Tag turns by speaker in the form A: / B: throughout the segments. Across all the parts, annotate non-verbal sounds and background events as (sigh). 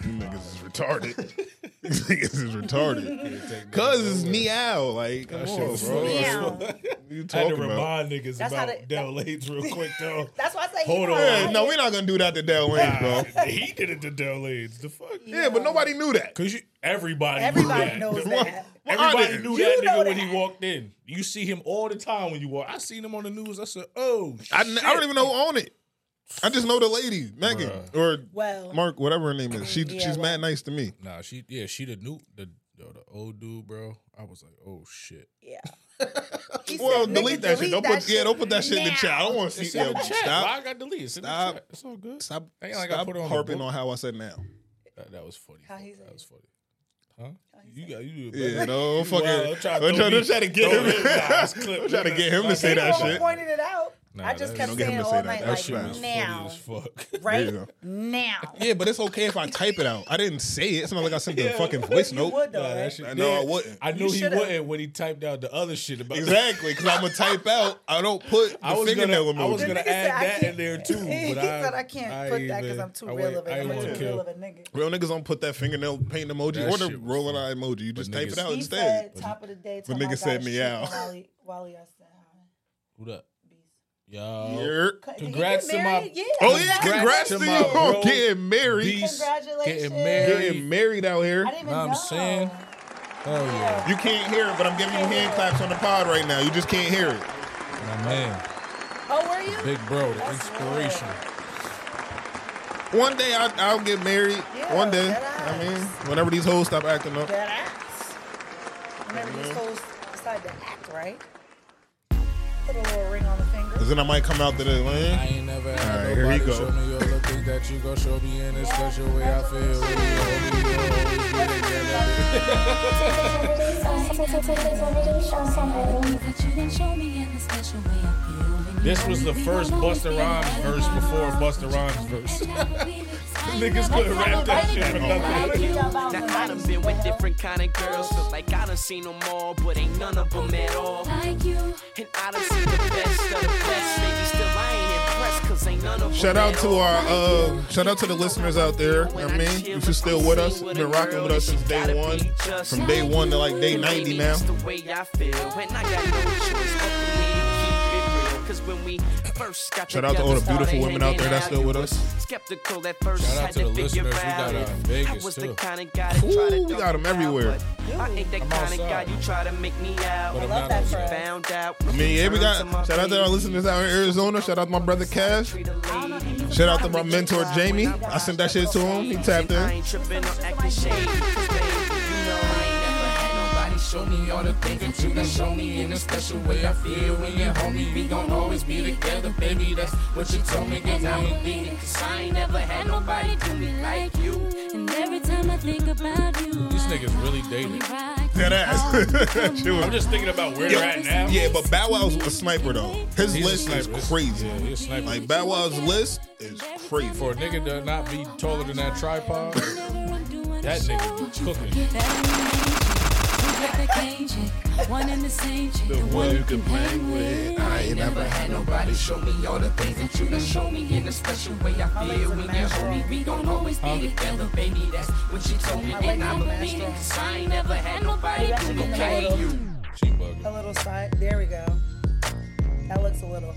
A: Niggas is retarded. Niggas is retarded. Cuz it's meow. Like, come on,
B: shit
A: bro.
B: was
C: Meow.
A: What you
B: I had to
A: talking about?
B: remind niggas
C: That's how
B: about
C: they-
B: Devil Aids
C: (laughs)
B: real quick though.
C: That's why I say
B: Hold
C: you
B: on.
C: know,
A: Yeah, no, we're not gonna do that to Dell Wayne, bro.
B: he did it to Devil Aids. The fuck?
A: Yeah, but nobody knew that.
B: Cause you, everybody,
C: Everybody
B: knew that.
C: knows
A: Well,
C: that.
A: well, I
B: Everybody
A: didn't.
B: knew
C: You
B: that
C: know
B: nigga when
C: that.
B: he walked in. You see him all the time when you walk. I seen him on the news. I said, "Oh,
A: I, kn- I don't even know who owned it. I just know the lady, Megan, or
C: Well,
A: Mark, whatever her name is. She
C: Yeah,
A: she's
C: well.
A: mad nice to me.
B: Nah, she yeah, she the new the yo, the old dude, bro. I was like, oh shit.
A: (laughs)
C: yeah. He
A: Well,
C: said,
A: delete
C: "Nigga,
A: that shit. Don't put yeah, don't put that shit in the
C: now."
A: chat. I don't want to see
B: It's in the
A: that.
B: chat. Why
A: Stop,
B: I got deleted. It's in the
A: Stop.
B: chat. It's all good.
A: stop,
B: Ain't like I
A: stop
B: put it on the
A: harping
B: book.
A: on how I said now.
B: That, that was funny.
C: How he say
B: that was funny. Huh?
C: he
B: You got you. do a
A: Yeah,
B: (laughs) better-
A: no fucking.
B: Wow,
A: I'm
B: I'm trying
A: trying
B: to throw
A: to
B: these-
A: try to get
B: throw these guys
A: him.
B: clip.
A: I'm trying to get him to say
C: They
A: that
C: were
A: shit.
C: pointed it out.
B: Nah,
C: I just
B: that-
C: kept
A: Don't get him
C: saying
A: to say
C: all
A: that.
C: night,
A: That
B: That
C: like,
B: shit was
C: now,
B: funny as fuck. (laughs)
C: (laughs) right
A: Yeah.
C: now.
A: Yeah, but it's okay if I type it out. I didn't say it. It's not like I sent the
B: (laughs) Yeah.
A: fucking voice
C: You
A: note.
C: would though,
B: Nah, that
C: right?
B: shit-
A: I know I
B: Yeah.
A: wouldn't.
B: I knew
C: You
B: he
C: should've-
B: wouldn't when he typed out the other shit about
A: Exactly, because I'm gonna type out. I don't put
B: I
A: the
B: was gonna,
A: fingernail
B: I
A: emoji.
B: was gonna
C: The nigga
B: add
C: said I
B: that in
C: can't- (laughs)
B: there too. But
C: (laughs) he
B: I,
C: said I can't put that because I'm too real of it. I'm
B: want
C: too
B: to
C: real
B: kill.
C: of a nigga.
A: Real niggas don't put that fingernail paint emoji
B: That
A: or the
B: shit was
A: rolling
B: funny.
A: eye emoji. You just type it
B: niggas-
A: out
C: He
A: instead.
C: said top of the day.
A: But
C: time I
A: nigga
C: got
A: said
C: a
A: meow.
C: shit on Wally, Wally, I said hi.
B: What up?
C: Beast.
B: Yo.
A: Yerp.
C: Did he
B: Congrats
C: get
B: to my-
C: married? Yeah.
A: Oh yeah, congrats
B: Congrats
A: to
B: to
A: you (laughs)
B: my
A: on
B: bro,
A: getting married.
B: Beast.
C: Congratulations.
B: Getting married.
A: Getting married out here.
C: I didn't even
B: Know what
C: know.
B: I'm saying? Hell yeah.
A: You can't hear it, but I'm giving you hand claps on the pod right now. You just can't hear it.
B: My man.
C: Oh, were you?
B: Big bro, the
C: That's
B: inspiration.
A: One day I, I'll get married.
C: Yeah,
A: One day.
C: that
A: I
C: ass.
A: mean, whenever these hoes stop acting up.
C: That ass. Remember these hoes decided to act, right? Put a little ring on the finger.
A: 'Cause then I might come out to the
B: I
A: land.
B: ain't never
A: All
B: had
A: right, here we
B: nobody
A: go.
B: show me your little thing that you gon' show me in this special way I feel. Really, really, really, really, really, really.
D: This was the first Busta Rhymes verse before (laughs) Busta Rhymes verse. Niggas couldn't rap that shit for nothing.
E: Now I done been with different kind of girls, feel like I done seen them all, but ain't none of them at all.
D: Like you,
E: And I done seen the best of the best, maybe still I ain't impressed, cause ain't none of them
A: Shout out
E: at
A: to
E: all.
A: our uh, shout out to the listeners out there. I mean, if you're still with us, you've been rocking with us since day one. From day one to like day 90
E: Baby,
A: now.
E: that's the way I feel. And I got no choice but for me to keep it real. 'Cause when we first got
A: Shout out to all the
E: together,
A: beautiful
E: started
A: women out there that's
E: hanging
A: still with
E: out,
A: us.
E: you was Skeptical at first,
B: Shout out
E: had
B: to the
E: figure
B: listeners we got
E: out
B: out in
E: if
B: Vegas,
E: I was
B: too.
E: the kind of guy that tried to
A: uh, Ooh, we
E: dog
A: got 'em
E: you down,
A: everywhere.
E: but I ain't that
B: I'm
E: kind of guy
B: outside.
E: you try to make me out.
B: But
C: I
B: I'm
C: love
B: not
C: that
B: outside.
C: phrase.
E: Found out.
A: I mean, yeah, we got
E: Turn to my
A: shout out to our
E: baby.
A: listeners out in Arizona. Shout out to my brother Cash.
E: Treat a lady.
A: Shout out to my mentor Jamie. I sent that shit to him. He tapped
E: I
A: in.
E: ain't tripping on acting shady. 'cause baby, you know I ain't never had nobody show me all the things that you done show me in a special way. I feel when you're homie, we gon' always be together, baby. That's what you told me, and I ain't beat it. 'Cause I ain't never had nobody do me like you.
D: and every time I think about you,
B: (laughs) These niggas really dating.
A: That ass. She
B: I'm
A: was-
B: just thinking about where they're at now.
A: (laughs) yeah, but Bow Wow's a sniper though. His
B: He's a
A: list is
B: sniper.
A: crazy.
B: Yeah, he's a sniper.
A: Like Bow Wow's list is crazy.
B: For a nigga to not be taller than that tripod, that nigga be cooking.
D: One and the same
A: The one you can hang with. I ain't never
E: Had nobody show me all the things that you done show me in a special way. I feel when you're homie, we gon' always be together, baby. That's what you told me, and I believe it. 'Cause I ain't never had nobody do me like you.
B: She bugging.
C: A little side. There we go. That looks a little.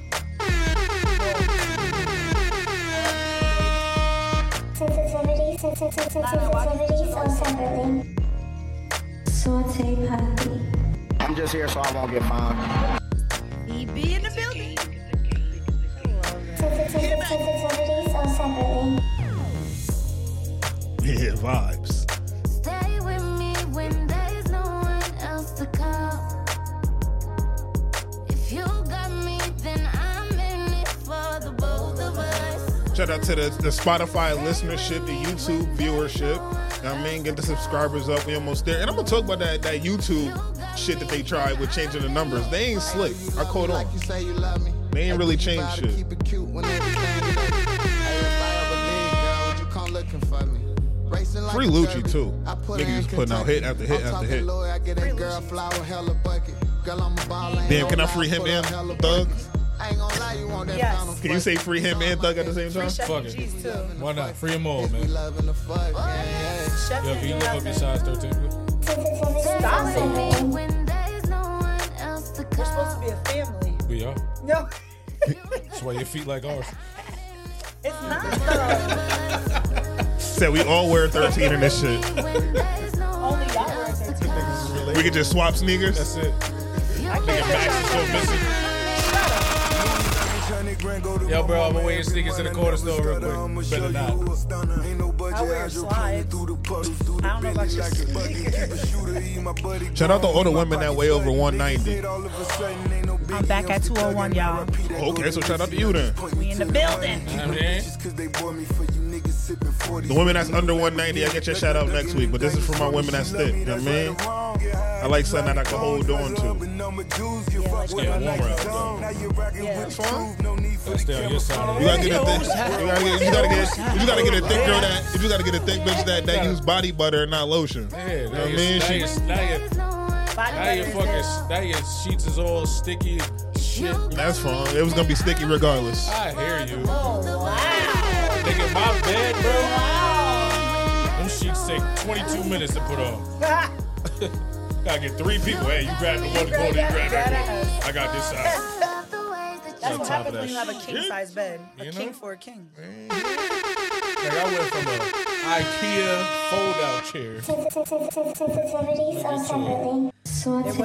F: Saute patty.
G: I'm just here so I won't get fined.
H: He be in the building.
F: Sensitivities are separately.
A: (laughs) Yeah, vibes.
D: Stay with me when there's no one else to call. If you got me, then I'm in it for the both of us.
A: Shout out to the, the Spotify listenership, the YouTube viewership. You know what I mean, get the subscribers up. We almost there. And I'm gonna talk about that that YouTube shit that they tried with changing the numbers. They ain't slick. I caught on.
I: Like you say you love me.
A: They ain't really changed
I: Try to
A: shit.
I: Keep it cute when everything is over. Hey, if I ever leave, girl, would you come looking for me? Racing like
A: Free
I: a
A: Lucci,
I: derby.
A: too.
I: I put
A: Nigga
I: her in
A: was putting out hit
I: Kentucky.
A: after hit
I: I'm
A: after
I: talking
A: hit.
I: Lord, I get that girl flower, hella bucket. Girl, I'm a ball, ain't
A: Damn,
I: no
A: can I
I: lie,
A: free him
I: pull up
A: and
I: hella
A: Thug?
I: buckets. I ain't gonna lie, you want that
C: Yes.
I: final
A: Can you say free him and Thug at the same time?
C: Chef
B: Fuck it.
C: Cheese too.
B: Why not? Free them all, man.
I: loving the fuck. yeah, yeah.
C: chef
B: Yo, can
C: didn't
B: you
C: do
B: look up your
C: nothing.
B: size 13?
C: Stop it. We're supposed to
J: Stop
C: be a family.
B: We are.
C: No,
B: That's why your feet like ours.
C: it's not though.
A: Said we all wear 13 in this shit.
C: (laughs) Only y'all were at 13.
A: We could just swap sneakers.
B: That's it.
C: I can't let y'all
B: Yo, bro, I'm gonna wear your sneakers to the corner store real quick. Better not.
C: I wear slides. I don't know about your (laughs) sneakers.
A: Shout out to all the women that weigh over 190.
C: I'm back at 201, y'all.
A: Okay, so shout out to you then.
C: We in the building.
B: You know what I mean?
A: The women that's under 190, I get your shout out next week. But this is for my women that's thick. You know what I mean? I like something that I can hold on to.
B: It's
C: Yeah, like
B: getting warmer out though.
C: yeah.
B: Gotta stay on your side of
A: You
B: the
A: gotta get a thick. You gotta get. You gotta get. You gotta get a thick girl that. You gotta get a thick bitch that that use body butter and not lotion. You know
B: Yeah,
A: what
B: now
A: I
B: your-
A: mean?
B: now
A: She-
B: your- now your-
C: Body
B: now your
C: butter is
B: fucking now your sheets is all sticky. Shit.
A: That's fine. It was gonna be sticky regardless.
B: I hear you.
C: Oh, wow.
B: Nigga, my bed, bro. Them
C: (laughs)
B: sheets take 22 minutes to put on. Gotta get three people. Hey, you grab the one corner, you grab that one. I got this side.
C: That's what
B: top of
C: happens when
B: that
C: you have a
B: shit.
C: king size bed. A
B: You know?
C: king for a king.
B: Like I went from a IKEA fold-out chair.
F: Sensitivities are separately. Sorted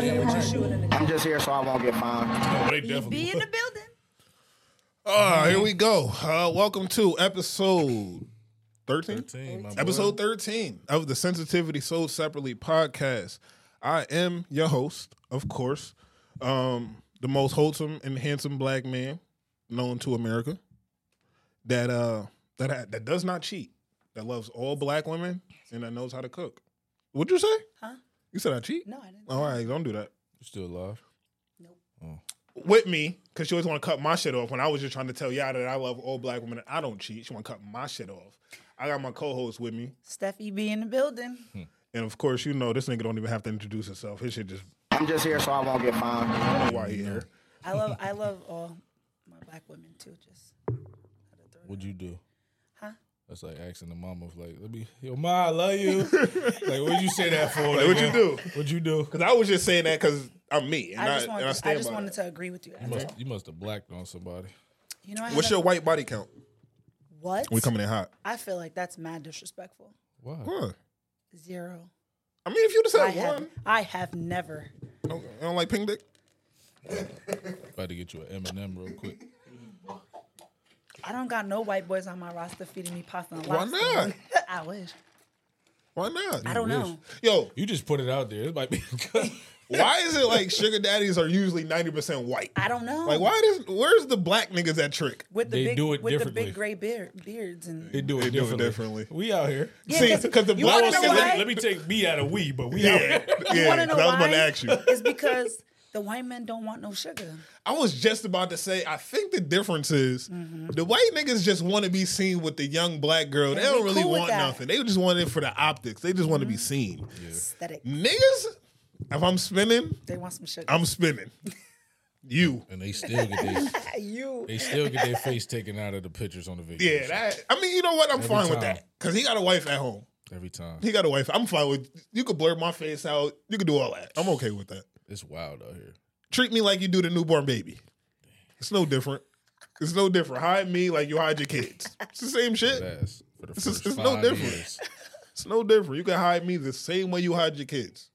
C: Shoot in the
E: I'm just here so I won't get fined.
B: Oh, they
K: You
B: definitely.
K: be in the building.
A: Ah, here we go. Uh, welcome to episode 13?
B: Team, my boy.
A: Episode 13 of the Sensitivity Sold Separately podcast. I am your host, of course, um, the most wholesome and handsome black man known to America that uh that that does not cheat, that loves all black women and that knows how to cook. What'd you say?
C: Huh?
A: You said I cheat?
C: (laughs) No, I didn't.
A: All right, don't do that.
B: You still alive?
A: with me because she always want to cut my shit off. When I was just trying to tell y'all that I love all black women and I don't cheat, she want to cut my shit off. I got my co-host with me,
C: Steffi be in the building.
A: and of course, you know this nigga don't even have to introduce himself. His shit just
E: I'm just here so I won't get fined.
A: I don't know why he here.
C: I love I love all my black women too. Just
B: What'd you do?
C: Huh?
B: That's like asking the mama, like, let me, yo, ma, I love (laughs) you. like, what'd you say that for?
A: Like, what'd you
B: nigga?
A: do?
B: What'd you do?
A: Because I was just saying that because I'm me and
C: I
A: I,
C: just
A: and I
C: wanted, I
A: stand
C: just
A: by
C: wanted
A: that.
C: to agree with you. That's
B: Must-
C: all.
B: you must have blacked on somebody.
C: You know, I
A: What's
C: had a-
A: your white body count?
C: what?
A: We coming in hot.
C: I feel like that's mad disrespectful.
B: Why?
A: Huh.
C: Zero.
A: I mean, if you just
C: I
A: had
C: have
A: one,
C: I have never.
A: I don't, I don't like pink dick.
B: About to get you an M&M real quick.
C: I don't got no white boys on my roster feeding me pasta and
A: Why
C: lobster.
A: not?
C: (laughs) I wish.
A: Why not?
C: I don't know.
A: Yo,
B: You just put it out there. It might be (laughs) good.
A: why is it like sugar daddies are usually ninety percent white?
C: I don't know.
A: Like, why does where's the black niggas that trick?
C: With the
B: They
C: big,
B: do it
C: with the
B: differently.
C: big gray beard, beards and
B: They do it,
A: do it
B: differently.
A: differently.
B: We out here.
C: Yeah,
A: See, because the
C: you
A: black
C: wanna know
A: niggas-
C: why?
B: (laughs) Let, let me take me out of we, but we out
A: Yeah,
B: here.
C: (laughs) You
A: yeah.
C: wanna know
A: 'cause I was about
C: why?
A: to ask you.
C: It's because the white men don't want no sugar.
A: I was just about to say. I think the difference is
C: Mm-hmm.
A: the white niggas just want to be seen with the young black girl. they
C: And
A: don't
C: we
A: really
C: cool with
A: want
C: that. Mm-hmm.
A: nothing. They just want it for the optics. They just want to be seen.
C: Aesthetic.
A: Niggas, if I'm spinning,
C: They want some sugar.
A: I'm
C: (laughs)
A: spinning. you,
B: And they still get their
C: Hey, you.
B: they still get their face taken out of the pictures on the video.
A: yeah. That I mean, you know what? I'm fine with
B: time.
A: that because he got a wife at home.
B: every time.
A: He got a wife. I'm fine with. You could blur my face out. You could do all that. I'm okay with that.
B: It's wild out here.
A: treat me like you do the newborn baby. It's no different. It's no different. Hide me like you hide your kids. It's the same shit.
B: That's for the
A: It's
B: first
A: just- it's
B: five
A: no different. (laughs)
B: years.
A: It's no different. You can hide me the same way you hide your kids.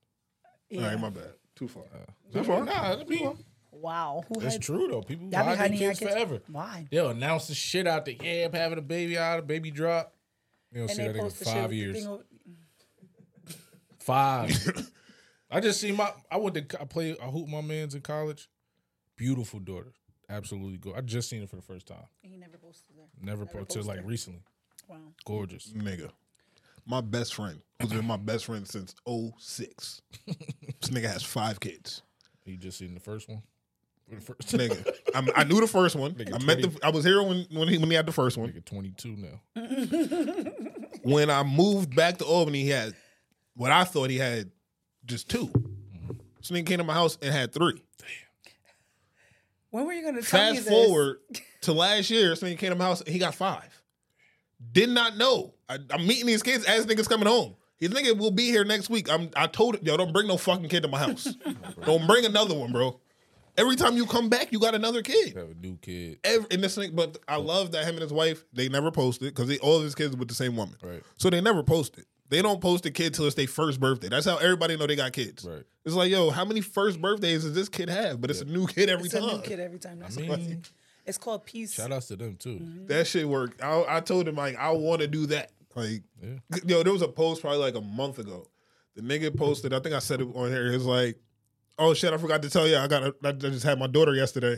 C: Yeah.
A: All right, my bad. Too far. Too far.
B: Nah, it'd be-
C: Wow. Who
B: it's
C: had-
B: true though. People
C: Y'all be
B: hide their
C: hiding your
B: kids
C: kids-
B: forever.
C: Why?
B: They'll announce the shit out there. Yeah, I'm having a baby out, a baby drop. You don't
C: And
B: see
C: they
B: that nigga
C: post the shit.
B: five
C: with the
B: years.
C: thing over-
A: (laughs)
B: Five. I just see my. I went to. co- I played. I hooped my man's in college. Beautiful daughter. Absolutely good. I just seen it for the first time.
C: He never posted that.
B: Never, po- till like recently.
C: Wow.
B: Gorgeous.
A: Nigga. My best friend, who's been my best friend since 06. this nigga has five kids.
B: You just seen the first one. For the first
A: Nigga. I'm, I knew the first one. I met the I was here when when he when he had the first one.
B: Nigga, 22 now.
C: Mm.
A: when I moved back to Albany, he had what I thought he had just two. This nigga came to my house and had three.
C: When were you going to tell me
A: Fast
C: this?
A: forward to last year, this nigga came to my house and he got five. Did not know. I, I'm meeting these kids as niggas coming home. His nigga will be here next week. I'm, I told him, yo, don't bring no fucking kid to my
C: (laughs)
A: house. don't bring another one, bro. Every time you come back, you got another kid.
B: Have a new
A: (laughs)
B: kid.
A: Every, and this thing, but I love that him and his wife, they never posted because all of his kids with the same woman.
B: Right.
A: So they never posted. They don't post a kid till it's their first birthday. That's how everybody know they got kids.
B: Right.
A: It's like, yo, how many first birthdays does this kid have? But it's a new kid every
C: It's a
A: time.
C: new kid every time. That's
B: I
C: crazy.
B: mean,
C: It's called peace.
B: shout outs to them too.
C: Mm-hmm.
A: That shit worked. I, I told him like I want to do that. Like, yo, there was a post probably like a month ago. The nigga posted. I think I said it on here. It was like, oh shit, I forgot to tell you. I got. A, I just had my daughter yesterday.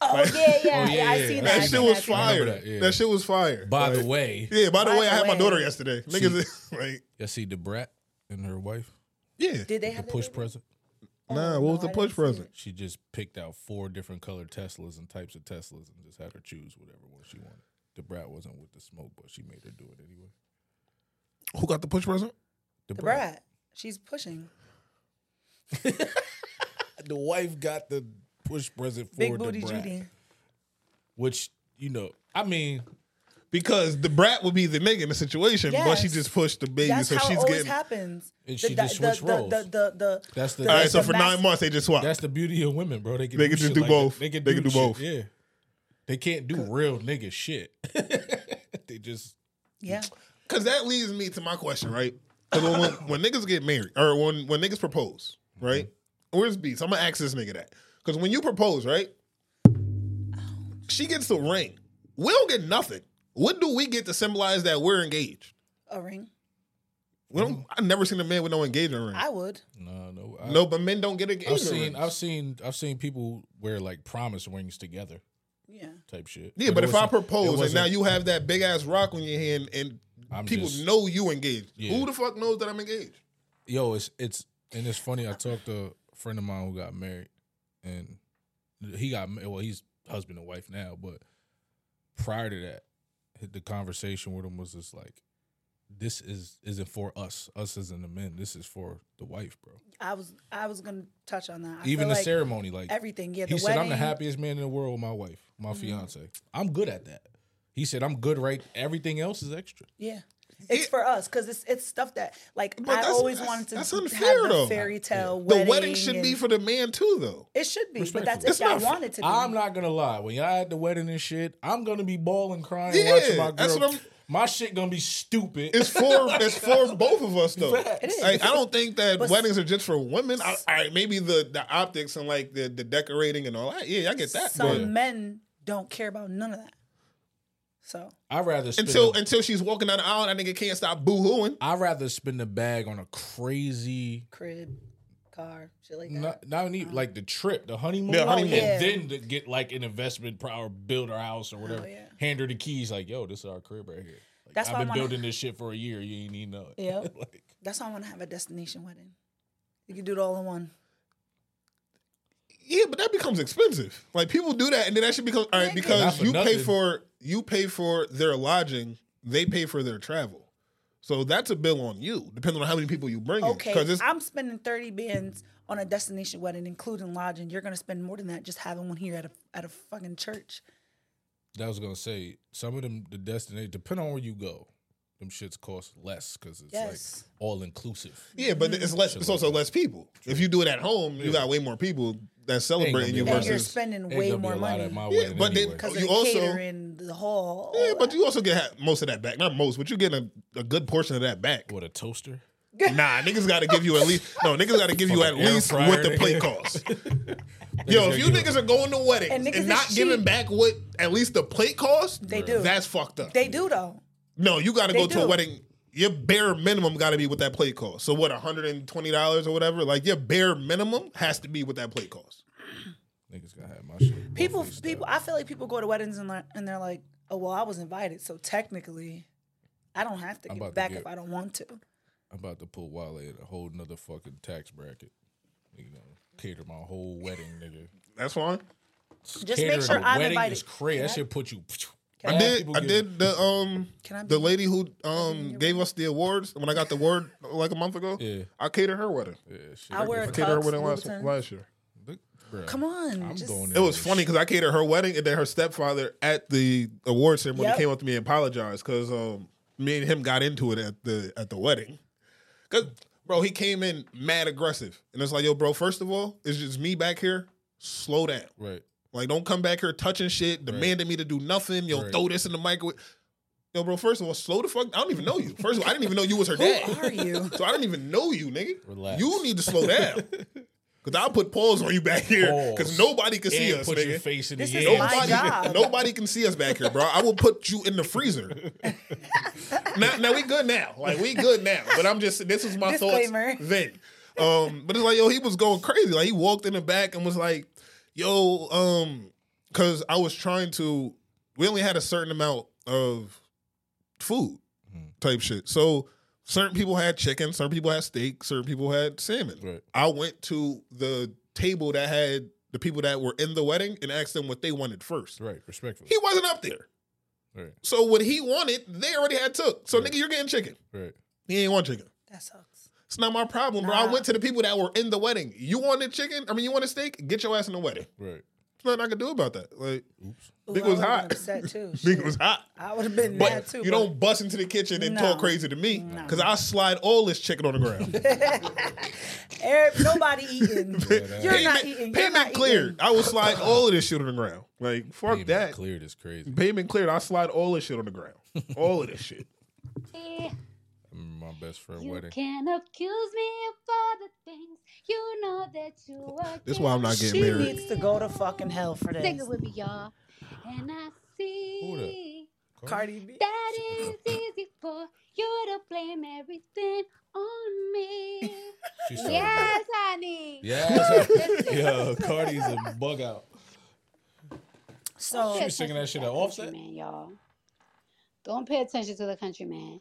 C: Oh yeah, yeah,
B: Oh,
C: yeah.
B: yeah,
C: I seen
B: yeah.
C: that.
A: That
C: I
A: shit
C: seen
A: was
C: that, I seen
A: fire.
B: remember
A: That,
B: that, yeah.
A: shit was fire.
B: By
A: Like,
B: the way,
A: yeah. By the
C: By
A: way,
C: the
A: I had my
C: way.
A: daughter yesterday. Niggas, (laughs) like,
B: y'all see the brat and her wife.
A: yeah.
C: that. Did they
B: The
C: have
B: push
C: that?
B: present.
A: Nah, what was the
C: I
A: push
C: didn't see it.
A: present?
B: She just picked out four different colored Teslas and types of Teslas and just had her choose whatever one she wanted. The brat wasn't with the smoke, but she made her do it anyway.
A: Who got the push present?
B: The,
C: The brat. She's pushing.
B: The wife got the push present for
C: Big
B: the
C: booty
B: brat,
C: Judy.
B: which you know, I mean,
A: Because the brat would be the nigga in the situation, but she
C: Yes.
A: just pushed the baby,
C: That's
A: so
C: how it
A: she's
C: always
A: getting.
C: happens.
B: And
C: The-
B: she
C: the-
B: just
C: the-
B: switched
C: the-
B: roles.
C: The, the, the,
B: That's the-
A: All right, so
C: the
A: for
C: mas-
A: nine months they just swapped.
B: that's the beauty of women, bro. They can
A: They
B: do
A: can just
B: shit
A: do
B: like
A: both.
B: that. They can
A: They
B: do,
A: can do
B: shit,
A: both.
B: Yeah, they can't do real nigga shit. (laughs) they just
C: Yeah.
A: Because that leads me to my question, right? Because when, when, when niggas get married or when, when niggas propose, right? Where's Beats? I'm going to ask this nigga that. Because when you propose, right? She gets the ring. We don't get nothing. What do we get to symbolize that we're engaged?
C: A ring.
A: We don't. I've never seen a man with no engagement ring.
C: Mm-hmm. I would.
B: no, no, I,
A: no, but men don't get engagement
B: I've seen,
A: rings.
B: I've seen, I've seen people wear like promise rings together
C: Yeah.
B: type shit.
A: yeah, but
B: it
A: if I
B: wasn't- it
A: propose and now
B: wasn't-
A: you have that big ass rock on your hand and
B: I'm
A: people
B: just-
A: know you engaged,
B: Yeah.
A: who the fuck knows that I'm engaged?
B: yo, it's it's and it's funny. I talked to a friend of mine who got married, and he got ma- well, he's husband and wife now, but prior to that, the conversation with him was just like, "This is isn't for us. Us isn't the men. This is for the wife, bro.
C: I was I was gonna touch on that. I
B: Even
C: feel
B: the
C: like
B: ceremony, like
C: Everything. Yeah,
B: he
C: the
B: said,
C: wedding. Mm-hmm.
B: I'm the happiest man in the world with my wife, my fiance. I'm good at that. He said, I'm good. Right, everything else is extra.
C: Yeah. It's for us because it's it's stuff that like
A: But
C: I
A: that's-
C: always
A: that's-
C: wanted to
A: that's
C: have
A: unfair,
C: the
A: though.
C: fairy tale
A: the wedding should be
C: and-
A: for the man too, though.
C: it should be, but
B: Respectfully.
C: that's if
A: It's
C: y'all
A: not-
C: want it to be.
B: I'm not gonna lie. When y'all at the wedding and shit, I'm gonna be bawling, crying,
A: Yeah,
B: watching my girl.
A: that's what I'm-
B: My shit gonna be stupid.
A: It's for it's for both of us though.
B: It
C: is.
A: Like, I don't think that
C: But-
A: weddings are just for women. I, I maybe the the optics and like the, the decorating and all that. Yeah, I get that.
C: Some
A: but
C: men don't care about none of that. So
B: I'd rather spend
A: until
B: a,
A: until she's walking down the aisle, that nigga can't stop boo hooing.
B: I'd rather spend the bag on a crazy
C: crib, car, shit like that.
B: not, not even like the trip, the honeymoon,
A: Yeah, honeymoon.
C: Uh-huh. Yeah.
B: and then to get like an investment pro- or build our house or whatever.
C: yeah.
B: Hand her the keys, like, yo, this is our crib right here. Like,
C: That's
B: I've
C: why I
B: been
C: wanna-
B: building this shit for a year. You ain't even know it.
C: Yeah.
B: (laughs) like,
C: That's why I want to have a destination wedding. You can do it all in one.
A: Yeah, but that becomes expensive. Like people do that, and then that should become all right
B: Not
A: because
B: for
A: you pay
B: nothing.
A: for you pay for their lodging, they pay for their travel. So that's a bill on you, depending on how many people you bring. in.
C: Okay,
A: 'Cause it's
C: I'm spending thirty bands on a destination wedding, including lodging. You're gonna spend more than that just having one here at a at a fucking church.
B: That was gonna say some of them the destination depend on where you go. Them shits cost less because it's
C: Yes.
B: like all inclusive.
A: Yeah, but it's less. It's also less people. If you do it at home, you got way more people that's celebrating
B: be
A: you
B: a lot.
C: And you're
A: versus.
C: spending way more money
B: my
A: Yeah, but they-
B: anyway.
A: cause-
C: because
A: You
C: you
A: also-
C: catering, the hall. all
A: Yeah, but
C: that.
A: you also get ha- most of that back. Not most, but you get a, a good portion of that
C: (laughs)
A: back.
B: What a toaster!
A: Nah, niggas got to give you at least. No, niggas got to give you at
B: Fucking air
A: least
B: fryer,
A: what the
B: nigga.
A: plate costs. Yo, if you niggas are going to weddings
C: And
A: and,
C: niggas is
A: not giving
C: cheap.
A: back what at least the plate cost,
C: They do.
A: That's fucked up.
C: they do though.
A: no, you got to
C: they
A: go to a
C: do.
A: wedding. Your bare minimum got to be what that plate costs. So what, hundred and twenty dollars or whatever? Like your bare minimum has to be what that plate costs.
B: Niggas gotta have my shit.
C: People,
B: Hopefully,
C: people. I feel like people go to weddings and they're, and they're like, "Oh well, I was invited, so technically, I don't have to
B: I'm
C: give
B: about to
C: back
B: get-
C: if I don't want to."
B: I'm about to put Wale in a whole nother fucking tax bracket. You know, cater my whole wedding, nigga.
A: That's fine.
C: Just
B: Catering
C: make sure
B: a
C: I'm
B: wedding
C: invited.
B: is crazy.
C: Can
B: That
C: I-
B: should put you. (sniffs)
A: I
C: Bad
A: did.
B: people
A: I
B: get-
A: did the um
C: Can I be-
A: the lady who um gave us the awards when I got the award like a month ago.
B: Yeah.
A: I catered her wedding.
B: Yeah, shit.
C: I wear a
A: I catered her
C: tux,
A: wedding last,
C: Louboutins.
A: last year.
B: Look, bruh,
C: Come on,
B: I'm
C: just-
B: going.
A: It was
B: in.
A: funny because I catered her wedding and then her stepfather at the award ceremony
C: Yep.
A: came up to me and apologized because um me and him got into it at the at the wedding. 'Cause, bro, he came in mad aggressive, and it's like, yo, bro. First of all, it's just me back here. Slow down.
B: Right.
A: Like, don't come back here touching shit, demanding me to do nothing. Yo,
B: Right.
A: throw this in the microwave. Yo, bro. First of all, slow the fuck. I don't even know you. First of all, I didn't even know you was her dad.
B: (laughs)
C: Are you?
A: So I didn't even know you, nigga.
B: Relax.
A: You need to slow down.
B: (laughs)
A: Cause I'll put pause on you back here. Cause
B: Pause.
A: nobody can see
B: And
A: us,
B: put your
A: nigga.
B: face in
C: This
B: the
C: is
B: air.
C: my
A: Nobody,
C: job.
A: nobody can see us back here, bro. I will put you in the freezer. now, now we good now. Like we good now. But I'm just this is my
C: Disclaimer.
A: thoughts then. Um, but it's like yo, he was going crazy. Like he walked in the back and was like, yo, um, cause I was trying to. We only had a certain amount of food type shit. So certain people had chicken, certain people had steak, certain people had salmon.
B: Right.
A: I went to the table that had the people that were in the wedding and asked them what they wanted first.
B: Right. Respectfully.
A: He wasn't up there.
B: Right.
A: So what he wanted, they already had took. So nigga, you're getting chicken.
B: Right.
A: He ain't want chicken.
C: That sucks.
A: It's not my problem, bro. I
C: Nah.
A: went to the people that were in the wedding. You wanted chicken? I mean, you want a steak? Get your ass in the wedding.
B: Right.
A: There's nothing I can do about that. Like,
C: Ooh,
A: nigga
C: I
A: was
C: would've
A: hot. (laughs)
C: been Upset too.
A: nigga was hot.
C: I would have been mad
A: But
C: too.
A: you
C: but-
A: don't bust into the kitchen and
C: No.
A: talk crazy to me because I slide all this chicken on the ground.
C: Eric, nobody
A: (laughs)
C: eating. (laughs) You're not eating. You're
A: Payment
C: not
A: cleared.
C: eating.
A: I will slide all of this shit on the ground. Like fuck
B: Even
A: that. Mm.
B: Cleared is crazy.
A: Payment cleared. I slide all this shit on the ground. all of this shit.
B: I remember my best friend wedding.
L: can accuse me of all the things you know that you are.
A: That's why I'm not getting
C: She
A: married.
C: needs to go to fucking hell for
L: Sing
C: this.
L: it with me, y'all. And I see
C: Cardi B.
L: that is easy for you to blame everything on me.
B: She started.
L: yes, honey. (laughs)
B: Yes. Yo, Cardi's a bug out.
C: So
B: She was singing that shit at Offset.
L: Man, y'all. Don't pay attention to the countryman.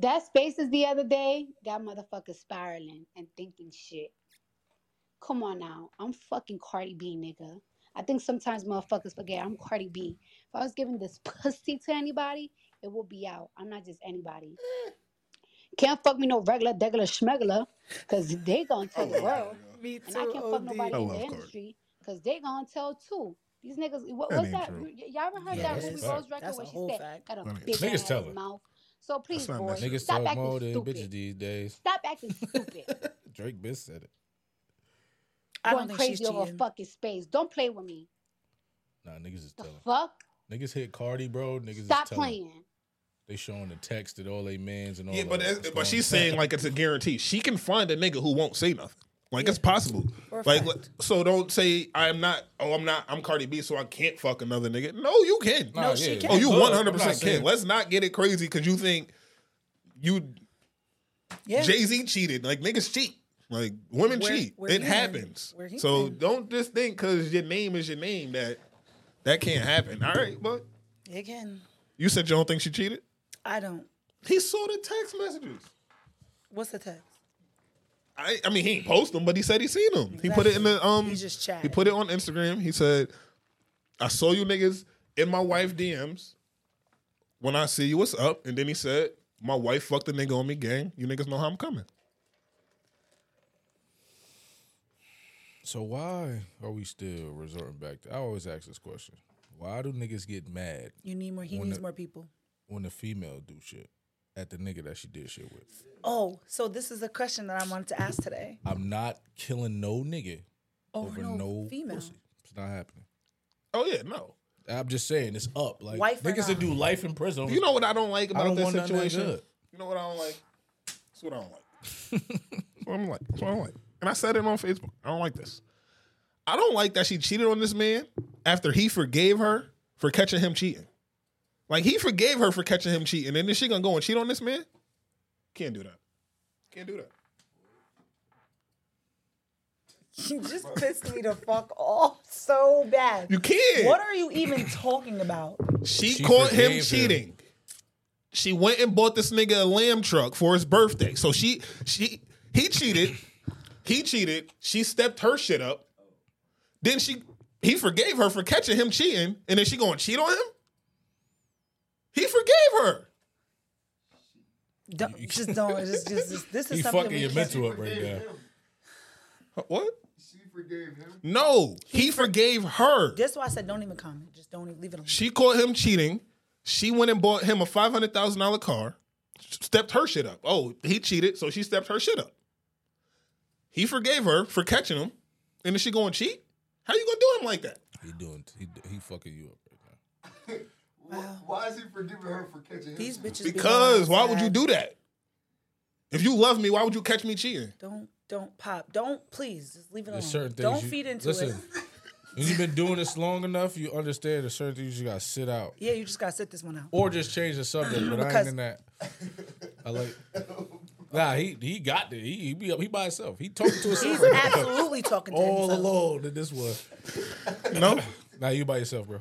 L: That spaces the other day got motherfuckers spiraling and thinking shit. Come on now. I'm fucking Cardi B, nigga. I think sometimes motherfuckers forget I'm Cardi B. If I was giving this (laughs) pussy to anybody, it would be out. I'm not just anybody. Can't fuck me no regular, degular, schmegler, because they gonna tell the world.
C: me too.
L: And I can't fuck
C: OD.
L: nobody
A: I
L: in
A: love
L: the
A: Cardi.
L: industry because they gonna tell too. These niggas, what,
A: That
L: what's
A: ain't
L: that?
A: true.
L: Y- y'all ever heard
C: Yeah,
L: that
C: that's
L: Ruby
B: a fact.
L: Rose record
C: That's
L: where
C: a
L: she
C: whole
L: said,
C: fact.
L: "Got a
A: That ain't
L: big
B: true. Niggas
L: ass
B: tell it.
L: mouth." So please,
A: not
L: boys,
A: necessary.
B: Niggas
L: stop
B: talk more
L: acting
B: than bitches
L: stupid.
B: these days.
L: Stop acting stupid.
B: (laughs) Drake bitch said it.
C: I don't
L: Going
C: think she's
L: crazy over a
C: cheating.
L: fucking space. Don't play with me.
B: Nah, niggas is
L: The
B: telling.
L: fuck?
B: Niggas hit Cardi, bro. Niggas
L: stop
B: is telling.
L: playing.
B: They showing the text at all they mans and all.
A: Yeah, but
B: that.
A: it's,
B: What's
A: but
B: going
A: she's
B: on?
A: saying like it's a guarantee. She can find a nigga who won't say nothing. Like it's possible.
C: For a
A: Like
C: fact.
A: so, don't say I'm not. Oh, I'm not. I'm Cardi B, so I can't fuck another nigga. No, you can.
B: Nah,
C: she
B: yeah.
C: can't.
A: Oh, you
B: I'm not
A: 100 percent
B: saying-
A: can. Let's not get it crazy because you think you
C: Yeah.
A: Jay Z cheated. Like niggas cheat. Like women
C: We're-
A: cheat.
C: we're
A: it
C: human.
A: happens.
C: We're
A: So
C: human.
A: don't just think because your name is your name that that can't happen. All right, but
C: Again,
A: you said you don't think she cheated.
C: I don't.
A: He saw the text messages.
C: What's the text?
A: I, I mean, he ain't post them, but he said he seen them. He put it in the um.
C: He just chatted.
A: He put it on Instagram. He said, "I saw you niggas in my wife DMs. When I see you, what's up?" And then he said, "My wife fucked a nigga on me, gang. You niggas know how I'm coming."
B: So why are we still resorting back to? I always ask this question. Why do niggas get mad
C: You need more. He
B: Wanna-
C: needs more people.
B: when the female do shit at the nigga that she did shit with?
C: Oh, so this is a question that I wanted to ask today. (laughs)
B: I'm not killing no nigga over no,
C: Oh, female.
B: pussy. It's not happening.
A: Oh yeah, no.
B: I'm just saying it's up. Like
C: Wife or
B: niggas that
C: not.
B: do life in prison. over-
A: You know what I don't like about
B: don't
A: that
B: want nothing that
A: situation?
B: good.
A: you know what I don't like? That's what I
B: (laughs)
A: don't like. That's what I'm like. That's what I don't like. And I said it on Facebook. I don't like this. I don't like that she cheated on this man after he forgave her for catching him cheating. Like he forgave her for catching him cheating, and then she gonna go and cheat on this man? Can't do that. Can't do that.
C: You just pissed me the fuck off so bad.
A: You can't.
C: What are you even talking about?
A: She,
B: She
A: caught him
B: forgave him.
A: cheating. She went and bought this nigga a lamb truck for his birthday. So she she he cheated. He cheated. She stepped her shit up. Then she he forgave her for catching him cheating, and then she going to cheat on him. He forgave her.
C: Don't, just don't. Just, just, just- this is
B: He
C: something
B: fucking
C: we
B: your
C: can't-
B: mental up right now.
A: What? She forgave him. No, he forgave her.
C: That's why I said don't even comment. Just don't even leave it alone.
A: She caught him cheating. She went and bought him a five hundred thousand dollar car. stepped her shit up. Oh, he cheated, so she stepped her shit up. He forgave her for catching him, and then she going cheat. How you gonna do him like that?
B: He doing he he fucking you up right now.
M: Why is he forgiving her for catching him?
C: These bitches. be
A: Because
C: going
A: why would you
C: outside.
A: do that? If you love me, why would you catch me cheating?
C: Don't don't pop. Don't please. Just leave it alone.
B: There's certain things.
C: don't
B: you-
C: feed into
B: listen,
C: it.
B: When you've been doing this long enough, you understand there's certain things you gotta sit out,
C: Yeah, you just gotta sit this one out.
B: or just change the subject. But I ain't
C: Because-
B: in that. I like. Nah, he he got there. He he, be up, he by himself. He talking to himself.
C: He's
B: right now.
C: absolutely talking to
B: all
C: himself.
B: alone in this one.
A: No.
B: Now you by
A: (laughs)
B: yourself, bro.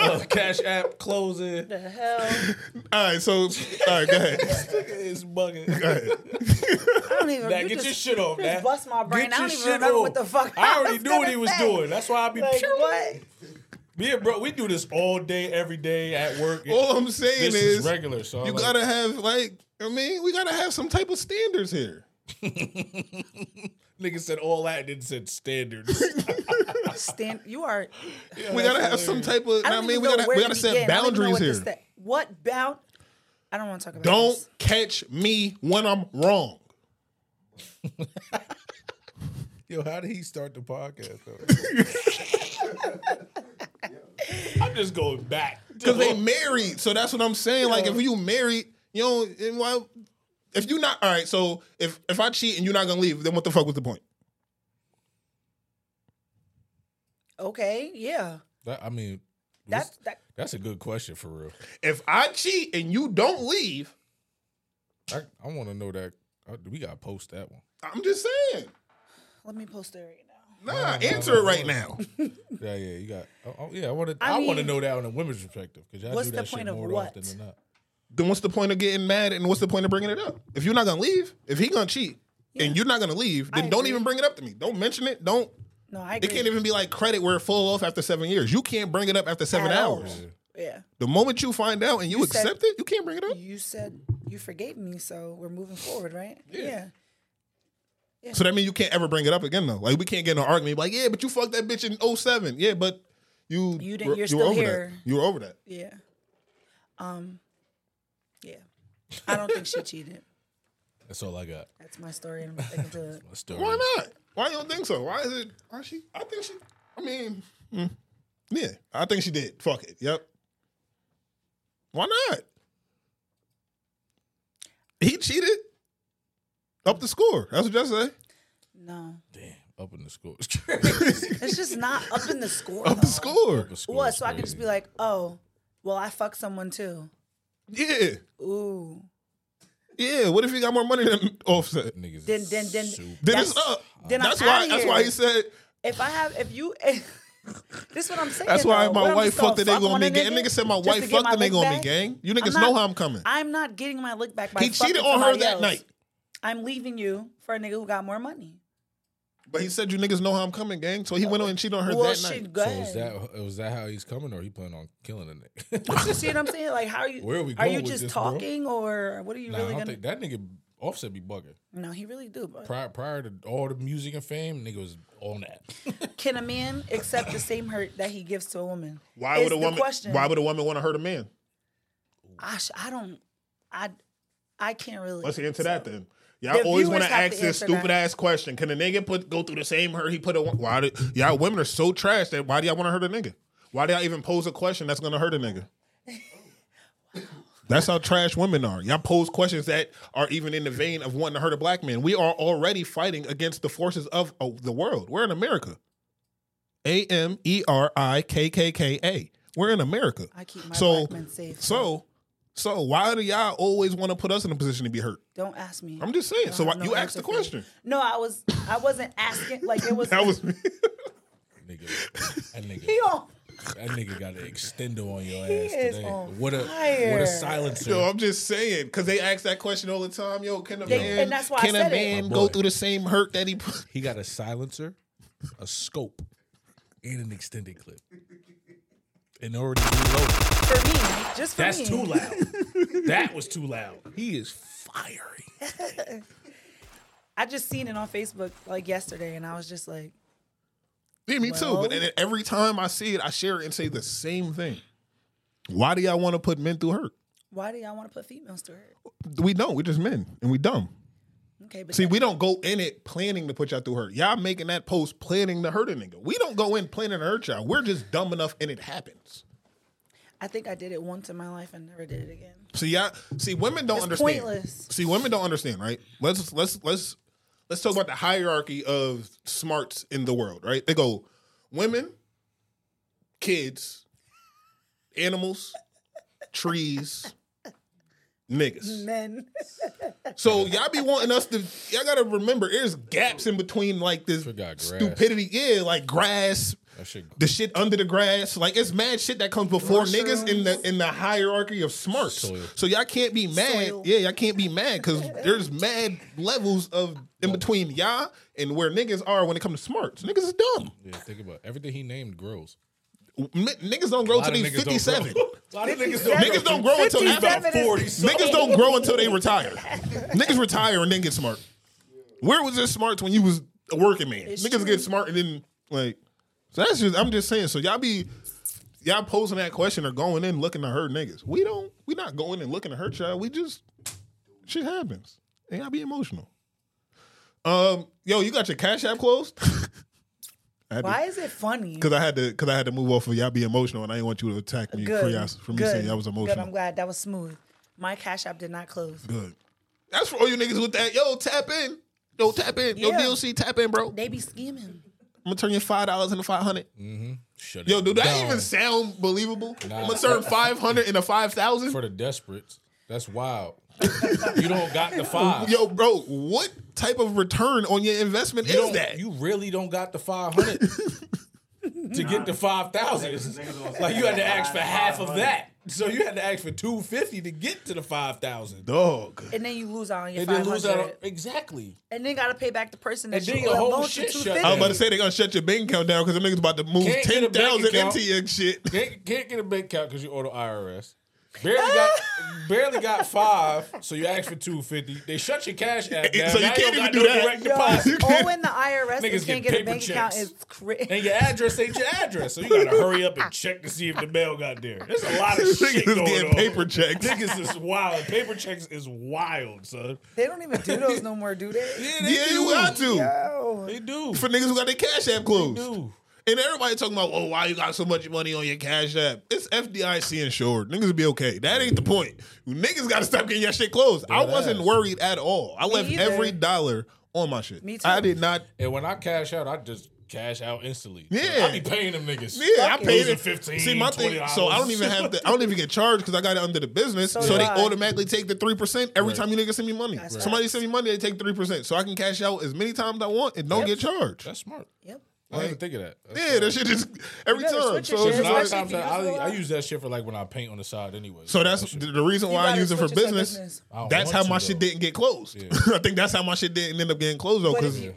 B: Uh, cash app closing.
C: The hell!
A: All right, so all right, go ahead.
B: It's bugging.
A: Go ahead.
C: I don't even.
B: Now
C: you
B: get
C: just,
B: your shit off,
C: you just
B: man.
C: bust my brain.
B: Get
C: I
B: your
C: don't even
B: shit
C: remember
B: off.
C: what the fuck.
B: I
C: was
B: already knew what
C: gonna
B: he was
C: say.
B: doing. That's why I be
C: Like what?
B: me and bro. We do this all day, every day at work.
A: All I'm saying
B: this
A: is,
B: is regular. So
A: you
B: like,
A: gotta have like I mean, we gotta have some type of standards here.
B: (laughs) Nigga said all that and then
A: (laughs)
B: said standards.
C: Stand. You are.
A: we gotta have some type of.
C: I,
A: I,
C: don't
A: mean,
C: even
A: we
C: know
A: gotta
C: where
A: we
C: to
A: gotta set
C: begin. I don't even know
A: boundaries
C: what to
A: here.
C: sta- what bound? I don't want to talk about.
A: Don't
C: this.
A: catch me when I'm wrong.
B: Yo, how did he start the podcast?
A: (laughs)
B: Though? I'm just going back
A: Because they married. So that's what I'm saying. Like if you married, you know, and why if you not all right, so if if I cheat and you're not gonna leave, then what the fuck was the point?
C: Okay. Yeah.
B: That, I mean,
C: That's
B: that's
C: that.
B: that's a good question for real.
A: If I cheat and you don't leave,
B: I, I want to know that. I, we gotta post that one.
A: I'm just saying.
C: Let me post it right now.
A: Nah, answer it right now.
B: Yeah, yeah, you got. Oh, oh, yeah, I want to.
C: I
B: I, want to
C: mean,
B: know that on a women's perspective because y'all
C: what's
B: do
C: the
B: that
C: point
B: shit
C: of
B: more
C: what?
B: often than not.
A: Then what's the point of getting mad and what's the point of bringing it up? If you're not gonna leave, if he gonna cheat and you're not gonna leave, then
C: I
A: don't
C: agree.
A: even bring it up to me. Don't mention it. Don't
C: No, I
A: it
C: agree.
A: can't even be like credit where it fall off after seven years. You can't bring it up after seven
C: At all.
A: hours.
C: Yeah.
A: The moment you find out and you,
C: You said-
A: accept it, you can't bring it up.
C: You said you forgave me, so we're moving forward, right? Yeah.
A: So that means you can't ever bring it up again, though. Like we can't get in an argument. Like, yeah, but you fucked that bitch in 07. Yeah, but you
C: You didn't-
A: were-
C: you're
A: were
C: still
A: over
C: here.
A: that. You were over that.
C: Yeah. Um. Yeah. I don't think
B: (laughs)
C: she cheated.
B: That's all I got.
C: That's my story. and I'm sticking to it.
B: My story.
A: Why not? Why you don't think so? Why is it? Why she? I think she. I mean, mm, yeah, I think she did. Fuck it. Yep. Why not? He cheated. Up the score. That's what I say.
C: No,
B: Damn, up in the (laughs) score.
C: it's just not up in the score.
A: Up the
C: though.
A: score.
C: What? So I could just be like, oh, well, I fucked someone too.
A: Yeah.
C: Ooh.
A: Yeah. What if he got more money than (laughs) Offset?
B: niggas.
C: Then- then- then-
B: super-
A: Then it's
C: That's-
A: up.
C: then I'm
A: that's why.
C: outta
A: That's
C: here.
A: why he said.
C: If I have, if you, (laughs) if, this is what I'm saying.
A: That's why
C: though.
A: my
C: What, I'm
A: wife
C: just gonna
A: fucked the nigga
C: fuck
A: on
C: one
A: me.
C: of
A: Gang. Nigga said my
C: just to
A: wife
C: get
A: fucked the
C: my lick
A: nigga on me.
C: back?
A: Gang, you niggas
C: I'm
A: know
C: not-
A: how I'm coming.
C: I'm not getting my lick back by
A: he cheated
C: fucking
A: on her
C: somebody
A: that
C: else.
A: night,
C: I'm leaving you for a nigga who got more money.
A: but he said you niggas know how I'm coming, gang. So he went on and cheated on her
C: well,
A: that
C: shit,
A: night.
C: go
B: So
C: ahead.
B: is that was that how he's coming, or he planning on killing a
C: (laughs)
B: nigga?
C: you see what I'm saying? Like, how are you?
B: Where are we
C: you
B: going with
C: just
B: this, bro?
C: talking, or what are
B: (laughs)
C: you
B: nah, I
C: really
B: don't
C: gonna?
B: think that nigga Offset be bugging.
C: No, he really do. But
B: Prior prior to all the music and fame, nigga was on that. (laughs)
C: can a man accept the same hurt that he gives to a woman?
A: Why
C: Is
A: would a
C: the
A: woman?
C: question.
A: Why would a woman want to hurt a man?
C: I, sh- I don't. I I can't really.
A: Let's get into that then. Y'all
C: The
A: always want
C: viewers
A: to
C: have to
A: ask this
C: answer
A: stupid
C: that.
A: ass question. Can a nigga put go through the same hurt he put a wo- why do, y'all women are so trash that why do y'all want to hurt a nigga? Why do y'all even pose a question that's gonna hurt a nigga? That's how trash women are. Y'all pose questions that are even in the vein of wanting to hurt a black man. We are already fighting against the forces of uh, the world. We're in America. A M E R I K K K A. We're in America.
C: I keep my
A: so
C: black men safe.
A: so so why do y'all always want to put us in a position to be hurt?
C: Don't ask me.
A: I'm just saying. So
C: I
A: why,
C: have no
A: you asked the
C: answer for you.
A: question.
C: No, I was I wasn't asking. Like
A: (laughs)
C: it was.
A: That
C: (laughs)
A: was me.
B: nigga, that nigga.
C: He on.
B: That nigga got an extender on your ass
C: is
B: today.
C: on
B: what a what
C: fire.
B: a silencer.
A: Yo, I'm just saying because they ask that question all the time. Yo, can a
C: They-
A: man,
C: and that's why I
A: can a
C: said it.
A: man
B: My
A: go
B: boy.
A: through the same hurt that he put?
B: He got a silencer, a scope, and an extended clip. And already reloaded.
C: for me. Just for
B: That's
C: me.
B: too loud. that was too loud. He is fiery.
C: I just seen it on Facebook like yesterday, and I was just like,
A: Yeah, me too.
C: Well-
A: But and then every time I see it, I share it and say the same thing. Why do y'all want to put men through hurt?
C: Why do y'all want to put females through it?
A: We don't. We're just men and we dumb.
C: Okay, but
A: See, we don't go in it planning to put y'all through hurt. Y'all making that post planning to hurt a nigga. We don't go in planning to hurt y'all. We're just dumb enough and it happens.
C: I think I did it once in my life and never did it again.
A: See, y'all see women don't
C: It's
A: understand.
C: pointless.
A: See, women don't understand, right? Let's let's let's let's talk about the hierarchy of smarts in the world, right? They go women, kids, animals, trees, niggas.
C: (laughs) Men.
A: So y'all be wanting us to y'all gotta remember there's gaps in between like this stupidity. Yeah, like grass. The shit under the grass. Like it's mad shit that comes before niggas in the in the hierarchy of smarts. So y'all can't be mad. Yeah, y'all can't be mad because there's mad levels of in between y'all and where niggas are when it comes to smarts. Niggas is dumb.
B: Yeah, think about it. everything he named grows.
A: N- niggas don't grow
B: A lot
A: till they
B: of niggas don't grow.
A: 57.
B: A (laughs) lot of niggas don't
A: Niggas
B: grow
A: don't grow until after
B: 57 is-
A: 40. Niggas don't grow until they
B: (laughs)
A: retire. Niggas retire and then get smart. Where was this smarts when you was a working man?
N: It's
A: niggas
N: true.
A: get smart and then like so that's just I'm just saying. So y'all be y'all posing that question or going in looking to hurt niggas. We don't we not going and looking to hurt y'all. We just shit happens. And y'all be emotional. Um, yo, you got your cash app closed? (laughs) I had to-
C: Why is it funny?
A: Cause I had to, cause I had to move off of y'all be emotional, and I didn't want you to attack me for, y'all, for me saying y'all was
C: Good.
A: emotional.
C: I'm glad that was smooth. My cash app did not close.
A: Good. That's for all you niggas with that. Yo, tap in. Yo, tap in. Yo,
C: Yeah.
A: DLC, tap in, bro.
C: They be scheming.
A: I'm gonna turn your five dollars into five hundred.
B: Mm-hmm. Shut
A: Yo,
B: it
A: do that
B: down.
A: even sound believable?
B: Nah.
A: I'm gonna turn five hundred into five thousand.
B: for the desperates? That's wild. you don't got the five.
A: (laughs) Yo, bro, what type of return on your investment
B: you
A: is
B: don't,
A: that?
B: You really don't got the five hundred to get the five thousand. Like you had to ask for half of that. So you had to ask for two fifty to get to the five thousand.
A: Dog.
C: And then you lose out on your
B: And
C: five
B: then lose out on-
C: hundred.
B: Exactly.
C: And then gotta pay back the person that
B: And
C: you
B: then your whole
C: loaned you
B: shit shut
C: 250.
A: I was about to say they gonna shut your bank account down because the niggas about to move
B: Can't get a
A: ten
B: bank
A: thousand
B: account.
A: into your shit.
B: Can't, can't get a bank account because you owe the IRS. Barely got barely got five, so you asked for two fifty. They shut your cash app
A: (laughs)
B: down.
A: So you
B: Now
A: can't
B: don't
A: even
B: got
A: do
B: no
A: that.
B: Direct
A: Yo,
B: deposit.
A: (laughs)
C: Owing oh, the IRS
B: Niggas
C: and
B: get
C: can't get a
B: paper
C: bank account
B: checks.
C: is crazy. (laughs)
B: And your address ain't your address, so you gotta hurry up and check to see if the mail got there. There's a lot of
A: (laughs)
B: shit
A: Niggas
B: going
A: getting
B: on. (laughs)
A: paper checks.
B: Niggas is wild. Paper checks is wild, son.
C: They don't even do those no more, do they?
B: Yeah,
A: Yeah, you got to.
B: They do.
A: For niggas who got their Cash App closed. And everybody talking about, oh, why you got so much money on your Cash App? It's FDIC insured. Niggas be okay. That ain't the point. You niggas got to stop getting your shit closed. I
B: Dead
A: wasn't
B: ass.
A: worried at all. I
B: Me
A: left
B: either.
A: every dollar on my shit.
B: Me
A: I
B: too.
A: did not.
B: And when I cash out, I just cash out instantly.
A: Yeah.
B: I be paying them niggas.
A: Yeah, I paid
B: Losing
A: it.
B: 15
A: See, my thing.
B: $20.
A: So I don't even have to. I don't even get charged because I got it under the business. So,
B: do
A: they
B: I.
A: automatically take the three percent every
B: Right.
A: time you niggas send me money.
B: That's
A: Somebody send me money, they take three percent, so I can cash out as many times I want and don't
B: Yep.
A: get charged.
B: That's smart.
C: Yep.
B: I didn't even think of that.
A: yeah, that shit just every
B: You better
A: time.
B: switch
A: So
B: your
A: it's
B: shit. A lot of
A: like-
B: times I, I- I use that shit for like when I paint on the side anyway.
A: So that's the reason
B: You
A: why I
B: gotta
A: use it for
B: switch it to
A: business.
B: business. I don't
A: That's
B: want
A: how
B: to,
A: my
B: though.
A: shit didn't get closed. (laughs) I think that's how my shit didn't end up getting closed though.
B: But if
A: Because
B: you-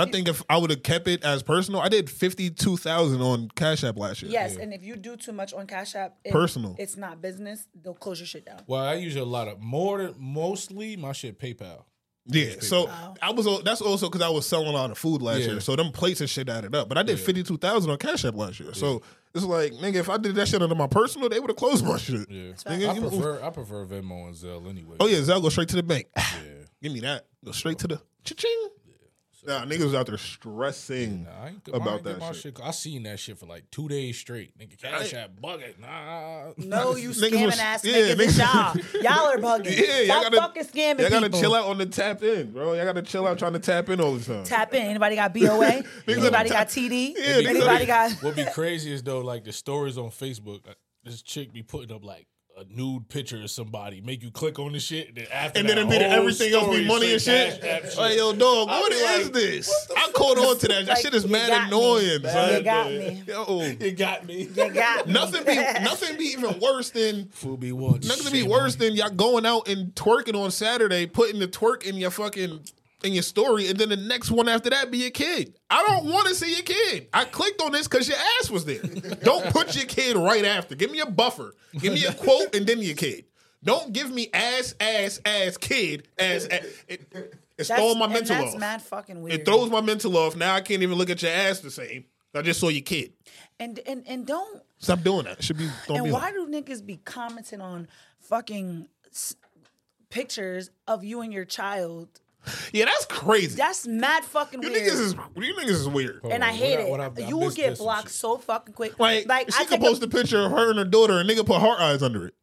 A: I think if I would have kept it as personal, I did fifty two thousand on Cash App last year.
C: Yes, and if you do too much on Cash App, it-
A: Personal.
C: it's not business. They'll close
B: (laughs)
C: your shit down.
B: Well, I use a lot of more than mostly my shit PayPal.
A: Yeah, so I was. al- That's also because I was selling a lot of food last
B: Yeah.
A: year, so them plates and shit added up. But I did
B: Yeah.
A: fifty two thousand on Cash App last year, so it's like, nigga, if I did that shit under my personal, they would have closed my shit.
B: Yeah.
A: Nigga,
B: I
A: you-
B: prefer I prefer Venmo and Zelle anyway.
A: Oh yeah, Zell go straight to the bank. Ah,
B: Yeah.
A: Give me that. Go straight to the cha-ching. Nah, niggas was out there stressing
B: I ain't, I
A: about
B: ain't get
A: that
B: my
A: shit.
B: shit. I seen that shit for like two days straight. Nigga, Cash App bugging. Nah. (laughs)
C: No, you
A: Niggas
C: scamming
A: was-
C: ass
A: yeah,
C: niggas. it's
A: niggas-
C: Y'all, y'all are bugging.
A: (laughs) (laughs) Yeah, y'all
C: Stop
A: gotta-
C: fucking scamming
A: Y'all gotta
C: people.
A: chill out on the tap in, bro. Y'all gotta chill out trying to tap in all the time.
C: Tap in. Anybody
A: (laughs)
C: got BOA? Anybody got TD? Anybody got?
B: What be crazy is though, like the stories on Facebook, uh, this chick be putting up like a nude picture of somebody, make you click on the shit, and then after
A: and
B: that
A: then it be the,
B: whole
A: everything else be
B: story
A: money and
B: is
A: shit. Oh,
B: straight Cash App
A: Like,
B: shit.
A: yo, dog,
B: I
A: what
B: be
A: is
B: like,
A: this? I caught on to that. That
B: Like,
A: shit is
B: you
A: mad
B: got me.
A: annoying. son.
B: You got me.
A: Yo,
B: you got me.
A: (laughs)
C: You got
A: me. Nothing be nothing be even worse than
B: food be one.
A: Nothing be worse than y'all going out and twerking on Saturday, putting the twerk in your fucking in your story, and then the next one after that be your kid. I don't want to see your kid. I clicked on this because your ass was there. don't put your kid right after. Give me a buffer. Give me a quote and then your kid. Don't give me ass, ass, ass, kid, ass. ass. It, it's
C: That's-
A: throwing my
C: and
A: mental
C: that's
A: off.
C: mad fucking weird.
A: It throws my mental off. Now I can't even look at your ass the same. I just saw your kid.
C: And and and don't
A: Stop doing that. Should be. Don't
C: and
A: be
C: why
A: like,
C: do niggas be commenting on fucking s- pictures of you and your child?
A: yeah, that's crazy.
C: That's mad fucking
A: You
C: weird.
A: niggas is you niggas is weird.
C: and I hate it. you will get blocked so fucking quick.
A: Like, she
C: I
A: could
C: think
A: post a picture of her and her daughter, and nigga put heart eyes under it.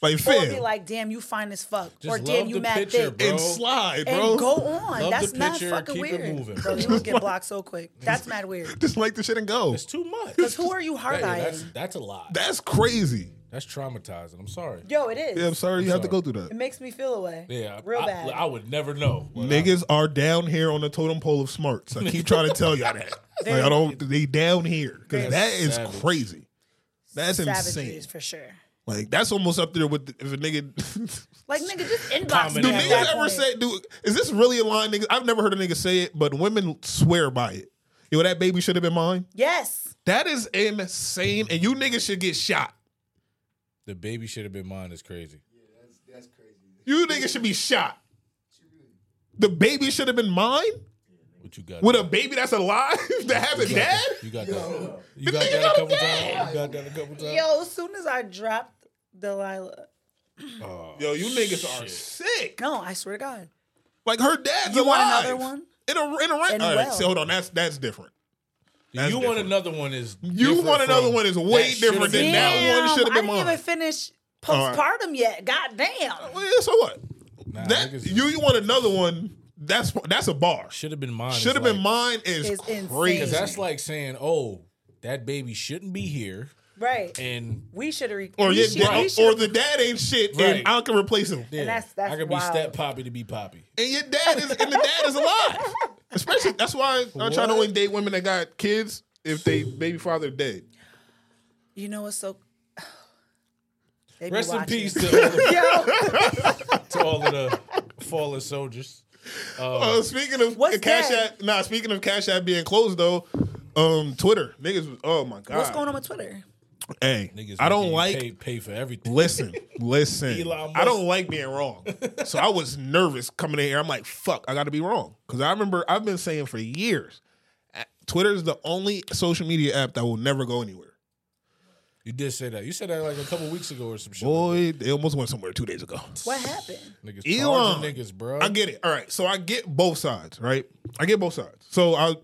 A: Like,
C: Or be
A: fam.
C: like, damn, you fine as fuck.
A: Just
C: or damn,
A: love
C: you
A: the
C: mad
A: picture,
C: thick.
A: bro. And slide, bro.
C: And go on.
A: Love
C: That's
A: the
C: mad
A: picture,
C: fucking
A: keep it
C: weird.
A: moving.
C: Bro, you will get blocked
A: (laughs)
C: so quick. That's mad weird.
A: Just like the shit and go. It's
B: too much.
C: Because who are you hard
B: That- yeah,
C: eyeing?
B: that's, that's a lot.
A: That's crazy.
B: That's traumatizing. I'm sorry.
C: Yo, it is.
A: Yeah, I'm sorry you have to go through that.
C: It makes me feel away.
B: Yeah,
C: Real
B: I,
C: bad.
B: I would never know.
A: Niggas are down here on the totem pole of smarts. I keep trying to tell y'all
C: (laughs)
A: that. Like, I don't. They down here because
C: They're
A: that is
B: savage.
A: crazy. That's
C: Savagery
A: insane.
C: is for sure.
A: Like that's almost up there with the, if a nigga. (laughs)
C: Like
A: (sighs)
C: nigga, just inbox
A: do
C: me. at that
A: niggas ever
C: point.
A: say? Do is this really a line? Niggas, I've never heard a nigga say it, but women swear by it. Yo, that baby should have been mine.
C: Yes.
A: That is insane, and you niggas should get shot.
B: The baby should have been mine is crazy.
A: You niggas should be shot. The baby should have been mine.
B: What you got?
A: With a baby that's alive (laughs) that
B: You
A: has a
B: got
A: dad.
B: that- You got that. You got that a couple times. You got that a couple times.
C: Yo, as soon as I dropped Delilah.
A: Yo, you niggas are sick.
C: No, I swear to God.
A: Like her dad's
C: You want
A: alive.
C: another one?
A: In a in a ra-
C: And
A: All right,
C: well.
A: so hold on. That's that's different. That's
B: you want
A: different.
B: another one is
A: You want
B: different
A: another
B: from
A: one is way
B: that should've
A: different
B: been
A: than that one should
C: Damn, I
A: have been
C: didn't
A: mine.
C: even finish
A: All right.
C: postpartum yet. God damn.
A: Well, Oh, yeah, so what? that you you want another one? That's that's a bar.
B: Should have been mine. is
A: Should have been
B: like-
A: mine is,
C: Is insane.
A: crazy.
B: 'Cause that's like saying, oh, that baby shouldn't be here,
C: Right.
B: and
C: We should have.
A: or
C: we
A: your
C: should,
A: dad,
C: we
A: or
C: should-
A: the dad ain't shit,
B: Right.
A: and I can replace him.
B: yeah,
C: that's- that's
B: I could
C: wild.
B: be step poppy to be poppy.
A: And your dad is and the dad is alive. Especially that's why I try to
B: What?
A: only date women that got kids if they baby father dead.
C: You know what's so. (sighs) They be
B: Rest in
C: watching.
B: peace to all, the,
C: (laughs) Yo,
B: to all of the fallen soldiers. Uh-huh.
A: Uh, speaking of
C: What's
A: Cash
C: that?
A: App, nah. Speaking of Cash App being closed though, um, Twitter niggas. was- Oh my god,
C: what's going on with Twitter?
A: Hey,
B: Niggas
A: I don't
B: making you
A: like.
B: pay, pay for everything.
A: Listen, listen.
B: Elon Musk.
A: I don't like being wrong, so I was nervous coming in here. I'm like, fuck, I got to be wrong because I remember I've been saying for years, uh, Twitter is the only social media app that will never go anywhere.
B: You did say that. You said that like a couple weeks ago or some shit.
A: Boy, they almost went somewhere two days ago.
C: What happened?
B: Niggas
A: Elon.
B: charging niggas, bro.
A: I get it. All right. So I get both sides, right? I get both sides. So I'll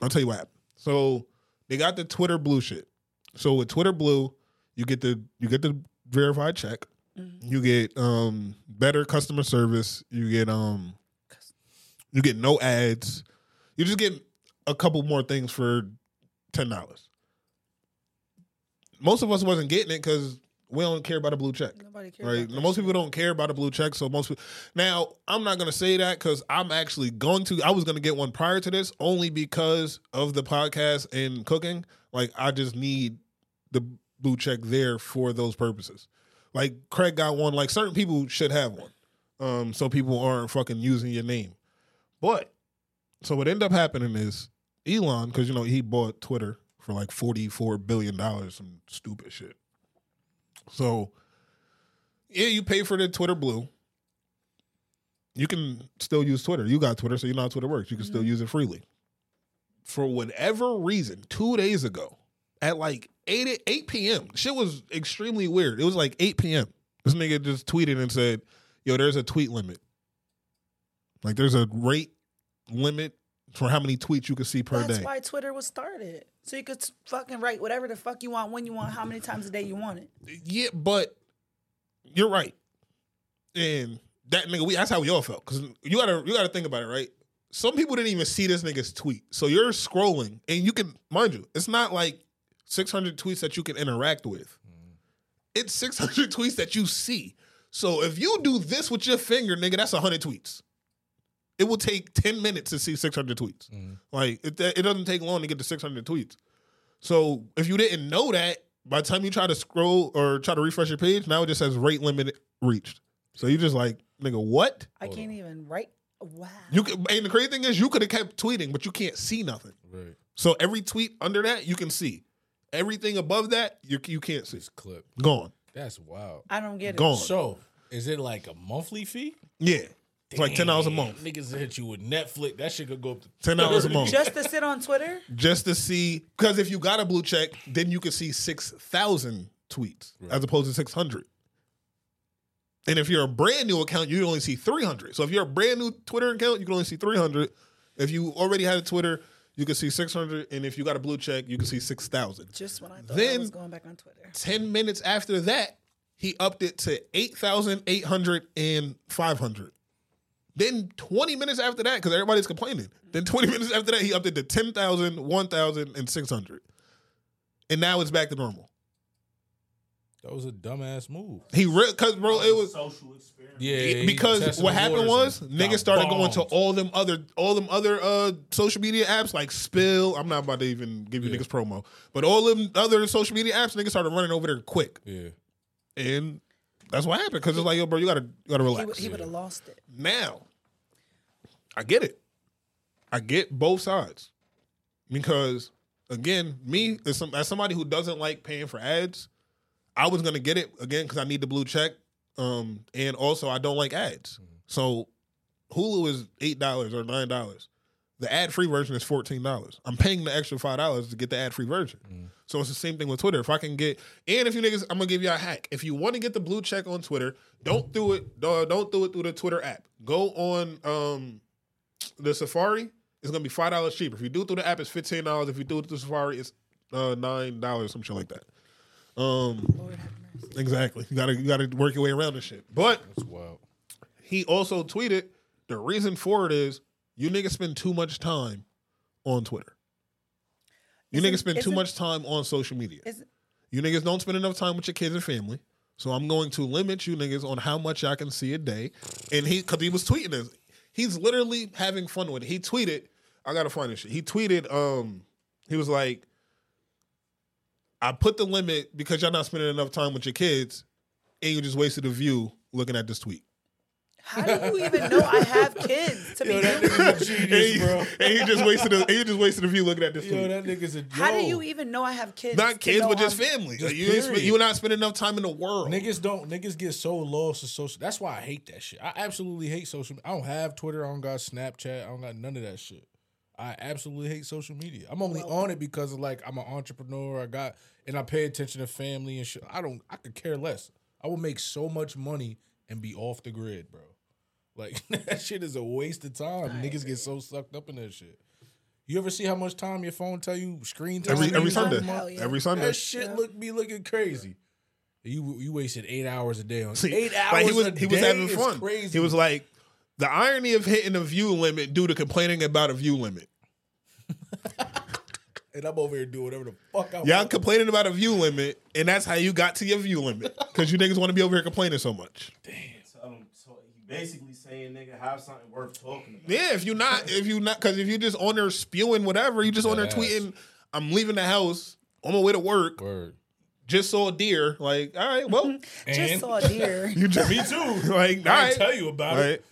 A: I'll tell you what happened. So they got the Twitter blue shit. So with Twitter blue, you get the you get the verified check. You get um better customer service. You get um you get no ads. You just get a couple more things for ten dollars. Most of us wasn't getting it because we don't care about a blue check
C: Nobody cares.
A: right?
C: about that
A: most
C: shit.
A: people don't care about a blue check, so most people. Now, I'm not gonna say that because I'm actually going to. I was gonna get one prior to this only because of the podcast and cooking. Like, I just need the blue check there for those purposes. Like Craig got one. Like certain people should have one, um, so people aren't fucking using your name. But so what ended up happening is Elon, because you know he bought Twitter for like forty four billion dollars, some stupid shit. So yeah, you pay for the Twitter Blue. You can still use Twitter. You got Twitter, so you know how Twitter works. You can still use it freely. For whatever reason, two days ago, at like 8, 8 p.m., shit was extremely weird. It was like 8 p.m. This nigga just tweeted and said, Yo, there's a tweet limit. Like, there's a rate limit for how many tweets you can see per
C: That's
A: day.
C: why Twitter was started. So you could s- fucking write whatever the fuck you want, when you want, how many times a day you want it.
A: Yeah, but you're right. And that nigga, we that's how we all felt. Cause you gotta you gotta think about it, right? Some people didn't even see this nigga's tweet. So you're scrolling and you can mind you, it's not like 600 tweets that you can interact with. It's 600 (laughs) tweets that you see. So if you do this with your finger, nigga, that's 100 tweets. It will take 10 minutes to see 600 tweets. Like it, it doesn't take long to get to 600 tweets. So if you didn't know that, by the time you try to scroll or try to refresh your page, now it just says rate limit reached. So you just like, nigga, what?
C: I can't even write. Wow.
A: You could, and the crazy thing is, you could have kept tweeting, but you can't see nothing.
B: Right.
A: So every tweet under that, you can see. Everything above that, you you can't see.
B: This clip.
A: Gone,
B: That's wild.
C: I don't get it.
A: gone.
B: So, is it like a monthly fee?
A: Yeah, It's like ten hours a month.
B: Niggas hit you with Netflix. That shit could go up to
A: 10 hours a month.
C: Just to sit on Twitter?
A: Just to see, because if you got a blue check, then you can see six thousand tweets as opposed to six hundred. And if you're a brand new account, you can only see three hundred. So if you're a brand new Twitter account, you can only see three hundred. If you already had a Twitter, you can see six hundred, and if you got a blue check, you can see six thousand.
C: Just when I thought I
A: Then-
C: was going back on Twitter.
A: 10 minutes after that, he upped it to 8,800 and 500. Then 20 minutes after that, because everybody's complaining, then 20 minutes after that, he upped it to 10,000, 1,000, and 600. And now it's back to normal.
B: That was a dumbass move.
A: He really, because, bro, it was.
N: social experience.
B: Yeah,
A: because what happened was niggas started going to
B: all
A: all them other all them other uh social media apps like Spill. I'm not about to even give you niggas promo, but all them other social media apps niggas started running over there quick.
B: Yeah,
A: and that's what happened because it's like yo, bro, you gotta you gotta
C: He,
A: relax.
C: would- he would have lost it.
A: Now, I get it. I get both sides because again, me as, some, as somebody who doesn't like paying for ads, I was gonna get it again because I need the blue check, um, and also I don't like ads.
C: Mm-hmm.
A: So Hulu is eight dollars or nine dollars. The ad free version is fourteen dollars. I'm paying the extra five dollars to get the ad free version. So it's the same thing with Twitter. If I can get, and if you niggas, I'm gonna give you a hack. If you want to get the blue check on Twitter, don't do it. uh, Don't do it through the Twitter app. Go on um, the Safari. It's gonna be five dollars cheaper. If you do it through the app, it's fifteen dollars. If you do it through Safari, it's uh, nine dollars, some shit like that. Um, exactly. You gotta you gotta work your way around this shit. But (laughs)
B: that's wild.
A: he also tweeted the reason for it is you niggas spend too much time on Twitter. You niggas spend too
C: isn't-
A: much time on social media.
C: Is
A: You niggas don't spend enough time with your kids and family. So I'm going to limit you niggas on how much I can see a day. And he, cause he was tweeting this. He's literally having fun with it. He tweeted, I gotta find this shit. He tweeted, um, he was like, I put the limit because y'all not spending enough time with your kids and you just wasted a view looking at this tweet.
C: how do you even know I have kids? To be
B: that nigga's a genius, bro.
A: (laughs) And he just wasted a, and he just wasted a view looking at this
B: Yo,
A: tweet.
B: that nigga's a
C: how do
B: yo.
C: you even know I have kids? to
A: Not kids,
C: know
A: but just
C: I'm-
A: family.
B: Just
A: Like, you, ain't spend,
B: period.
A: you not spending enough time in the world.
B: Niggas don't niggas get so lost to social. That's why I hate that shit. I absolutely hate social. I don't have Twitter. I don't got Snapchat. I don't got none of that shit. I absolutely hate social media. I'm only on it because of like I'm an entrepreneur. I got and I pay attention to family and shit. I don't. I could care less. I will make so much money and be off the grid, bro. Like (laughs) that shit is a waste of time. Niggas get so sucked up in that shit. You ever see how much time your phone tell you screen time?
A: Every- every
B: Screen time
A: Sunday.
B: month?
A: Hell yeah. Every Sunday.
B: That shit look be looking crazy. You you wasted eight hours a day on
A: See,
B: eight hours.
A: like, he was
B: a
A: he was
B: day
A: having
B: is
A: fun.
B: Crazy.
A: He was like the irony of hitting a view limit due to complaining about a view limit.
B: and I'm over here doing whatever the fuck I
A: Y'all
B: want.
A: complaining about a view limit, and that's how you got to your view limit because you niggas want to be over here complaining so much.
N: Tell him, so he basically saying, nigga, have something worth talking about.
A: Yeah, if you not, if you not, because if you just on there spewing whatever, you just on there
B: Yes.
A: tweeting, I'm leaving the house on my way to work.
B: Word.
A: Just saw a deer. Like, all right,
B: (laughs)
A: well,
C: Just saw a deer.
A: (laughs) you just
B: Me too.
A: like, all
B: I
A: right,
B: tell you about it.
A: Right.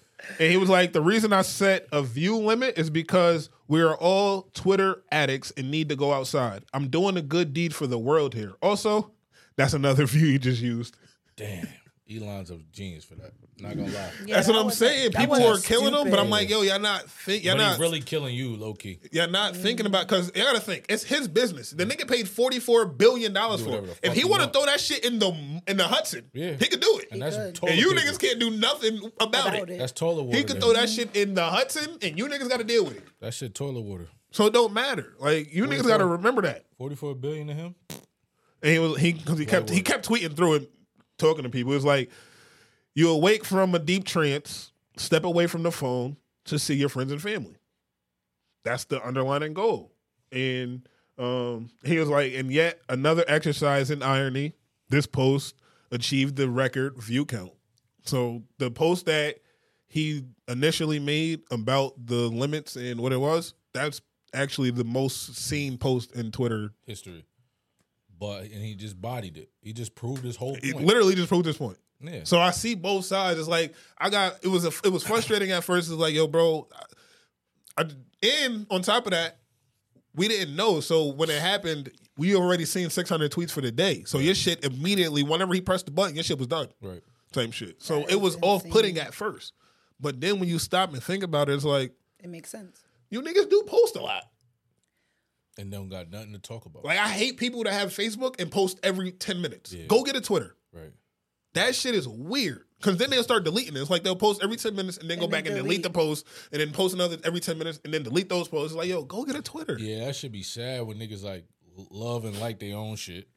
A: And he was like, the reason I set a view limit is because we are all Twitter addicts and need to go outside. I'm doing a good deed for the world here. Also, that's another (laughs) view you just used.
B: Damn, Elon's a genius for that. Not gonna lie.
C: Yeah,
A: that's what
C: that
A: I'm
C: wasn't-
A: saying.
C: that
A: People
C: wasn't
A: are killing them, but I'm
C: stupid.
A: like, yo, y'all not think, y'all
B: but
A: not
B: he really Mm. killing you, low key.
A: You're not thinking about because you gotta think it's his business. The nigga paid forty four billion dollars
B: Do
A: for
B: whatever
A: it. If
B: the fuck
A: he
B: he
A: want to
B: want.
A: throw that shit in the in the Hudson,
B: Yeah.
A: he could do
B: And
A: it.
B: that's
C: could.
B: total.
A: and you
B: paper.
A: niggas can't do nothing about, it.
C: About it.
B: That's toilet water.
A: He could
B: then.
A: throw that shit in the Hudson, and you niggas got to deal with it.
B: That shit toilet water.
A: So it don't matter. Like you niggas got to
B: 44.
A: remember that.
B: Forty four billion to him.
A: And he was he because he kept he kept tweeting through and talking to people. It was like you awake from a deep trance, step away from the phone to see your friends and family. That's the underlying goal. And um, he was like, and yet another exercise in irony. This post achieved the record view count. So the post that he initially made about the limits and what it was, that's actually the most seen post in Twitter
B: History. But and he just bodied it. He just proved his whole
A: It
B: point.
A: literally just proved this point.
B: Yeah.
A: So I see both sides. It's like I got it was a, it was frustrating at first. It's like yo, bro. I, I- and on top of that, we didn't know. So when it happened, we already seen 600 tweets for the day. So your shit immediately, whenever he pressed the button, your shit was done.
B: Right.
A: Same shit. So it was off putting at first, But then when you stop and think about it, it's like
C: It makes sense.
A: you niggas do post a lot.
B: and don't got nothing to talk about.
A: Like I hate people that have Facebook and post every ten minutes. Go get a Twitter.
B: Right.
A: That shit is weird. Cause then they'll start deleting it. It's like they'll post every ten minutes and then go
B: then
A: back and delete the post and then post another every ten minutes and then delete those posts. It's like, yo, go get a Twitter.
B: Yeah, that should be sad when niggas like love and like their own
C: (sighs)
B: shit,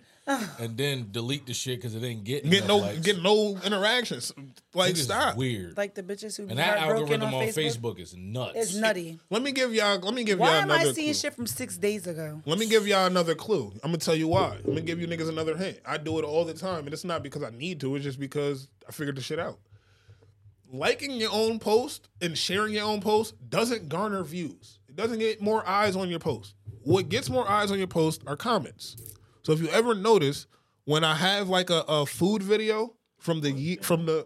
B: and then delete the shit because it ain't getting
A: Get no
B: enough likes.
A: get no interactions. Like
B: Niggas is
A: stop.
B: Weird.
C: Like the bitches who be
B: And that
C: heartbroken
B: algorithm
C: on,
B: on,
C: Facebook.
B: Facebook? is nuts.
C: It's nutty.
A: Let me give y'all let me give
C: Why
A: y'all
C: am
A: another
C: I seeing
A: clue.
C: shit from six days ago?
A: Let me give y'all another clue. I'm gonna tell you why. I'm gonna give you niggas another hint. I do it all the time, and it's not because I need to. It's just because I figured the shit out. Liking your own post and sharing your own post doesn't garner views. It doesn't get more eyes on your post. What gets more eyes on your post are comments. So if you ever notice, when I have like a, a food video from the ye- from the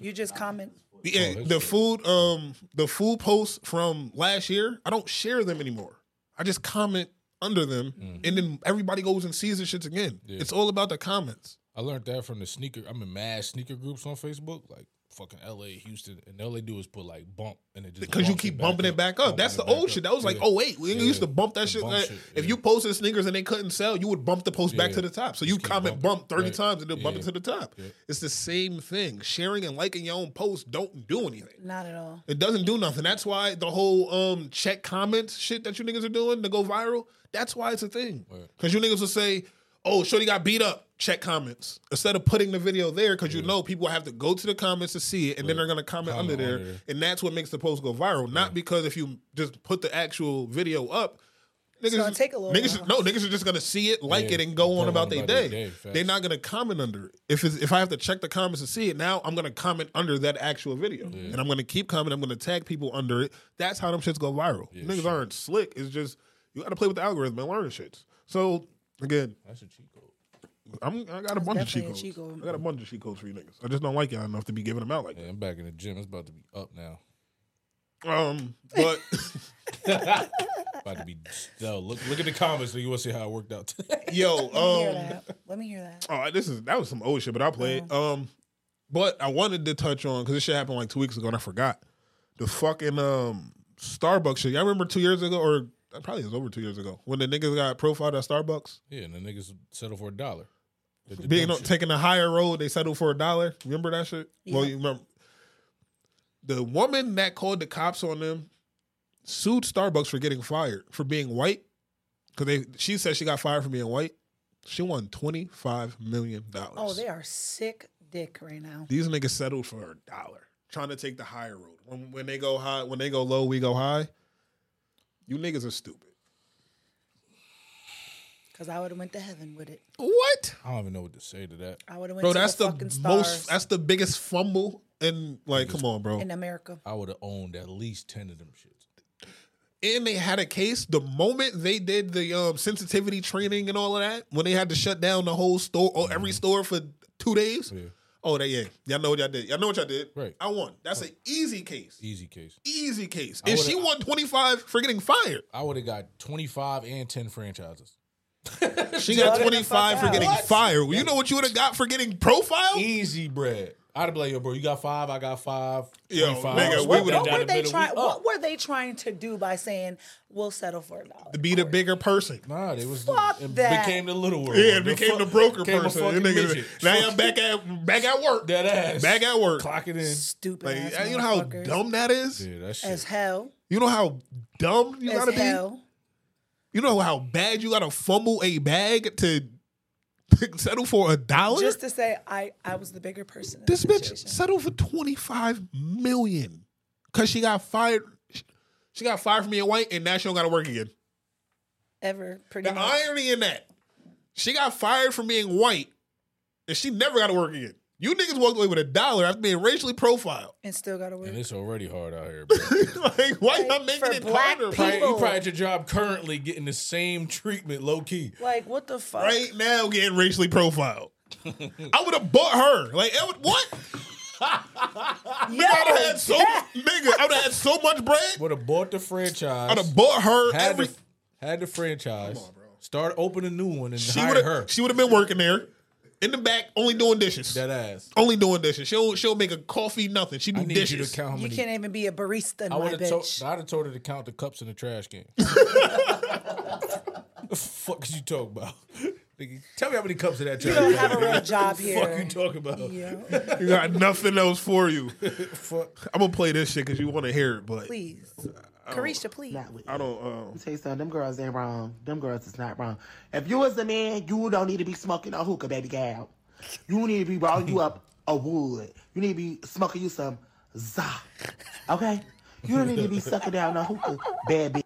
C: You just comment.
B: Oh,
A: yeah, the food um the food posts from last year, I don't share them anymore. I just comment under them
B: Mm-hmm.
A: and then everybody goes and sees the shits again. It's all about the comments.
B: I learned that from the sneaker. I'm in mad sneaker groups on Facebook, like fucking L.A., Houston, and all they do is put like bump and it just
A: Because you
B: bumps
A: keep bumping it back up. That's the
B: bumping it
A: old
B: back
A: shit.
B: up.
A: That was like,
B: Yeah.
A: oh wait, we
B: Yeah.
A: used to bump that
B: The
A: shit.
B: bump
A: like,
B: shit,
A: If you posted sneakers and they couldn't sell, you would bump the post back
B: Yeah.
A: to the top. So you comment bump 30
B: Right.
A: times and then bump
B: Yeah.
A: it to the top.
B: Yeah.
A: It's the same thing. Sharing and liking your own posts don't do anything.
C: Not at all.
A: It doesn't do nothing. That's why the whole um check comments shit that you niggas are doing to go viral, that's why it's a thing. Because you niggas will say, oh, Shorty got beat up, check comments. Instead of putting the video there, because you know people have to go to the comments to see it, and then they're going to comment,
B: Comment
A: under there.
B: under there.
A: And that's what makes the post go viral. Not because if you just put the actual video up, Niggas,
C: It's gonna
A: is-
C: take a little
A: niggas,
C: while.
A: is- no, niggas are just gonna see it, like
B: Yeah.
A: it, and go on
B: Go
A: about their day.
B: facts.
A: They're not gonna comment under it. If it's, if I have to check the comments to see it now, I'm gonna comment under that actual video, and I'm gonna keep commenting. I'm gonna tag people under it. That's how them shits go viral. niggas aren't slick. It's just you gotta play with the algorithm and learn shits. So again,
B: That's a cheat code.
A: I'm, I got a
B: That's
A: bunch of cheat
B: definitely a
A: codes.
B: cheat code.
A: I got a bunch of cheat codes for you niggas. I just don't like y'all enough to be giving them out like
B: Yeah, I'm back in the gym. It's about to be up now.
A: that.
B: (laughs)
A: Um, but (laughs)
B: About to be. Yo, look, look at the comments. So you want to see how it worked out today? (laughs)
A: yo,
C: Let me
A: um,
C: hear that. Let me hear that.
A: Oh, this is that was some old shit, but I played. Um, but I wanted to touch on because this shit happened like two weeks ago and I forgot the fucking um Starbucks shit. Y'all remember two years ago or uh, probably it was over two years ago when the niggas got profiled at Starbucks,
B: Yeah, and the niggas settle for a dollar. The- the
A: being
B: dumb
A: on,
B: shit.
A: taking the higher road. They settled for a dollar. Remember that shit? Well,
B: Yeah.
A: you remember the woman that called the cops on them sued Starbucks for getting fired for being white because they she said she got fired for being white. She won twenty five million dollars.
C: Oh, they are sick dick right now.
A: These niggas settled for a dollar, trying to take the higher road. When when they go high, when they go low, we go high. You niggas are stupid.
C: Cause I would have went to heaven with it.
A: What?
B: I don't even know what to say to that.
C: I would have went
A: Bro,
C: to
A: that's
C: the
A: the,
C: fucking stars
A: most. That's the biggest fumble. And like, come on, bro.
C: in America.
B: I would have owned at least ten of them shits.
A: And they had a case the moment they did the um, sensitivity training and all of that. When they had to shut down the whole store or every store for two days. Oh, they yeah. Y'all know what y'all did. Y'all know what y'all did. Right. I won. That's an easy case.
B: Easy case.
A: Easy case.
B: I
A: And
B: would've-
A: she won twenty five for getting fired.
B: I would have got twenty five and ten franchises.
A: She got
B: Dug it the
A: 25 for
B: fuck
A: getting
B: out.
A: fired. You know what you would have got for getting profiled?
B: Easy bread. I'd have been like, yo, bro, you got five, I got five.
A: Yo,
B: 25.
A: nigga, we
B: Split
A: would've
B: that
A: done
B: down
C: What
B: the
C: were they
B: middle, we
C: trying?
B: up.
C: What were they trying to do by saying we'll settle for a dollar?
A: To be the bigger person.
B: Nah, they was
C: Fuck
B: it
C: that.
B: became the little world.
A: Yeah, it became
B: fuck-
A: the broker
B: became a
A: person.
B: fucking
A: That nigga-
B: midget.
A: (laughs) now
B: Fuck
A: y'all back at back at work.
B: That ass.
A: Back at work.
B: Clock it in.
C: Stupid.
A: Like,
C: ass
A: you know how
C: motherfuckers.
A: dumb that is?
B: Yeah, that
C: As hell.
A: You know how dumb you
C: as
A: gotta
C: hell.
A: be? You know how bad you gotta fumble a bag to (laughs) settle for a dollar?
C: Just to say, I I was the bigger person. in
A: Oh, this
C: the
A: bitch
C: situation.
A: settled for 25 million. Cause she got fired. She got fired from being white and now she don't gotta work again.
C: ever pretty
A: The
B: Mm-hmm.
C: much.
A: irony in that, she got fired from being white, and she never got to work again. You niggas walked away with a dollar after being racially profiled. (laughs)
C: and still got to work.
B: And it's already hard out here, bro.
A: Like, why y'all making it harder?
B: Probably- you probably at your job currently getting the same treatment, low key.
C: Like what the fuck?
A: right now getting racially profiled? I would have bought her. Like, it would,
B: (laughs)
A: what? Nigga, I would have had so nigga. I would have had so much bread.
B: Would have bought the franchise.
A: I'd have bought her
B: Had
A: every-
B: The, had the franchise. Start open a new one and
A: She
B: hire
A: would
B: her.
A: have. She would have been working there. in the back, only doing dishes. That
B: ass.
A: Only doing dishes. She'll she'll make a coffee, nothing. She do
B: I need you
A: dishes.
B: to count how
C: You
B: many-
C: can't even be a barista in
B: I
C: my
B: would have told.
C: bitch.
B: I'd have told her to count the cups in the
A: (laughs)
B: trash can. the fuck is you talking about? Nigga, Tell me how many cups in that trash.
C: don't
B: can,
C: have a real
B: nigga.
C: job
B: The (laughs) fuck
C: here.
B: you talking about?
A: You got nothing else for you.
B: Fuck.
A: I'm gonna play this shit because you want to hear it, but
C: Please.
A: I don't-
C: Carisha, please.
A: I don't. Uh,
O: Let me tell you something. Them girls ain't wrong. Them girls is not wrong. If you was a man, you don't need to be smoking a hookah, baby gal. You need to be rolling you up a wood. You need to be smoking you some za. Okay? You don't need to be sucking down a hookah, baby.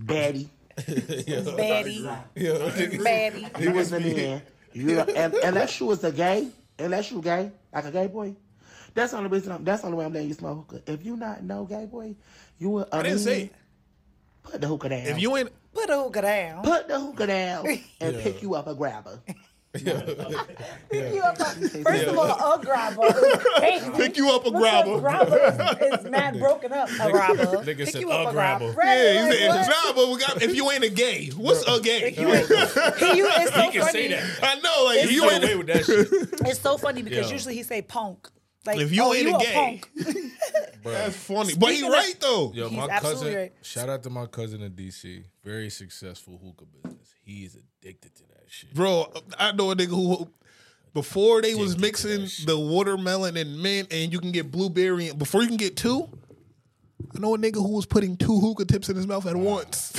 O: Baddie.
C: Baddie.
B: Yeah.
C: Baddie.
O: You was a man. You, and, unless you was a gay, unless you gay, like a gay boy. That's the only reason. I'm, that's the only way I'm letting you smoke hookah. If you not no gay boy, you were. I
A: I didn't say it.
O: Put the hookah down.
A: If you ain't
C: Put a hookah down.
O: Put the hookah down and
B: Yeah.
O: pick you up
A: (laughs)
O: a grabber.
C: You up a- First of all, a grabber. Hey,
A: (laughs) pick you up a
C: what's
A: grabber.
C: A
A: (laughs)
C: grabber is it's mad broken up. A grabber.
B: Nigga
C: Pick
B: said
C: you up
B: a
C: a grabber.
B: grabber.
A: Yeah, he
C: Right,
A: said,
C: like,
A: if,
C: what?
A: nah, but we got, if you ain't a gay, what's a gay?
C: You ain't- (laughs) you- it's so
B: can say
C: funny.
B: that.
A: I know, like if you
B: You get
A: ain't
B: away with that shit,
C: It's so funny because
B: Yo.
C: usually he say punk. Like,
A: If you
C: oh,
A: ain't
C: you
A: a gay.
C: punk.
B: bro.
A: That's funny, but he
C: Speaking of-
A: right though.
B: Yo,
C: He's
B: my
C: absolutely
B: cousin.
C: right.
B: Shout out to my cousin in DC. Very successful hookah business. He is addicted to that shit.
A: bro. I know a nigga who before they was mixing the watermelon and mint, and you can get blueberry. And before you can get two, I know a nigga who was putting two hookah tips in his mouth at once.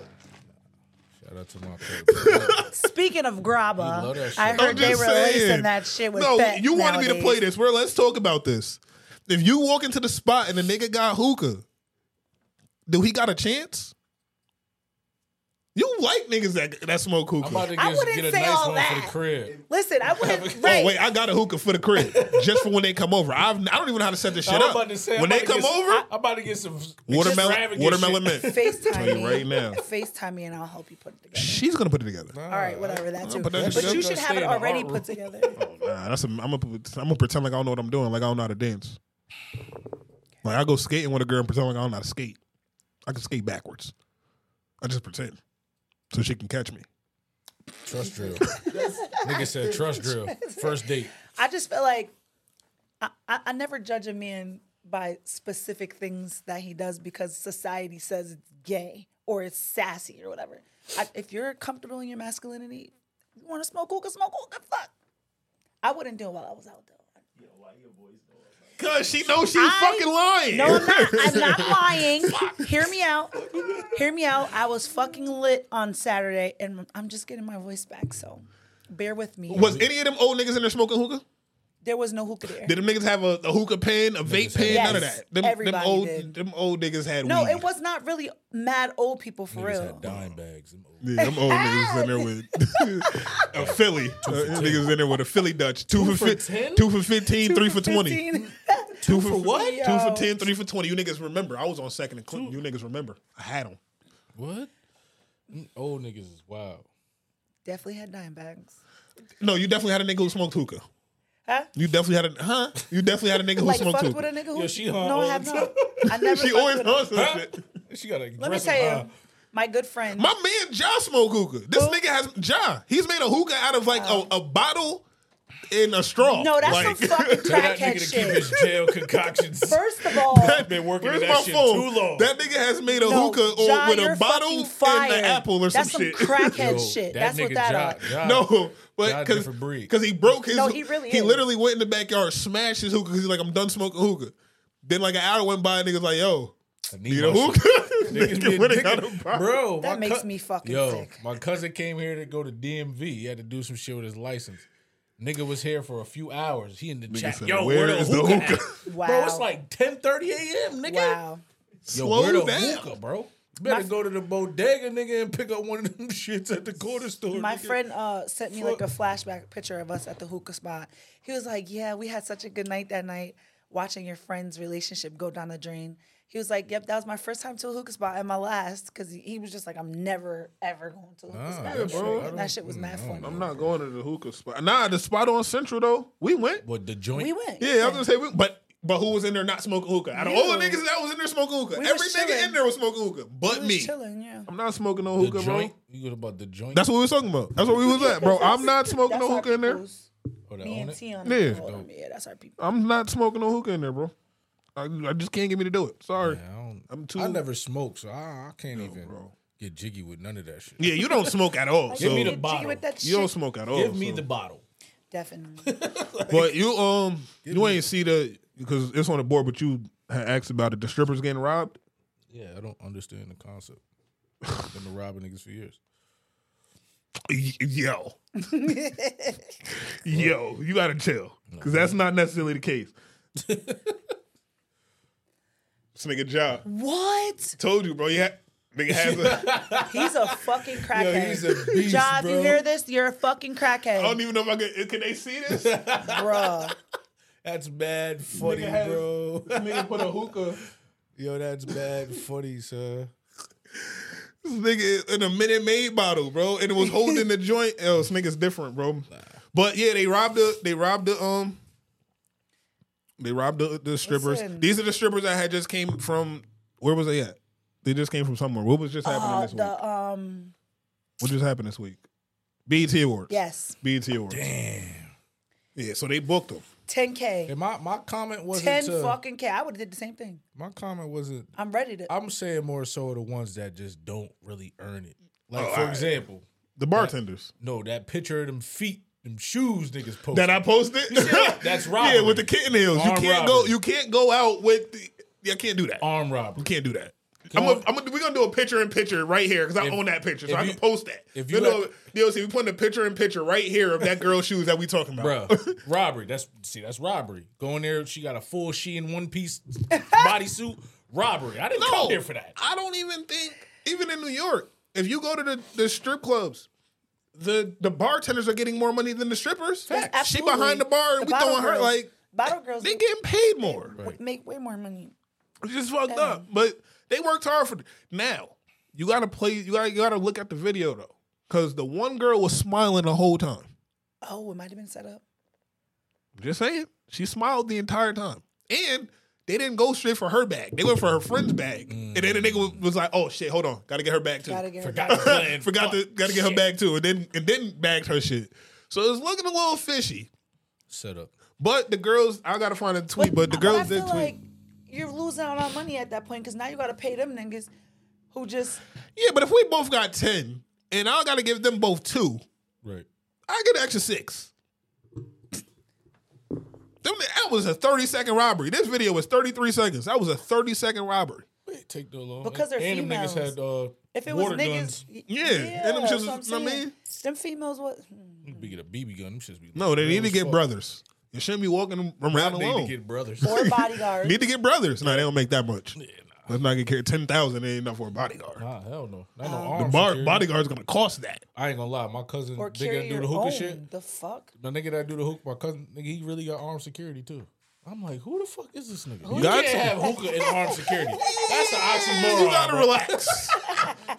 B: Shout out to my
A: (laughs)
B: cousin.
C: Speaking of grabber,
B: love that shit.
C: I
A: I'm
C: heard they
A: just
C: were
A: saying.
C: releasing that shit with
A: no,
C: Fat
A: you wanted me to
C: nowadays.
A: play this. Well, let's talk about this. If you walk into the spot and the nigga got hookah, do he got a chance? You white niggas that that smoke hookah.
B: I'm about to
C: I
B: get,
C: wouldn't
B: get a
C: say
B: nice
C: all
B: one for
C: that.
B: the crib.
C: Listen,
A: (laughs)
C: I wouldn't.
A: Oh
C: right.
A: wait, I got a hookah for the crib just for when they come over. I've, I don't even know how to set this shit
B: I'm
A: up.
B: about to say, I'm
A: when
B: about
A: they
B: to
A: come
B: get some-
A: over,
B: I'm about to get some
A: watermelon,
B: extravagant
A: watermelon
B: shit.
A: mint. Tell
C: FaceTime
A: you
C: me
A: right now.
C: FaceTime me and I'll help you put it together.
A: She's gonna put it together. Nah,
C: All right, whatever. That too.
A: But
C: But,
A: that's- that's
C: you
A: gonna
C: should
B: stay
C: have
B: in
C: it
B: the
C: already
B: art
C: put together. (laughs)
A: that's a, I'm gonna I'm gonna pretend like I don't know what I'm doing, like I don't know how to dance. Like I go skating with a girl and pretend like I don't know how to skate. I can skate backwards. I just pretend so she can catch me.
B: (laughs) Trust drill. Nigga said trust drill. First date.
C: I just feel like I, I, I never judge a man by specific things that he does because society says it's gay or it's sassy or whatever. I, if you're comfortable in your masculinity, you want to smoke hookah, smoke hookah. Fuck. I wouldn't do it while I was out though.
A: Cause she knows she's
C: I-
A: fucking lying.
C: No, I'm not. I'm not lying. Hear me out. Hear me out. I was fucking lit on Saturday, and I'm just getting my voice back. So, bear with me.
A: Was any of them old niggas in there smoking hookah?
C: there was no hookah there?
A: Did them niggas have a, a hookah pen, a vape pen,
C: had-
A: none of
C: Yes,
A: that? Them, them
C: everybody
A: old,
C: did.
A: them old niggas had
C: No,
A: weed.
C: it was not really mad old people for
B: Niggas
C: real.
B: had dime bags. Them old-
A: Yeah, them old niggas in there with (laughs) a Philly. Uh, niggas in there with a Philly Dutch. Two, for,
B: for
A: fif-
B: 10?
A: two for 15, three for 20.
C: 15.
A: (laughs) Two for
C: (laughs) what?
A: Two for
C: Yo.
A: 10, three for 20. You niggas remember. I was on second and Clinton. You niggas remember. I had them.
B: What? Them Mm, Old niggas is (laughs) wild.
C: Definitely had dime bags.
A: No, you definitely had a nigga who smoked hookah.
C: Huh?
A: You definitely had a, huh? You definitely had a nigga who
C: Like
A: smoked
C: fucked with a
A: hookah.
C: nigga who
B: Yo, she hung
C: no,
B: all
C: I have
B: the
C: not. I never.
A: She
C: fucked
A: always
C: with a-
A: on some
B: Huh?
A: shit.
B: She got a.
C: Let me tell you, my good friend.
A: My man Ja smoke hookah. This nigga has Ja. He's made a hookah out of like a, a bottle in a straw.
C: Oh. no, that's
A: like, (laughs)
C: some fucking
B: Tell that nigga
C: crackhead
B: to keep
C: shit.
B: his jail
C: (laughs)
B: concoctions.
C: First of all,
B: been working
A: Where's
B: in
A: my
B: that shit
A: phone?
B: too long.
A: That nigga has made a
C: No,
A: hookah
C: Ja,
A: on, with
C: you're
A: a bottle
C: fucking fired.
A: and an apple or
C: That's
A: some, shit.
B: (laughs)
C: crackhead
B: Yo,
C: shit.
B: that
C: That's what
B: nigga
C: that uh,
B: Ja-
C: is.
B: Ja-
A: No, but
B: Ja
A: because
B: different breed.
A: he broke his,
C: No, he really
A: he
C: is.
A: literally went in the backyard, smashed his hookah because he's like, I'm done smoking hookah. Then like an hour went by, and niggas like, yo,
B: I need
A: need
B: my
A: a
B: shit.
A: hookah? (laughs)
B: Niggas
A: Nigga
B: been
A: went and
B: digging.
A: got a bottle.
B: Bro,
C: That
B: my
C: makes me fucking
B: Yo,
C: sick.
B: my cousin came here to go to DMV. He had to do some shit with his license. Nigga was here for a few hours. He in the chat.
A: said,
B: Yo,
A: "Where
B: where, the
A: is the
B: hookah?
A: hookah?"
B: at?"
C: Wow.
B: Bro, it's like 10:30 a.m. Nigga.
C: Wow.
B: Yo,
A: Slow
B: where the
A: down.
B: hookah, bro? Better go to the bodega, nigga, and pick up one of them (laughs) shits at the corner store.
C: My
B: nigga.
C: friend uh, sent me like a flashback picture of us at the hookah spot. He was like, "Yeah, we had such a good night that night, watching your friend's relationship go down the drain." He was like, "Yep, that was my first time to a hookah spot and my last," because he, he was just like, "I'm never ever going to a hookah
B: Nah,
C: spot."
B: that shit- I
C: And
B: don't-
C: that shit was mad funny.
A: I'm not going to the hookah spot. Nah, the spot on Central though, we went.
B: What the joint?
C: We went.
A: Yeah, I was gonna say, we, but but who was in there not smoking hookah? Out of all the niggas that was in there smoking hookah,
C: We was
A: every nigga
C: chilling.
A: in there was smoking hookah, but
C: We was
A: me.
C: chilling, yeah. Yeah.
A: I'm not smoking no hookah,
B: the
A: bro.
B: joint. You good about the joint?
A: That's what we was talking about. That's what we was at, bro. I'm not smoking no hookah in there.
B: Or the
C: Me
B: own
C: and
B: it?
C: Tion.
A: Yeah.
C: hold on, yeah, that's our people.
A: I'm not smoking no hookah in there, bro. I, I just can't get me to do it. Sorry. I'm too.
B: I never smoke, so I, I can't even get jiggy with none of that shit.
A: Yeah, you don't smoke at all.
B: Give
A: so
B: me the bottle.
A: You don't smoke at all.
B: Give me
A: so.
B: the bottle. (laughs)
C: Definitely.
A: But you um you ain't see the because it's on the board, but you had asked about it. The strippers getting robbed.
B: Yeah, I don't understand the concept. I've been robbing niggas for years.
A: Y-
B: (laughs)
A: Yo, yo, you gotta chill because that's not necessarily the case. this nigga job
C: what?
A: told you, bro. Yeah, nigga has a.
C: He's a fucking crackhead.
A: he's a beast,
C: Job, if
A: bro.
C: you hear this, you're a fucking crackhead.
B: Oh,
A: I don't even know if I can. Can they see this,
C: bruh?
B: That's bad funny,
A: had-
B: bro.
A: nigga put a hookah.
B: (laughs) Yo, that's bad funny, sir.
A: This nigga in a Minute Maid bottle, bro, and it was holding the
B: (laughs)
A: joint. Yo, this nigga's different, bro. But yeah, they robbed the they robbed the um they robbed the, the strippers.
C: Listen.
A: These are the strippers that had just came from where was they at? They just came from somewhere. What was just happening
C: Uh,
A: this week?
C: the um,
A: What just happened this week? BET Awards.
C: yes,
A: BET Awards. Damn. Yeah, so they booked them.
C: 10k.
B: my my comment wasn't
C: ten
B: to-
C: fucking k. I would have did the same thing.
B: My comment wasn't.
C: I'm ready to.
B: I'm saying more so the ones that just don't really earn it. Like
A: Oh,
B: for
A: alright.
B: example,
A: The bartenders.
B: no, that picture of them feet, them shoes, niggas posted.
A: That I posted.
B: (laughs) That's
A: right.
B: robbery.
A: Yeah, with the kitten heels. You
B: Armed
A: can't go.
B: robbery.
A: You can't go out with. The, yeah, I can't do that.
B: Arm robbery.
A: You can't do that. I'm gonna, I'm gonna, we're gonna do a picture in picture right here because I
B: If-
A: own that picture, so
B: if
A: I
B: you-
A: can post that.
B: if
A: If
B: you
A: you
B: let-
A: know, DLC, we putting a picture in picture right here of that girl's shoes that we talking about. (laughs)
B: Bruh, robbery. That's see, that's robbery. Going there, she got a full she in one piece
C: (laughs)
B: bodysuit. Robbery. I didn't come here for that.
A: I don't even think, even in New York, if you go to the, the strip clubs, the the bartenders are getting more money than the strippers.
C: Yes,
A: She
C: absolutely.
A: behind the bar, and
C: The
A: we throwing
C: bottle
A: her
C: girls-
A: like
C: bottle girls.
A: They getting paid more.
C: w- make way more money.
A: It's just fucked up. But they worked hard for now. You gotta play. You gotta you gotta look at the video though, because the one girl was smiling the whole time.
C: Oh, it might have been set up.
A: Just saying, she smiled the entire time, and they didn't go straight for her bag. They went for her friend's bag, and then the nigga was, was like, "Oh shit, hold on, gotta get her bag too.
C: Gotta get her
A: forgot
C: bag.
A: the plan. (laughs) forgot to gotta get her bag too, and then and then bagged her shit. So it was looking a little fishy.
B: Set up.
A: But the girls, I gotta find a tweet. But, the girls
C: I feel
A: did tweet.
C: like you're losing out on money at that point because now you got to pay them niggas who just
A: yeah, but if we both got ten, and I gotta give them both two,
B: Right.
A: I get an extra six. Them- That was a 30 second robbery. This video was 33 seconds. That was a 30 second robbery.
B: Wait, take the long.
C: Because they're
B: and them niggas
C: females.
B: had uh,
C: if it
B: water
C: was niggas
B: guns.
C: y-
A: Yeah, and them
C: that's
A: shits was-
C: what I'm
A: know what I
C: saying.
A: mean?
C: Them
A: (laughs)
C: females what
B: We get a BB gun. Them shits be
A: No, they
B: real
A: need to
B: as
A: get
B: fuck.
A: brothers. You shouldn't be walking around
B: I need
A: alone.
B: to get brothers. (laughs)
C: or bodyguards.
A: Need to get brothers. No, they don't make that much. Let's not get carried. 10,000 ain't enough for a bodyguard.
B: Nah, Ah, hell no. Not no
C: Um,
A: The
B: armed
A: bar,
B: security.
A: bodyguard's going to cost that.
B: I ain't gonna lie. My cousin,
C: or
B: nigga that
C: carry
B: do
C: your
B: the hookah
C: own.
B: shit.
C: The fuck?
B: The nigga that do the hook, my cousin, nigga, he really got armed security too. I'm like, who the fuck is this nigga?
A: Who
B: you
A: got
B: can't
A: to-
B: have hookah and armed security. That's an
A: You
B: oxymoron.
A: got to
B: bro.
A: (laughs) relax.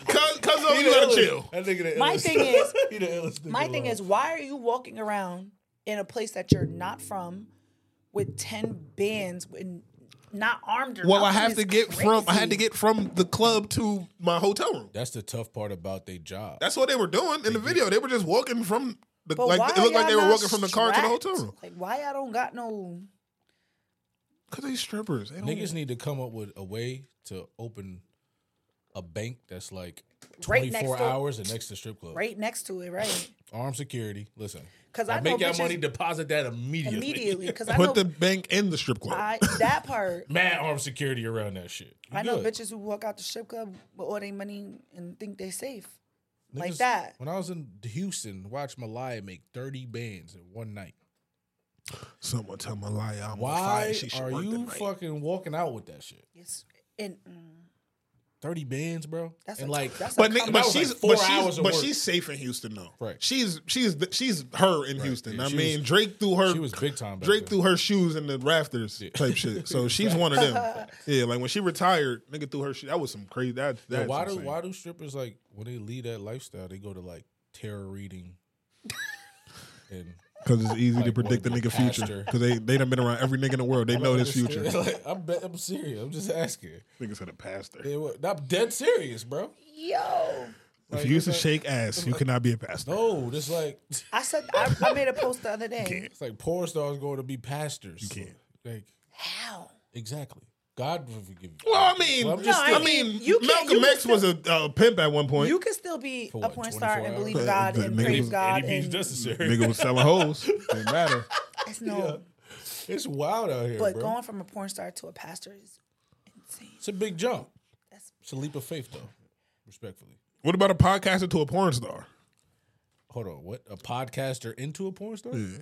A: Cuz, cuz,
B: He
A: you
B: the
A: got
B: illest-
A: to chill.
B: That nigga the
C: My
B: illest.
C: thing is-
B: (laughs) he the illest nigga
C: My thing
B: alive.
C: is, why are you walking around in a place that you're not from with 10 bands and not armed or
A: Well, I
C: nothing
A: have
C: is
A: to get
C: crazy.
A: from I had to get from the club to my hotel room.
B: That's the tough part about their job.
A: That's what they were doing in the video. They were just walking from the
C: But
A: like
C: why
A: it looked like
C: y'all
A: they were
C: not
A: walking from the car to the
C: strapped?
A: hotel room.
C: Like, why I don't got no.
A: Cause they strippers. They don't,
B: Niggas need to come up with a way to open a bank that's like
C: Right next
B: 24
C: to-
B: hours and next to strip club.
C: Right next to it, right?
B: Armed security. Listen,
C: 'Cause
B: Now
C: I know
B: make that
C: bitches-
B: money, deposit that immediately.
C: Immediately. Because I know
A: put the bank in the strip club.
C: I, that
B: (laughs)
C: part.
B: Mad armed security around that shit. You
C: I know
B: good.
C: bitches who walk out the strip club with all their money and think they safe. like
B: Niggas-
C: that.
B: When I was in Houston, watch Malaya make 30 bands in one night.
A: Someone tell Malaya I'm on
B: Why
A: fire. She should
B: are
A: work
B: you
A: tonight.
B: fucking walking out with that shit?
C: Yes. And mm,
B: 30 bands, bro.
C: That's
B: and
C: a-
B: like,
C: that's a
A: But,
C: That
A: nigga,
C: was
A: but
B: like
A: she's
B: four
A: but
B: hours
A: she's
B: of
A: but
B: work.
A: she's safe in Houston though.
B: Right.
A: She's she's the- she's her in Houston.
B: yeah,
A: I
B: she
A: mean,
B: was-
A: Drake threw her
B: she was big time. back
A: Drake
B: then.
A: threw her shoes in the rafters type shit.
B: (laughs)
A: So she's one of them.
B: Facts.
A: Yeah, like when she retired, nigga threw her shoe. That was some crazy. That (laughs)
B: Yeah,
A: that's
B: why do
A: insane.
B: why do strippers
C: (laughs)
B: like when they lead that lifestyle, they go to like terror reading and
A: Because it's easy to
B: Like,
A: predict the
B: what,
A: nigga
B: pastor?
A: future. Because they they done been around every nigga in the world. They
B: I
A: know
B: don't
A: this future.
B: understand. (laughs)
A: (laughs)
B: Like, I'm, be- I'm serious. I'm just asking.
A: Nigga said a pastor.
B: I'm dead serious, bro.
C: Yo.
A: if you used to shake ass, you cannot be a pastor.
B: No, just like (laughs)
C: I said I, I made a post the other day.
B: it's like porn stars going to be pastors. You can't. Like
C: how?
B: Exactly. God will forgive you.
A: Well, I mean,
B: Well, I'm
A: just
B: just
A: I
B: thinking-
A: mean,
C: you can't-
A: Malcolm
C: you can
A: X was a uh, pimp at one point.
C: You can still be
A: For
C: a
A: what,
C: porn star and
A: 24
C: believe
A: hours?
C: God
A: But
C: and
A: niggas-
C: praise God.
A: and he
C: And
A: believes
B: necessary.
A: Nigga was selling hoes. Didn't matter.
C: it's no.
B: (laughs) It's wild out here,
C: But
B: bro.
C: going from a porn star to a pastor is
B: it's a big jump. It's a leap of faith, though. Respectfully.
A: What about a podcaster to a porn star?
B: Hold on. What? A podcaster into a porn star?
A: Yeah.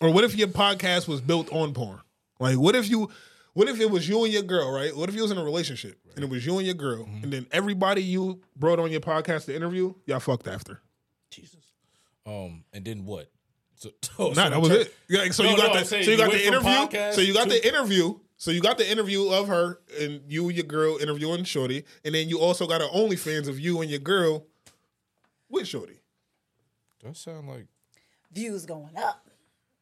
A: Or what if your podcast was built on porn? Like, what if you, what if it was you and your girl, right? What if you was in a relationship and it was you and your girl, and then everybody you brought on your podcast to interview, y'all fucked after.
B: Um, and then what? So, (laughs)
A: nah, that was it. Yeah, like, so, you got the, so you got the interview. So you got the interview. So you got the interview of her and you and your girl interviewing Shorty, and then you also got an OnlyFans of you and your girl with Shorty.
B: That sound like
C: views going up.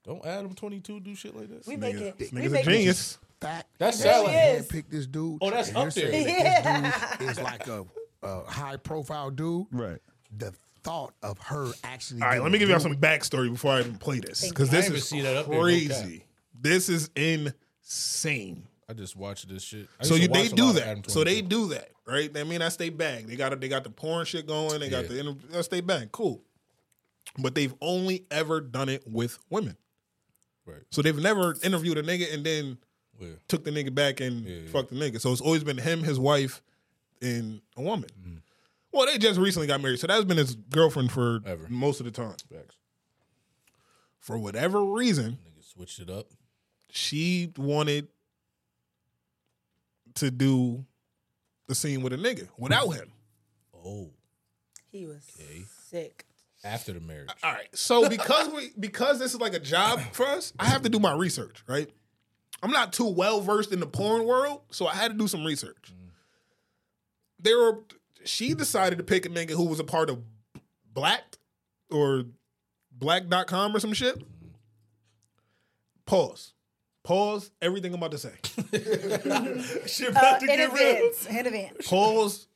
B: don't Adam twenty two do shit like that.
C: We make Nigga- it- we
A: nigga's a make it- genius.
B: That
C: It really
B: sound
C: is.
B: like
P: pick this dude.
B: Oh, that's
P: and
B: up
P: you're saying
B: there.
P: that This dude is like a, a high profile dude.
A: Right.
P: The thought of her actually.
A: All right,
P: getting
A: let me give y'all
P: doing
A: some backstory before I even play this because
B: I
A: this
B: ain't
A: is
B: even see that up there, no
A: crazy. This is insane.
B: I just watched this shit. I
A: So
B: used
A: you,
B: to
A: they
B: watch a
A: do
B: lot of Adam
A: that. So
B: 22.
A: they do that, right? I mean, that's their bag. They got they got the porn shit going. They got
B: Yeah.
A: the inter- that's their bag. Cool, but they've only ever done it with women.
B: Right.
A: So they've never interviewed a nigga and then
B: Yeah.
A: took the nigga back and fucked the nigga. So it's always been him, his wife, and a woman.
B: Mm.
A: Well, they just recently got married, so that's been his girlfriend for most of the time. For whatever reason,
B: switched it up.
A: she wanted to do the scene with a nigga without him.
B: Oh,
C: he was sick.
B: after the marriage.
A: All right. So because we because this is like a job for us, I have to do my research, right? I'm not too well versed in the porn world, so I had to do some research. There were she decided to pick a nigga who was a part of Black or black.com or some shit. Pause. Pause everything I'm about to say.
B: Shit
C: Uh, in (laughs) advance. In advance.
A: Pause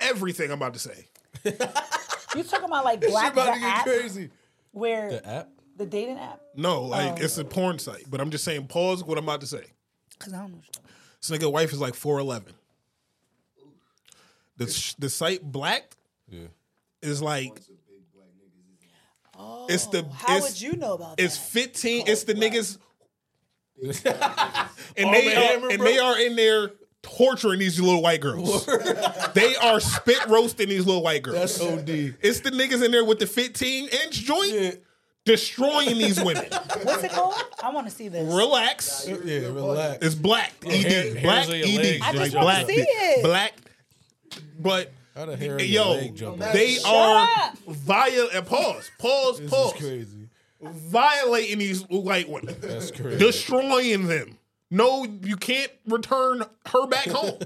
A: everything I'm about to say.
C: You talking about like black the
B: about to get
C: app
B: crazy.
C: where the,
B: app?
C: dating app?
A: No, like
C: Oh.
A: it's a porn site, but I'm just saying pause what I'm about to say.
C: Cause I don't know.
A: This nigga wife is like 4'11. The, sh- the site blacked
B: Yeah.
A: is like. Oh, it's the
C: How
A: it's,
C: would you know about that?
A: it's 15 it's the niggas and
B: Arm
A: they
B: and
A: are,
B: Hammer,
A: and
B: bro.
A: they are in there torturing these little white
B: (laughs)
A: girls they are spit roasting these little white girls
B: That's OD.
A: it's the niggas in there with the 15 inch joint destroying these
B: (laughs)
A: women
C: What's it called? I want to see this.
A: relax
B: Yeah, relax.
A: it's black ed
B: hair- Oh, hairs
A: black
B: on
A: ed
B: your legs
A: like
B: just jumped
A: black
B: up. I just wanna see it.
A: black but
B: How the hair on your
A: yo,
B: leg jump up?
A: they
B: Shut
A: are viol and pause, pause,
B: This
A: pause.
B: is crazy.
A: Violating these white women,
B: That's crazy.
A: destroying them. No, you can't return her
B: (laughs)
A: back home.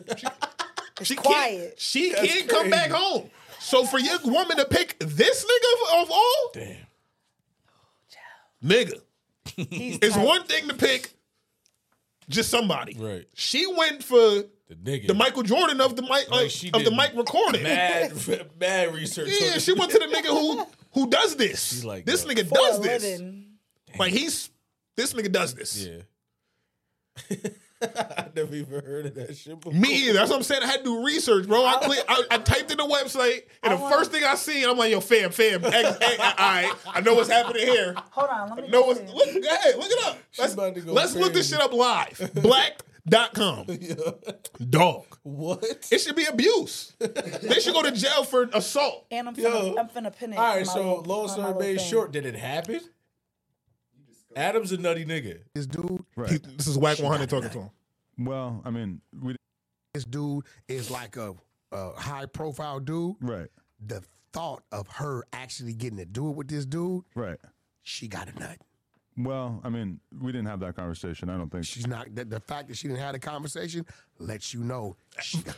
A: She, she can't. She
B: That's
A: can't come back
B: crazy.
A: home. So for your woman to pick this nigga of, of all, damn, nigga,
C: He's
A: it's
C: tight.
A: one thing to pick just somebody.
B: Right.
A: She went for
B: The nigga.
A: the Michael Jordan of the mic
B: Like, she
A: of the
B: did
A: mic recording.
B: Mad,
A: (laughs)
B: mad research.
A: Yeah, she went to the nigga
B: (laughs)
A: who who does this.
B: like,
A: this
B: "Yo."
A: nigga
B: For a
A: does this. Like he's this nigga does this.
B: Yeah. I (laughs) never even heard of that shit before.
A: Me either. That's what I'm saying. I had to do research, bro. I click, I, I typed in the website, and
C: I
A: the
C: wanna-
A: first thing I see, I'm like, yo, fam, fam, X, X, all right. I know what's happening here.
C: Hold on, let me.
A: No, what's, look, go ahead, look it up. Let's, let's look this shit up live. Black.com. Dog.
B: What?
A: It should be abuse. they should go to jail for
C: (laughs)
A: assault.
C: And I'm finna,
B: Yo.
C: I'm finna pin it.
B: All right,
C: on my
B: so
C: little-
B: Lone
C: on my
B: Star
C: little
B: Bay
C: thing.
B: short. Did it happen? Adam's a nutty nigga.
P: This dude.
A: He- this is Whack 100 talking to him.
Q: Well, I mean, we.
P: This dude is like a, a high profile dude.
Q: Right.
P: The thought of her actually getting to do it with this dude.
Q: Right.
P: She got a nut.
Q: Well, I mean, we didn't have that conversation. I don't think.
P: She's not. The, the fact that she didn't have the conversation lets you know she got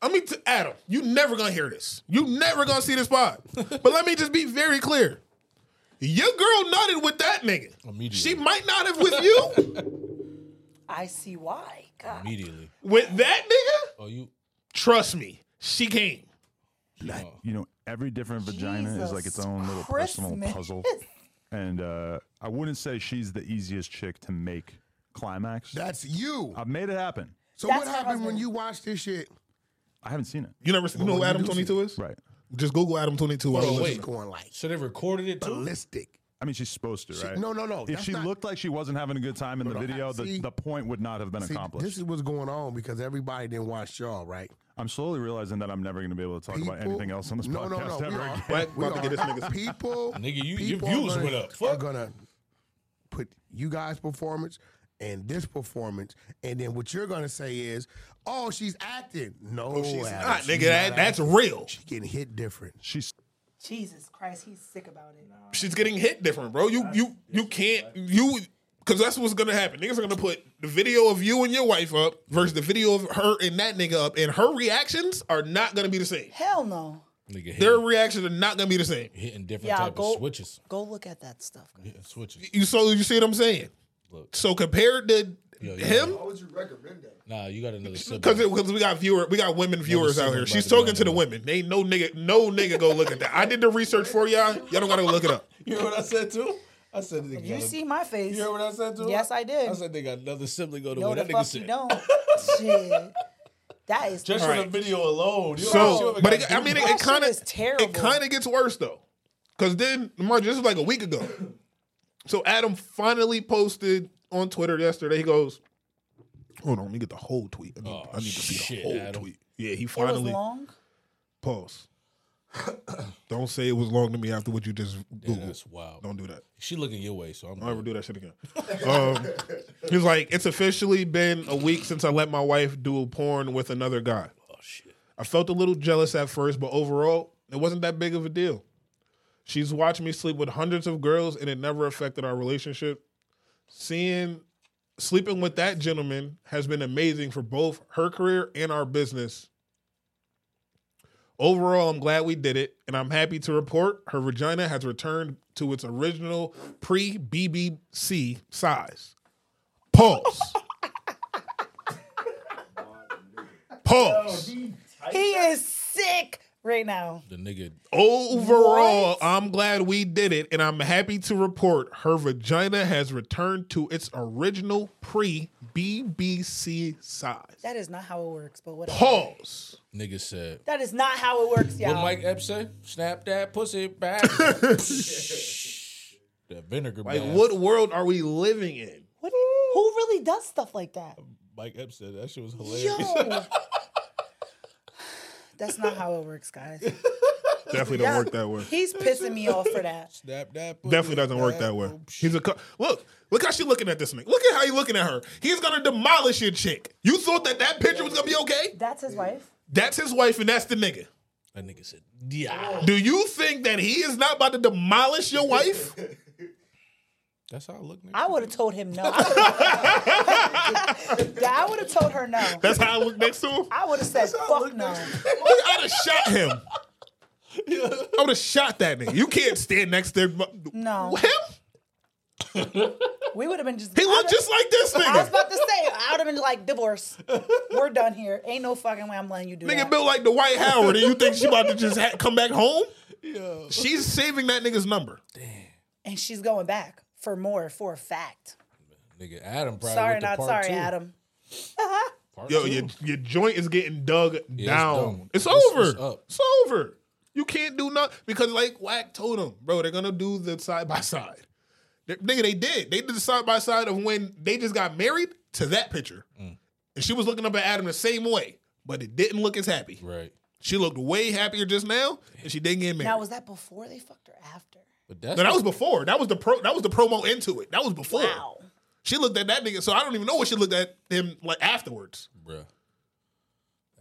A: I mean, to Adam, you never gonna hear this. You never gonna see this pod. but let me just be very clear. Your girl nutted with that nigga. She might not have with you.
C: I see why. God.
B: Immediately.
A: with that nigga?
B: Oh, you.
A: Trust me, she came.
Q: Like, you know, every different vagina is like its own little personal
A: Christmas.
C: (laughs)
Q: puzzle. (laughs) And uh, I wouldn't say she's the easiest chick to make climax.
P: That's you.
Q: I've made it happen.
P: So what happened when you watched this shit?
Q: I haven't seen it.
A: You never you know who Adam Twenty Two is?
Q: Right.
A: Just Google Adam Twenty Two.
Q: Hold on, wait.
P: Going like
B: so they recorded it
P: too. Ballistic.
Q: I mean, she's supposed to,
P: She-
Q: right?
P: no, no, no,
Q: If
P: that's
Q: she
P: not-
Q: looked like she wasn't having a good time in the
P: Hold on.
Q: video, the,
P: See-
Q: the point would not have been
P: See,
Q: accomplished.
P: this is what's going on because everybody didn't watch y'all, right?
Q: I'm slowly realizing that I'm never going to be able to talk about
P: People-
Q: anything else on this
P: no,
Q: podcast
P: no, no, we
Q: ever
P: are.
Q: again.
P: What? We About to get are. this nigga's- (laughs) People-
B: Nigga, you, your
P: People are
B: views
P: gonna-
B: went up.
P: Are gonna put you guys' performance and this performance, and then what you're gonna say is, "Oh, she's acting." No,
A: Oh, she's
P: Adam,
A: not, nigga.
P: she's
A: That-
P: not
A: that's
P: acting.
A: real.
P: She getting hit different.
Q: She's
C: Jesus Christ, he's sick about it.
A: She's getting hit different, bro. You you you can't you because that's what's gonna happen. Niggas are gonna put the video of you and your wife up versus the video of her and that nigga up, and her reactions are not gonna be the same.
C: Hell no.
B: Nigga
A: Their reactions are not gonna be the same.
B: hitting different
C: Yeah,
B: type
C: go
B: of switches.
C: go look at that stuff.
B: Hitting switches.
A: You so you see what I'm saying? So compared to
B: Yo, yo.
A: him,
M: Why would you recommend that?
B: Nah, you got
R: (laughs)
B: another sibling.
A: because we got viewer, we got women viewers out here. She's talking to the women. They no nigga, no nigga go look at that. I did the research for y'all. Y'all don't gotta go look it up.
R: You know what I said too? I said they
C: You
R: got a-
C: see my face.
R: You heard what I said to her?
C: Yes, I did.
R: I said they got another sibling go to
C: no,
R: one.
C: the
R: That nigga
C: fuck you
R: said.
C: don't. Shit. That is
R: Just
C: terrible.
R: from the video alone. You know how
A: So,
R: much
A: but
R: you ever
A: it,
R: got
A: I mean, it,
R: to do?
A: it kind of
C: terrible.
A: it kind of gets worse though, because then Marjorie, this was like a week ago. So Adam finally posted on Twitter yesterday. He goes, "Hold on, let me get the whole tweet. I need, I need to see the whole tweet." Yeah, he
C: It was
A: finally
C: long.
A: pause. (coughs) Don't say it was long to me after what you just
B: Yeah,
A: googled.
B: that's wild.
A: Don't do that.
B: She looking your way, so I'm.
A: I'll never do that shit again. Um, he's like, it's officially been a week since I let my wife do porn with another guy. Oh shit! I felt a little jealous at first, but overall, it wasn't that big of a deal. She's watched me sleep with hundreds of girls, and it never affected our relationship. Seeing sleeping with that gentleman has been amazing for both her career and our business. Overall, I'm glad we did it, and I'm happy to report her vagina has returned to its original pre BBC size. Pause. Pause.
C: He is sick right now.
B: The nigga.
A: Overall, I'm glad we did it, and I'm happy to report her vagina has returned to its original pre BBC size.
C: That is not how it works, but whatever.
A: Pause.
B: Nigga said.
C: That is not how it works, y'all.
B: What Mike Epps say? Snap that
R: (laughs)
B: pussy back. that vinegar.
A: Like,
B: bath.
A: what world are we living in?
C: What? Who really does stuff like that?
B: Mike Epps said that shit was
C: Yo. (sighs)
B: hilarious.
C: That's not how it works, guys.
A: Definitely don't work that way.
C: He's pissing me off for that.
B: Snap that.
A: Definitely doesn't work that way. He's a co- look. Look how she looking at this nigga. Look at how he looking at her. He's gonna demolish your chick. You thought that that picture was gonna be okay?
C: That's his wife.
A: That's his wife and that's the nigga.
B: That nigga said, yeah.
A: Do you think that he is not about to demolish your wife?
B: That's how I look.
C: I would have
A: (laughs)
C: told him no. I would've- yeah, I would have told her no.
A: That's how I look next to him.
C: I would have said fuck no.
A: I'd have shot him. I would have shot that nigga. You can't stand next to him.
C: No.
A: Him?
C: We would have been just.
A: He looked just like this
C: I was
A: nigga.
C: about to say, I would have been like, divorce. We're done here. Ain't no fucking way I'm letting you do
A: Nigga
C: that.
A: built like the White Howard, and you think she about to just ha- come back home? She's saving that nigga's number.
C: and she's going back for more for a fact.
B: Nigga, Adam probably.
C: sorry,
B: went to
C: not
B: part
C: sorry,
B: two.
C: Adam.
B: Part
A: Yo,
B: two.
A: your, your joint is getting dug
B: it's
A: down.
B: done.
A: It's,
B: It's-
A: over.
B: it's
A: It's,
B: up.
A: over. You can't do nothing because, like Whack told him, bro, they're gonna do the side by side. They- Nigga, they did. They did the side by side of when they just got married to that picture,
B: Mm.
A: and she was looking up at Adam the same way, but it didn't look as happy.
B: Right.
A: She looked way happier just now, and she didn't get married.
C: Now, was that before they fucked or after?
B: But
A: no,
B: that's
A: that was before. That was the pro. That was the promo into it. That was before.
C: Wow.
A: She looked at that nigga, so I don't even know what she looked at him like afterwards.
B: Bruh.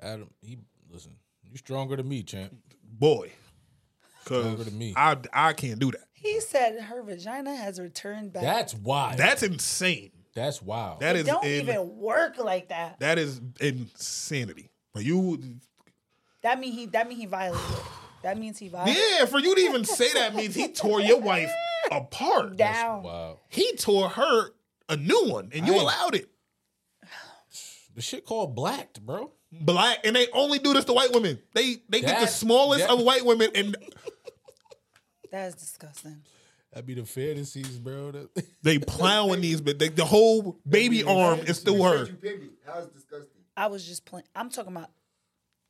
B: Adam, he listen. You stronger than me, champ.
A: Boy,
B: Stronger
A: because
B: than me.
A: I I can't do that.
C: He said her vagina has returned back.
B: That's wild.
A: That's insane.
B: That's wild.
A: That
C: it
A: is
C: don't
A: in-
C: even work like that.
A: that is insanity. But you,
C: That mean he. That mean he violated. it. That means he violated.
A: yeah, for you to even say that means he tore your wife apart.
C: Down.
B: Wow.
A: He tore her a new one, and you
B: Hey.
A: allowed it.
B: The shit called blacked, bro.
A: Black, and they only do this to white women. They they get the
B: That-
A: smallest
B: that-
A: of white women, and
C: That is disgusting.
B: That'd be the fantasies, bro. That- (laughs)
A: they plowing these. But they, the whole baby arm is through her.
M: How's disgusting?
C: I was just playing. I'm talking about.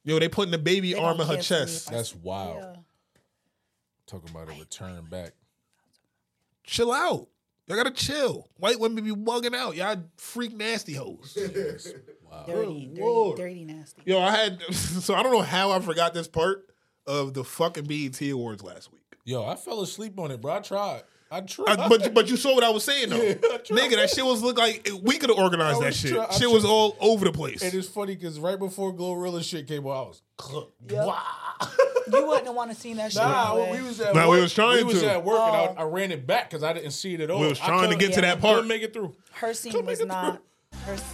A: Yo, they putting the baby
C: They
A: arm in
C: don't
A: her
C: cancel me
A: chest.
C: if I-
B: That's wild.
C: Yeah.
B: Talking about a return back.
A: Chill out. Y'all gotta chill. White women be bugging out. Y'all freak nasty
B: (laughs)
A: hoes.
C: Dirty,
A: Oh. Good
C: dirty,
A: lord.
C: dirty, nasty.
A: (laughs) Yo, I had so I don't know how I forgot this part of the fucking BET Awards last week.
B: Yo, I fell asleep on it, bro. I tried. I tried.
A: I- but but you saw what I was
B: (laughs)
A: saying though, nigga. That shit was look like we could have organized
B: I
A: that
B: was
A: shit.
B: try- I
A: shit was
B: tried.
A: all over the place.
B: and it's funny because right before Glorilla shit came out, I was cooked.
C: You wouldn't have want to see that shit.
B: Nah,
C: anyway.
B: Ah, we was at
A: Nah,
B: work.
A: we was trying
B: We was
A: to.
B: at work, and I, I ran it back because I didn't see it at all.
A: was
B: I
A: trying to
B: couldn't-
A: get to that part.
B: Couldn't make it through.
C: her scene was not. Her, s-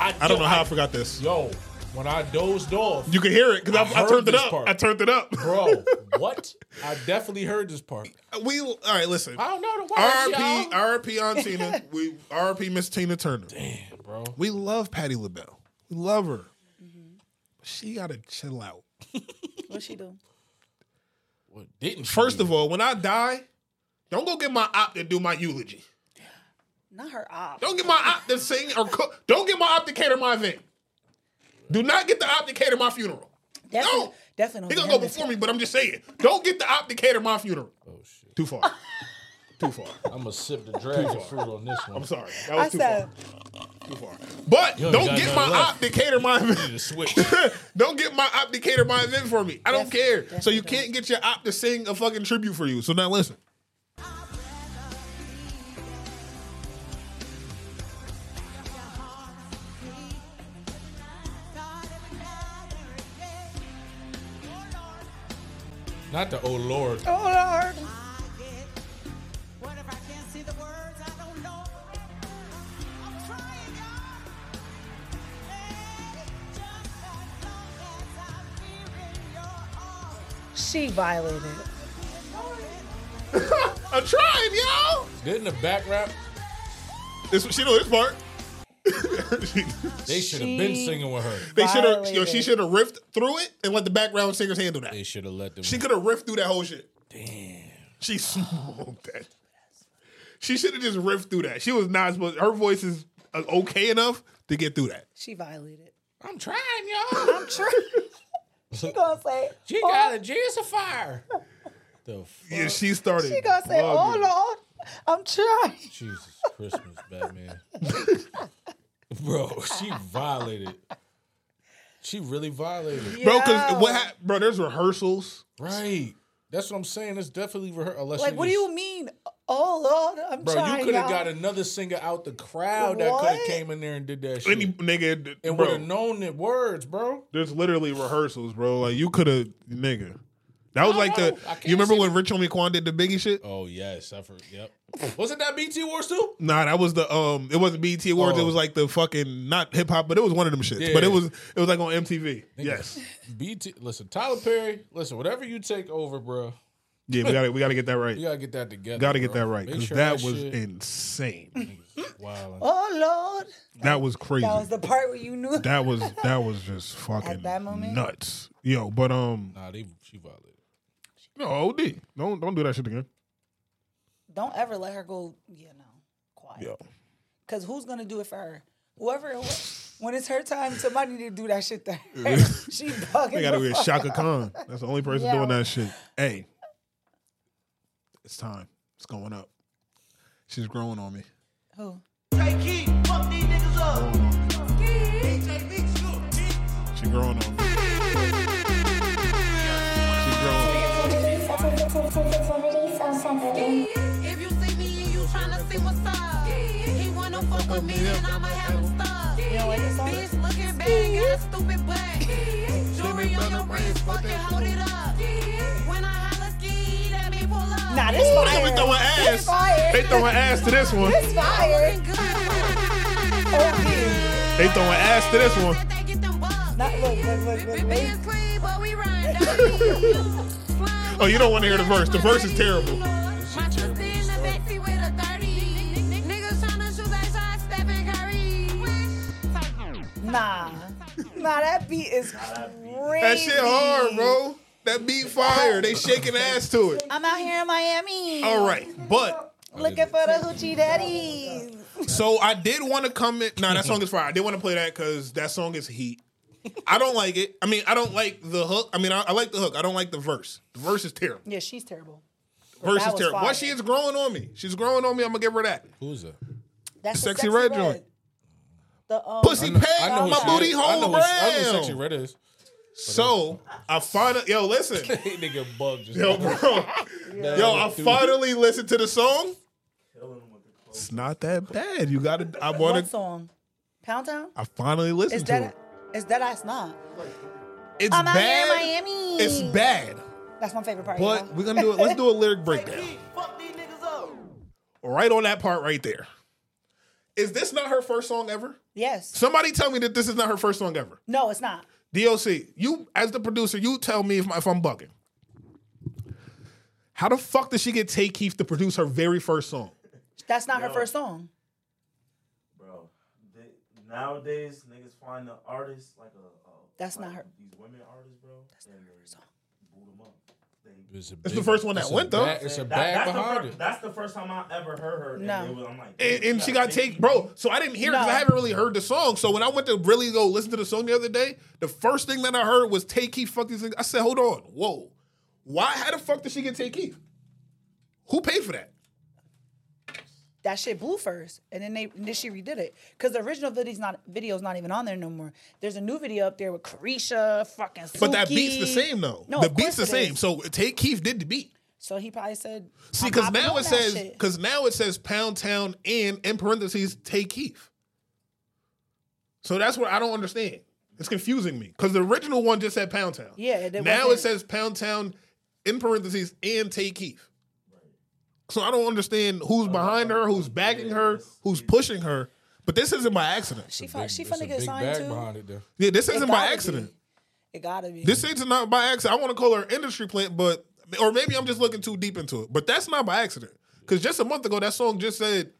A: I don't know how I forgot this.
B: Yo, when I dozed off,
A: You can hear it because I, I,
B: heard
A: turned it
B: this
A: up.
B: part.
A: I turned it up. (laughs)
B: bro. What? I definitely heard this part.
A: We all right. Listen,
B: I don't know the words,
A: RP
B: y'all.
A: RP
C: (laughs)
A: on Tina. We RP Miss Tina Turner.
B: bro.
A: We love Patty LaBelle. We love her. She gotta chill out.
C: what she do?
B: What didn't? she
A: First
B: do?
A: of all, when I die, don't go get my op to do my eulogy.
C: Not her op.
A: Don't get my op to sing or cook. Don't get my op to cater my event. Do not get the op to cater my funeral.
C: Definitely,
A: No.
C: definitely.
A: He gonna go
C: don't be having this
A: before me, but I'm just saying, don't get the op to cater my funeral.
B: oh shit,
A: Too far. Too far.
B: I'm gonna sip the dragon
A: far.
B: fruit on this one.
A: I'm sorry. That was
C: I
A: too
C: said,
A: far. Too far. But
B: You ain't
A: don't
B: got
A: get
B: nothing
A: my
B: left.
A: op to cater my event. (laughs)
B: Need to switch.
A: don't get my op to cater my event for me. I don't care. So you
C: definitely
A: can't get your op to sing a fucking tribute for you. So now listen.
B: Not the oh lord.
C: "Oh Lord, she violated."
A: I'm trying, y'all.
B: Didn't the back rap?
A: This she know this part. (laughs) She-
B: They should have been
C: She-
B: singing with her.
A: they should have. Yo,
C: Violated.
A: she should have riffed through it and let the background singers handle that.
B: They should have let them.
A: She could have riffed through that whole shit. Damn. She (laughs) smoked that. She should have just riffed through that. She was not supposed. Her voice is uh, okay enough to get through that.
C: She violated.
B: I'm trying,
A: (laughs)
B: y'all.
C: I'm sure she gonna say.
B: She
C: "Oh,
B: got a juice of fire. The fuck?
A: Yeah, she started.
C: She gonna say, "Oh
A: bugging.
C: Lord, I'm trying."
B: Jesus Christmas, Batman. (laughs) Bro, she violated. She really violated.
A: bro, because
C: Yo.
A: what? hap- bro, there's rehearsals.
B: Right. That's what I'm saying. It's definitely rehearsal. Unless
C: Like, what do
B: just-
C: you mean? Oh Lord, I'm
B: Bro,
C: trying.
B: you could have
C: y'all."
B: got another singer out the crowd that could have
C: What?
B: came in there and did that shit.
A: Any nigga, d-
B: and would
A: bro,
B: have known the words, bro.
A: there's literally rehearsals, bro. Like you could have, nigga. That was
B: I
A: like
B: know.
A: the.
B: I can't
A: You remember
B: see
A: when Rich Homie Quan did the Biggie shit?
B: Oh yes, I've heard. Yep. (laughs) Wasn't that BT Wars too?
A: Nah, that was the um. It wasn't BET Awards.
B: Oh.
A: It was like the fucking not hip hop, but it was one of them shits. But
B: Yeah.
A: it was it was like on MTV. Yes.
B: BT. Listen, Tyler Perry. Listen, whatever you take over, bro.
A: Yeah, we got to we got to get that right.
B: You gotta get that together.
A: Got to get
B: bro.
A: that right
B: Make
A: because
B: sure
A: that was
B: (laughs) shit-
A: insane.
B: Wow.
C: Oh Lord,
A: That was crazy.
C: that was
A: (laughs)
C: the part where you knew.
A: That was that was just fucking
C: that moment?
A: nuts, yo. But um,
B: Nah, they she violated.
A: no, OD, don't don't do that shit again,
C: (laughs) Don't ever let her go. You know, quiet.
A: yo.
C: Cause who's gonna do it for her? Whoever. wh- When it's her time, somebody need to do
A: (laughs)
C: that shit to her. (laughs) she bugging.
A: They got to
C: the
A: be a
C: fuck
A: Shaka
C: out.
A: Khan. That's the only person
C: Yo.
A: doing that shit. Hey, it's time. It's going up. She's growing on me.
C: Who?
A: She growing on me. She growing.
F: Sensitivities or sensitive.
H: If you see me and you tryna see what's up, he wanna fuck with me, then I'ma have him stuck. Bitch looking bad, got a stupid butt. Jewelry on your wrist, fucking hold it up. When I holla ski, let me pull up.
C: Nah, this
A: Ooh,
C: fire.
A: they throwing
C: This
A: ass.
C: fire.
A: They throwing
C: (laughs)
A: ass to this one.
C: This fire.
H: Looking good.
C: Oh,
A: They throwing ass to this one.
H: They get them bucks.
C: Not look, look, look, look,
H: Be
C: look.
H: as clean, but we run dirty.
A: (laughs) Oh, you don't want to hear the verse. The verse is terrible.
H: My
C: Nah, that beat is crazy.
A: That shit hard, bro. That beat fire. They shaking ass to it.
C: I'm out here in Miami.
A: All right, but
C: Looking for the hoochie daddies.
A: so I did want to comment. Nah, that song is fire. I did want to play that because that song is heat. I don't like it. I mean, I don't like the hook. I mean, I, I like the hook. I don't like the verse. The verse is terrible.
C: Yeah, she's terrible.
A: Verse
C: That
A: is
C: was
A: terrible.
C: fire.
A: Why she is growing on me? She's growing on me. I'm gonna give her that.
B: Who's that?
C: That's the
A: sexy, red, joint.
C: The, um,
A: Pussy peg on my
B: who she
A: booty
B: is.
A: hole
B: I know, who- I know who
A: brown.
B: Sexy Red is.
A: So I finally, yo, listen,
B: (laughs) nigga bug just
A: yo, bro, yo, I finally listened to the song. It's not that bad. You gotta. I
C: What
A: wanted.
C: song? Pound Town?
A: I finally
C: Is
A: listened to
C: that
A: it.
C: is that ass not?
A: It's
C: I'm out
A: bad.
C: here in Miami.
A: It's bad,
C: That's my favorite part. you
A: but
C: know?
A: we're gonna do it. Let's do a lyric breakdown. Right on that part, right there. Is this not her first song ever?
C: yes.
A: Somebody tell me that this is not her first song ever.
C: No, it's not.
A: DOC, you as the producer, you tell me if, my, if I'm bugging. How the fuck did she get Tay Keith to produce her very first song?
C: That's not her first song.
N: Bro, they, nowadays niggas find the artists like a, a
C: That's not her.
N: these women artists, bro. That's and they boot them up. They,
B: It's, a
A: It's the first one that
B: it's a
A: went though.
B: bag- it's a
N: That-
B: bag
N: that's the
B: behind
N: fir-
B: it.
N: That's the first time I ever heard her.
C: No.
N: And it was, I'm like,
A: And, and she
N: "Damn,
A: got take bro. So I didn't hear because
C: No.
A: I haven't really heard the song. So when I went to really go listen to the song the other day, the first thing that I heard was Tay Keith fuck these. niggas. I said, hold on, whoa, why? How the fuck did she get Tay Keith? Who paid for that?
C: That shit blew first, and then they and then she redid it because the original video's not video's not even on there no more. There's a new video up there with Carisha, fucking.
A: But that
C: Suki.
A: beat's the same though.
C: No,
A: the
C: of
A: beat's the
C: course it
A: same.
C: is.
A: So Tay Keith did the beat.
C: So he probably said.
A: See,
C: I'm
A: because
C: hopping
A: now
C: on
A: it
C: that
A: says
C: shit.
A: because now it says Pound Town and in parentheses Tay Keith. So that's what I don't understand. It's confusing me because the original one just said Pound Town.
C: Yeah, it
A: now it
C: wasn't-
A: says Pound Town in parentheses and Tay Keith. So I don't understand who's behind her, who's backing her, who's pushing her. But this isn't by accident.
C: She fu- she
B: It's
C: finna
B: a
C: get
B: big
C: signed
B: bag
C: too.
B: behind it though.
A: Yeah, this
C: It
A: isn't by
C: gotta be.
A: accident.
C: It gotta be.
A: This ain't not by accident. I want to call her industry plant, but or maybe I'm just looking too deep into it. But that's not by accident. Because just a month ago, that song just said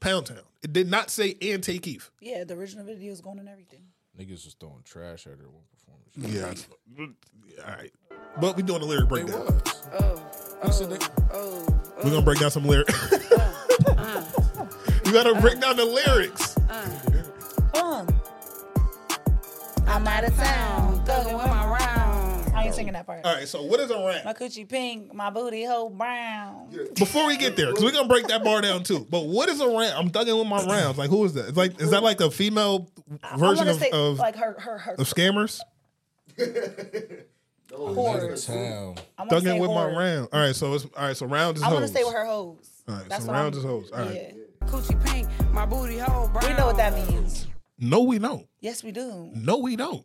A: Pound Town. It did not say and Tay Keith.
C: yeah, the original video's going and everything.
B: Niggas was throwing trash at her one performance.
A: Yeah. All right. But we doing a lyric breakdown.
C: Oh,
A: We're gonna break down some lyrics. (laughs) you gotta break down the lyrics.
C: Um, I'm out of town, Oh. thugging with my round. I ain't singing that part.
A: All right, so what is a rap?
C: My coochie pink, my booty hole brown.
A: Before we get there, because we're gonna break that bar down too. But what is a round? I'm thugging with my rounds. Like who is that? It's like is that like a female version
C: I wanna
A: of,
C: say
A: of,
C: like her her her
A: of scammers?
C: whores. I wanna say
A: Thugging with my
C: whores.
A: round. All right, so it's all right. So round is
C: I
A: hoes.
C: want to stay with her hoes.
A: All right,
C: That's
A: so
C: what
A: round is
C: I'm-
A: hoes. All right.
H: Coochie pink, my booty hole brown.
C: We know what that means.
A: No, we don't.
C: Yes, we do.
A: No, we don't.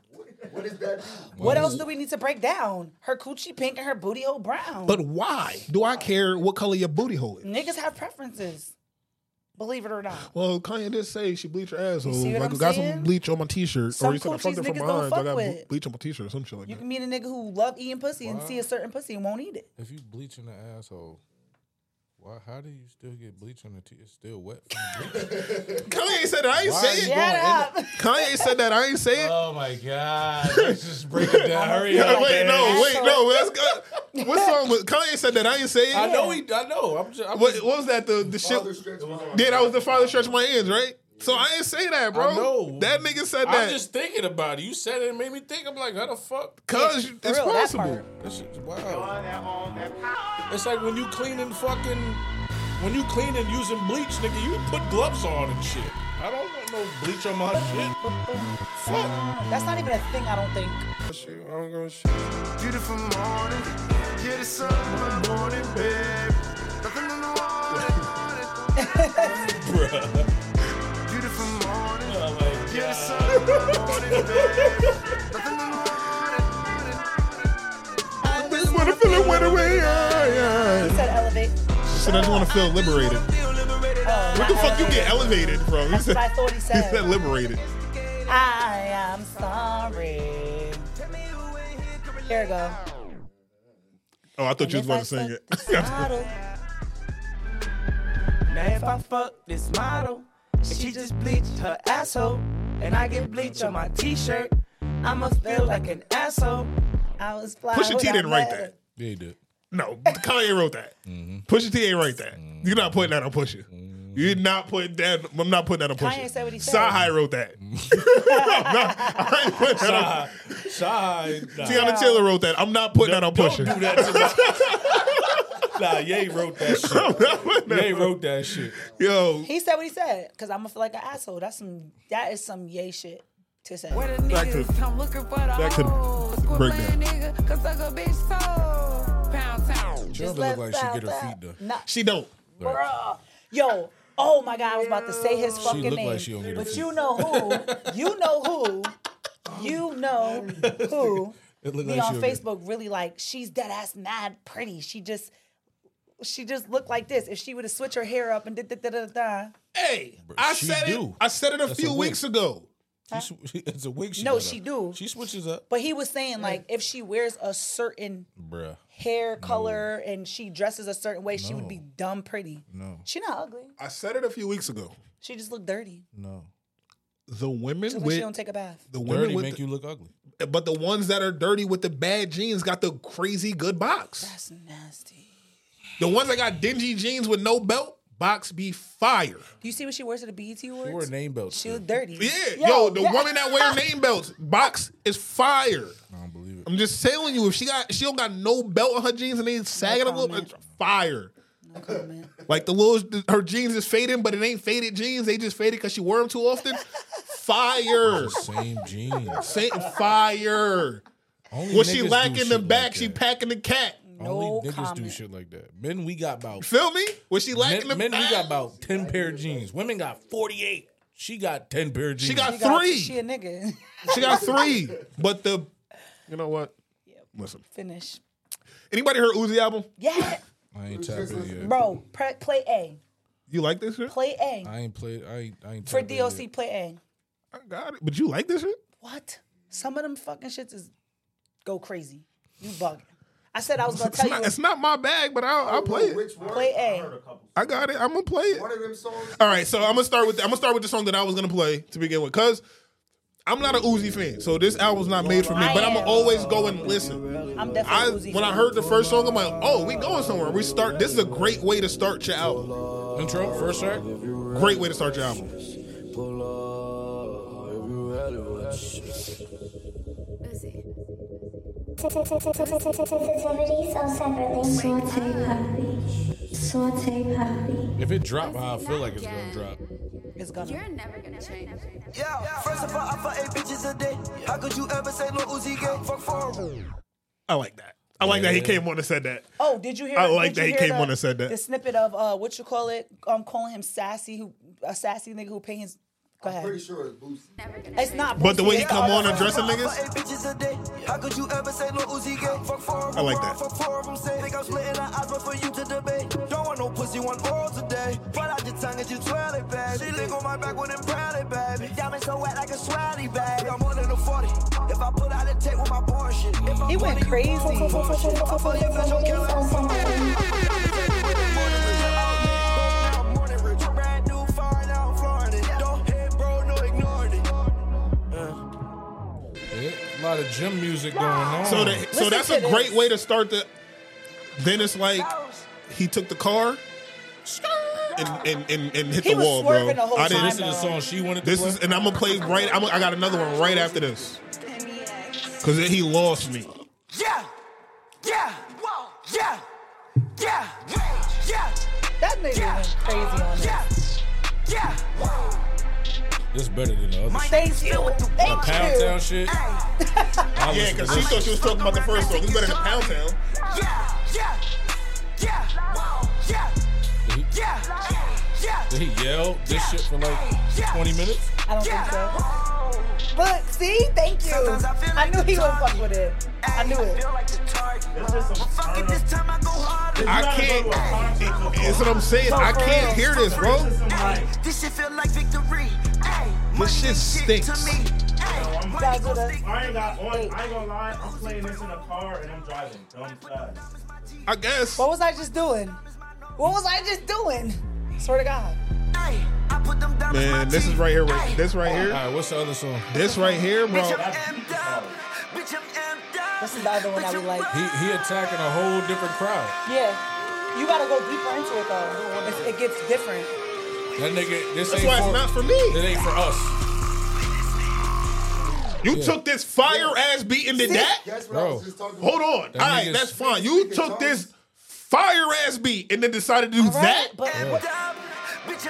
C: What else do we need to break down? Her coochie pink and her booty hole brown.
A: But why do I care what color your booty hole is?
C: niggas have preferences. Believe it or not.
A: Well, Kanye did say she bleached her asshole.
C: see what
A: Like,
C: I'm
A: I got
C: saying?
A: some bleach on my t-shirt,
C: Some
A: or he said I
C: coochies
A: fucked it from
C: niggas don't
A: behind. so I got
C: fuck
A: ble-
C: with.
A: bleach on my t-shirt or some shit like
C: You
A: that.
C: can meet a nigga who love eating pussy and see a certain pussy and won't eat it.
B: If you bleach in the asshole, why? How do you still get bleach on the teeth? It's still wet. From the bleach.
A: Kanye said that. I ain't
B: Why
A: say
B: you
A: it.
B: going Shut
C: in
A: Kanye said that. I ain't say it.
B: Oh my god! Let's just break it down. (laughs) Hurry
A: Yeah,
B: up,
A: wait,
B: man.
A: no, wait, no. That's good.
C: (laughs)
A: What song was Kanye said that? I ain't say it.
B: I know he. I know. I'm just. I'm
A: What,
B: just-
A: what was that? The the shit. Yeah, that was the father stretch my hands, right? So I ain't say that, bro.
B: I know.
A: That nigga said
B: I'm
A: that.
B: just thinking about it. You said it and made me think. I'm like, how the fuck?
A: Cause
B: Yeah,
A: it's
B: for real, that
A: possible.
B: part. That shit's wild. It's like when you cleaning fucking, when you cleaning using bleach, nigga, you put gloves on and shit. I don't want no bleach on my shit. Fuck.
C: That's not even a thing, I don't think.
I: Oh,
B: I'm gonna shit.
I: Beautiful morning. Yeah, the sun my morning, babe. Nothing in the
A: (laughs)
I: water.
B: Bruh.
I: Beautiful morning.
B: Oh
I: Yeah, the sun my morning, babe. Nothing in the
A: I just wanna feel it when away.
C: He said elevate.
A: Said I just wanna feel liberated.
C: Oh,
A: What the
C: not
A: fuck you
C: elevate.
A: get elevated from? He
C: That's
A: said,
C: what I thought
A: (laughs)
C: he
A: he
C: said.
A: said liberated.
C: I am sorry. Here we go.
A: Oh, I thought you was about to sing it. (laughs)
C: Model.
H: Now if I fuck this model, and she just bleached her asshole, and I get bleach on my t-shirt,
C: I'ma feel like an asshole.
A: (laughs)
C: I was fly.
A: Pusha
C: when
A: T
C: I
A: didn't write
C: met her.
A: that.
B: Yeah, he did.
A: No, Kanye wrote that.
B: Mm-hmm.
A: Pusha T ain't write that. You're not putting that on Pusha. You're not putting that. I'm not putting that on Pusha.
C: Kanye said what he said.
A: Sahai wrote that.
B: Mm-hmm.
R: Shy,
B: (laughs)
R: shy. Nah.
A: Tiana Taylor wrote that. I'm not putting that on Pusha. (laughs)
R: do that to me. nah, Ye wrote that shit. Ye wrote that shit.
A: Yo,
C: He said what he said, because I'ma feel like an asshole. That's some that is some yay shit to say.
H: Where the
A: Back
H: niggas
A: to-
H: come looking for the
A: back to
H: hoes. Quit
A: break
H: playing nigga, cause I got bitch soul. Pound town.
B: She don't look like she get her feet done.
C: Nah,
A: She don't.
C: bruh. Yo, oh my God, I was about to say his fucking
B: look like
C: name.
B: she don't get her
C: but
B: feet.
C: you know who? You know who? You know who?
B: (laughs) It
C: Me
B: looked like she
C: on
B: don't get-
C: Facebook really like she's dead ass mad pretty. She just she just looked like this. If she would have switched her hair up and da da da da da.
A: Hey, I said it. I said it a
B: That's a
A: few
B: wig.
A: weeks ago.
B: She sw- it's a wig. She
C: No,
B: got
C: she
B: up.
C: do.
B: She switches up,
C: But he was saying like if she wears a certain
B: bruh.
C: hair color and she dresses a certain way, she would be
B: No.
C: dumb pretty.
B: No,
C: She not ugly.
A: I said it a few weeks ago.
C: She just looked dirty.
B: no.
A: The women
C: Just like
A: with
C: she don't take a bath.
A: the women
B: Dirty
A: with
B: make
A: the-
B: you look ugly.
A: but the ones that are dirty with the bad jeans got the crazy good box.
C: That's nasty.
A: The ones that got dingy jeans with no belt, box be fire.
C: Do you see what she wears to the BET Awards?
B: She wore name belts.
C: She was dirty.
A: Yeah, yo, the woman that wear name belts, box is fire.
B: I don't believe it.
A: I'm just telling you, if she got she don't got no belt on her jeans and they sagging a little, it's fire. Like the little her jeans is fading, but it ain't faded jeans. They just faded because she wore them too often. fire,
B: Same jeans.
A: Saint fire.
B: Only
A: When she
B: niggas do
A: lacking
B: shit
A: the
B: like
A: back,
B: that.
A: she packing the cat.
B: Only niggas do
C: comment.
B: shit like that. Men, we got about
A: Feel me? When she lacking the
B: men, men,
A: back,
B: we got about ten pair of jeans. Women got forty eight. She got ten pair of jeans.
A: she got
C: She got-
A: three.
C: She a nigga. (laughs)
A: She got three. But the You know what? Listen.
C: Finish.
A: Anybody heard Uzi album?
C: Yeah,
B: I ain't tapped in yet.
C: bro. Pre- play A.
A: You like this shit?
C: Play A
B: I ain't played. I ain't. I ain't
C: for
B: tapped in
C: DOC.
B: yet.
C: Play A.
A: I got it. But you like this shit?
C: What? Some of them fucking shits is go crazy. You bugging. I said I was gonna
A: It's
C: tell
A: not,
C: you.
A: it's not my bag, but I'll, I'll play it.
M: Which one?
C: (laughs) Play A.
A: I got it. I'm gonna play it.
M: One of them songs.
A: All right, so I'm gonna start with I'm gonna start with the song that I was gonna play to begin with, cause I'm not an Uzi fan, so this album's not made for me. But I'm gonna always go and listen.
C: I'm
A: I
C: definitely Uzi.
A: when I heard the first song, I'm like, oh, we going somewhere. We start. This is a great way to start your album.
B: Intro first track.
A: Great way to start your album.
F: Sensitivities are separately. Saute papi. Saute papi.
B: If it drop, how I feel like it's gonna drop.
C: it's gonna.
H: You're never gonna change.
S: First of all, I fuck eight bitches a day. How could you ever say no Uzi gay? Fuck four.
A: I like that. I like that he came on and said that.
C: Oh, did you hear?
A: I like
C: did
A: that
C: you
A: he
C: hear
A: came
C: the-
A: on and said that.
C: The snippet of uh, what you call it? I'm calling him sassy. Who a sassy nigga who paints. Go ahead.
M: Pretty sure it's Boosie.
C: It's not.
A: But the way he
C: Boosie.
A: come on and
S: First
A: dressing
S: of all, I
A: niggas,
S: fuck eight bitches a day. How could you ever say no Uzi gay? Fuck four. of
A: I like
S: them,
A: that.
S: Fuck four of them say. Think I'm splitting our eyes, but for you to debate. Don't want no pussy, want oral today. But out your tongue and you twirl it, babe. She lick on my back when I'm proud it, baby. Diamond so wet like a sweaty bag. I'm more than a 40. If I put out a tape with my boy and shit. If I'm
C: He went crazy.
B: Yeah, a lot of gym music going on.
A: so that, so
C: Listen
A: that's
C: to
A: a great
C: this.
A: way to start the. Then it's like he took the car. And, and, and, and hit
C: He
A: the
C: was
A: wall, bro.
C: swerving the whole
A: I didn't
C: time,
B: this is the song she wanted.
A: This
B: to
A: is, and I'm gonna play right. I'm, I got another one right after this, cause it- he lost me.
S: Yeah, yeah, yeah, yeah, yeah,
C: That nigga went crazy on
S: yeah,
C: that.
S: yeah.
B: This better than the other. shit.
C: Thank you.
B: The
C: Thank
B: Pound
C: you.
B: Town shit. I
A: Yeah,
B: listen
A: cause she
B: to this
A: thought she was talking about the first one. We better than Pound Town.
B: Did he, did he yell this shit for like 20 minutes?
C: I don't think so. But see, thank you. I knew he would fuck with it. I knew it.
A: I can't. That's what I'm saying. I can't hear this, bro.
S: This shit feel like victory. Ay,
A: This shit
S: shit to
A: stinks.
S: me. Ay,
N: I'm
C: That was a-
N: I ain't got on. I ain't gonna lie. I'm playing this in the car and I'm driving. Dumb fast.
A: I guess.
C: What was I just doing? What was I just doing? Swear to God.
S: ay, I put them down
A: Man, this is right here. Right, this right
B: All
A: here.
B: right, what's the other song?
A: This right here, bro.
S: Bitch, I'm M'd up. Bitch, I'm amped up.
C: This is the other one I would like.
B: He he attacking a whole different crowd.
C: Yeah. You gotta go deeper into it though. It's, it gets different.
B: That nigga, this
A: That's
B: ain't
A: why
B: for,
A: it's not for me.
B: It ain't for us.
A: You took this fire ass beat and did
M: See?
A: that?
M: That's what I
A: Bro.
M: was just talking
A: Hold
M: about.
A: on.
M: That
A: All right,
M: nigga's-
A: that's fine. You took this fire ass beat and then decided to do that?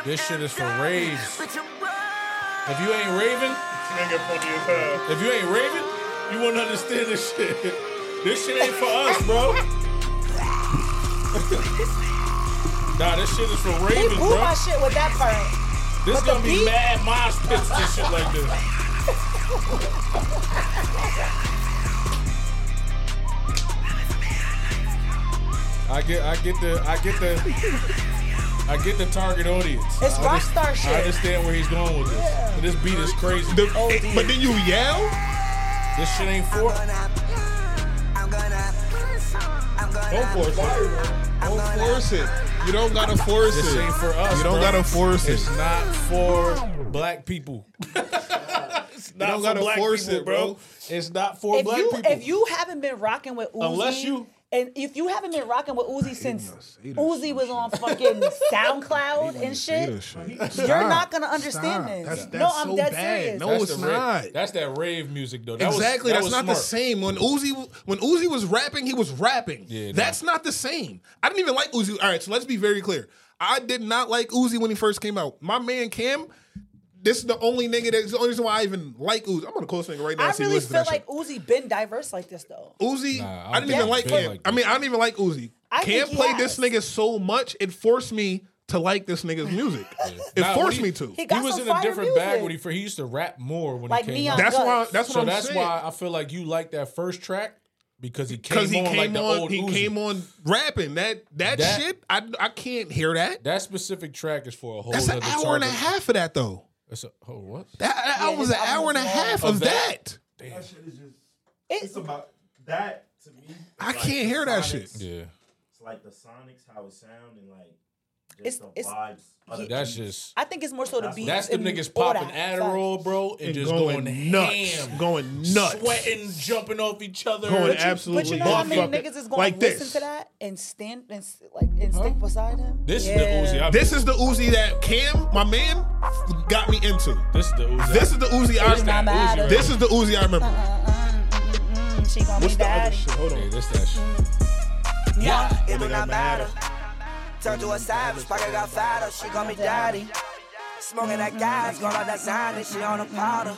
B: This shit is for raves. If you ain't raving,
R: Nigga funny as hell.
B: if you ain't raving, you wouldn't understand this shit. This shit ain't for us, bro. (laughs) nah, this shit is for
C: He
B: ravens,
C: blew my
B: bro.
C: shit with that part.
B: This
C: but the
B: gonna be
C: beat-
B: mad mosh pits and shit like this. I get, I get the, I get the, I get the target audience.
C: It's
B: I underst-
C: rockstar shit.
B: I understand where he's going with this. This beat is crazy.
A: eh, but then you yell.
B: This shit ain't for.
A: Don't force it. Don't force it. You don't gotta force
B: This
A: it.
B: ain't for us.
A: You don't
B: bro.
A: gotta force
B: It's
A: it.
B: not for black people. it's not
A: don't
B: for
A: gotta
B: black
A: force
B: people,
A: it,
B: bro.
A: bro.
B: It's not for
C: if
B: black
C: you
B: people.
C: if you haven't been rocking with Uzi,
B: Unless you-
C: and if you haven't been rocking with Uzi since Uzi was
A: (laughs)
C: on fucking SoundCloud and shit, you're not gonna understand this. no, I'm dead serious.
A: No, it's
B: the ra-
A: not.
B: that's that rave music though. That was-
A: Exactly.
B: that
A: That's
B: was
A: not the
B: smart.
A: same. When Uzi when Uzi was rapping, he was rapping.
B: no.
A: That's not the same. I didn't even like Uzi. All right, so let's be very clear. I did not like Uzi when he first came out. My man Cam, this is the only nigga that's the only reason why I even like Uzi. I'm gonna close finger right now.
C: I
A: and see
C: really
A: what's
C: feel like Uzi been diverse like this though.
A: Uzi,
B: Nah,
A: I didn't
C: I
A: even
C: was
A: like
B: big
A: Cam.
B: like
A: I mean, I didn't even like Uzi.
C: I
A: Cam
C: think he
A: played
C: has.
A: this nigga so much, it forced me to like this nigga's
B: (laughs)
A: music. It
B: Nah, when
A: forced
B: he-
A: me to.
C: He got
B: was
C: some
B: in a
C: fire
B: different
C: music.
B: bag when he first. He used to rap more when
C: Like
B: he came
C: Neon
B: out.
A: That's why.
C: Guts.
A: That's what
B: so
A: I'm
B: that's
A: saying.
B: why I feel like you like that first track because he came
A: Because he
B: on
A: came
B: like the
A: on,
B: old
A: he
B: Uzi.
A: came on rapping that that,
B: That-
A: shit. I I can't hear that.
B: That specific track is for a whole
A: That's an
B: other
A: hour and a
B: target.
A: half of that though.
B: It's a oh, what?
A: That, that
N: Yeah,
A: was
N: his
A: an hour and a half of
B: Of that?
A: that.
N: That shit is just. It's about that to me.
A: I
N: like
A: can't
N: the
A: hear that shit.
B: Yeah,
N: It's like the Sonics, how it sound, and like
C: It's-
N: just the
C: it's-
N: vibes. of the
B: that's
N: beats.
B: just
C: I think it's more so the beat.
B: that's them niggas popping Adderall, bro, and,
A: And
B: just
A: going
B: going,
A: nuts.
B: ham,
A: Going nuts.
B: sweating, jumping off each other,
A: Going
B: But you-
A: absolutely
C: But you know how many
A: Motherfucker.
C: niggas is gonna
A: Like
C: listen
A: this.
C: to that and stand and s- like and stick beside him?
B: This
C: yeah.
B: is the Uzi. I
A: This is the Uzi that Cam, my man, got me into.
B: This is the Uzi.
A: This is the Uzi I
B: It's not bad,
A: remember.
B: Uzi,
A: This
B: right?
A: is the Uzi I remember.
C: Mm, she gonna
A: What's
C: be
A: the other
C: daddy.
A: shit? Hold
B: Yeah,
A: on.
B: this that shit.
S: Yeah, it would not matter. Turn to a savage, pocket got fatter. She call me daddy. Smoking that gas, going out that sign, and she on a powder.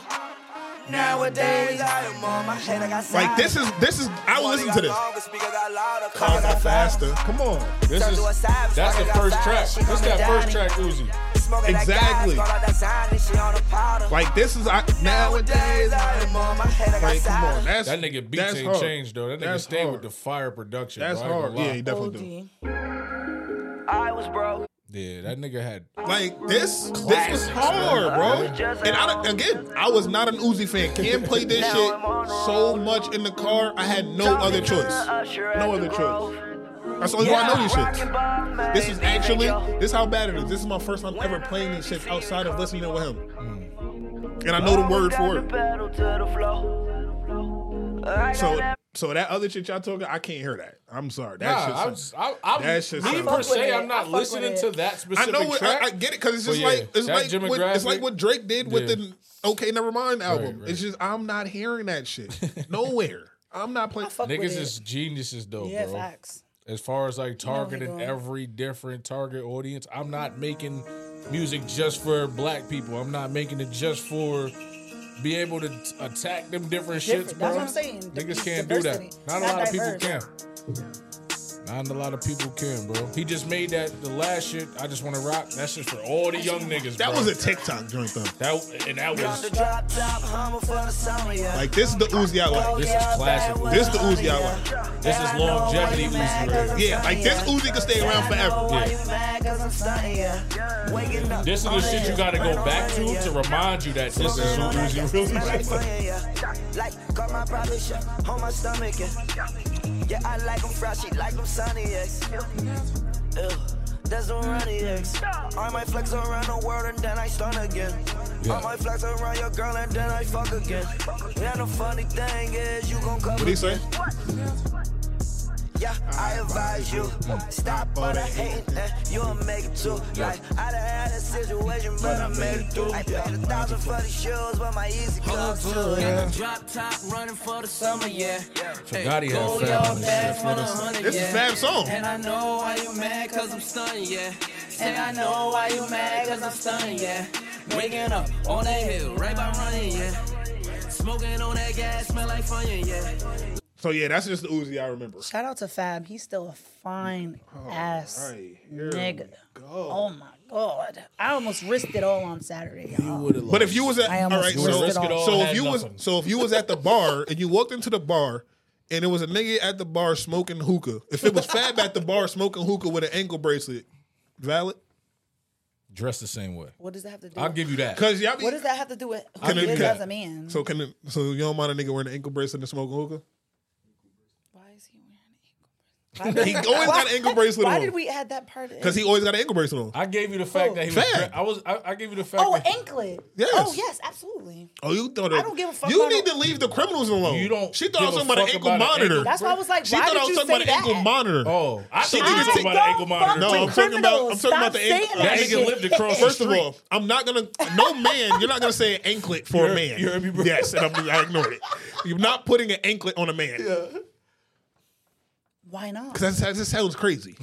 S: Nowadays, I am on my head, I got
A: Like this is this is I will listen to this. Cars got faster. Come on.
B: This is that's the first track. This is that first track, Uzi.
A: Exactly.
S: Like,
A: Like this is I nowadays. Like come on. That's
B: That nigga beats
A: that's
B: ain't
A: hard.
B: changed though. That nigga
A: That's
B: stayed
A: hard.
B: with the fire production.
A: That's
B: bro. I ain't
A: hard.
B: gonna lie.
A: Yeah, he definitely
C: OD.
S: I was broke.
B: yeah, that nigga had
A: do. Like this, this was
B: Classics,
A: hard,
B: bro.
A: bro. And I, don't- again, I was not an Uzi fan. Cam played this shit so much in the car. I had no other choice. No other choice. That's the only why I know these shits. This is actually this is how bad it is. This is my first time ever playing these shits outside of listening with him. Mm. And I know oh, the word for it. So so that other shit y'all talking, I can't hear that. I'm sorry. That
B: Nah,
A: shit's
B: I'm just- I- I'm-
A: that shit's
B: me
A: a-
B: per se,
C: I
B: I'm not
C: fuck with
B: listening
C: it.
B: to that
A: I
B: specific
A: know what,
B: track.
A: I, I get it because it's
B: But
A: just
B: yeah,
A: like it's
B: that
A: like what, it's like
B: demographic-
A: what Drake did with
B: Yeah.
A: the Okay Never Mind album.
B: right.
A: It's just I'm not hearing that
B: (laughs)
A: shit nowhere. I'm not playing.
C: fuck with
B: Niggas
C: it.
B: is geniuses though,
C: yeah,
B: bro.
C: facts.
B: As far as like
C: know what they
B: targeting
C: doing.
B: every different target audience, I'm not making music just for black people. I'm not making it just for be able to t- attack them different,
C: Different.
B: shits,
C: That's
B: bro.
C: what I'm saying.
B: Niggas
C: It's
B: can't do
C: diversity.
B: that.
C: It's
B: Not, a
C: not
B: lot of people
C: diverse.
B: can. Not a lot of people can, bro. He just made that the last shit. I just want to rock. That's just for all the young niggas.
A: That
B: bro.
A: was a TikTok joint though.
B: That and that was
A: Like this is the Uzi I like.
B: this is classic. Uzi.
A: This is the Uzi I like.
B: This is longevity Uzi right here.
A: Yeah, like this Uzi can stay around forever.
B: This
S: Oh,
B: is the shit you gotta go back to to remind you that this is who Uzi really is.
S: Like, got my private shot on my stomach, yeah. Yeah, I like 'em fresh, she like 'em sunny, yeah. Ew. There's a runny X. I might flex around the world and then I start again. I might flex around your girl and then I fuck again. And the funny thing is, you gon' cover
A: What'd he say?
S: yeah, I advise you Stop all the hating, eh, you'll make it too Like, I done had a situation, but I made it through I paid a thousand for these shoes, but my easy
E: Hold
S: comes
E: to
S: too,
E: it.
S: yeah
E: Drop top running for the summer, yeah.
B: Gotti
E: Go
B: had
E: y'all
B: Fab on this
E: bad
B: shit.
E: for the honey,
B: This is
E: yeah.
B: Fab's song.
E: And I know why you mad, cause I'm stunning, yeah. And I know why you mad, cause I'm stunning, yeah. Waking up on that hill, right by running, yeah. Smoking on that gas, smell like funyun, yeah.
A: So yeah, that's just the Uzi I remember.
C: Shout out to Fab. He's still a fine ass
A: right, here
C: nigga. Oh my god. I almost risked it all on Saturday. y'all.
A: But if you was at
C: I
A: all
C: almost
A: right,
C: risked
A: so,
C: it all.
A: so if you was so if you was at the bar and you walked into the bar and it was a nigga at the bar smoking hookah, if it was Fab at the bar smoking hookah with an ankle bracelet, valid.
B: Dressed the same way.
C: What does that have to do?
B: I'll give you that.
A: Cause y'all be,
C: What does that have to do with who
A: Can
C: he
A: it-
C: is
A: can-
C: as a man?
A: So can it, so you don't mind a nigga wearing an ankle bracelet and smoking hookah?
C: Why
A: (laughs) he
C: did-
A: always got an ankle bracelet
C: Why
A: on.
C: did we add that part? in?
A: oh. Because he always got an ankle bracelet on.
B: I gave you the fact that he was.
A: Fab.
B: dre- I was. I, I gave you the fact.
C: Oh,
B: that
C: anklet.
A: Yes.
C: Oh, yes, absolutely.
A: Oh, you thought
C: I don't give a fuck
A: You
C: about
A: need to leave the criminals alone. You don't. She thought I was
B: give a
A: talking about an
B: fuck
A: ankle
B: about an
A: monitor.
B: ankle
C: That's why I was like,
A: she
C: why
A: thought
C: did
A: I was
C: you
A: talking
C: say
A: about an ankle
C: that?
A: monitor.
B: Oh, I
A: she
B: thought you was talking about an ankle monitor.
A: No, I'm
B: with
A: talking about. I'm
B: criminals.
A: talking about the
B: Stop
A: ankle.
B: saying that That nigga shit. lived across the
A: First
B: street.
A: of all, I'm not gonna. No man, you're not gonna say an anklet for a man. yes, and I'm, I ignored it. You're not putting an anklet on a man.
C: Why not?
A: Because that just sounds crazy.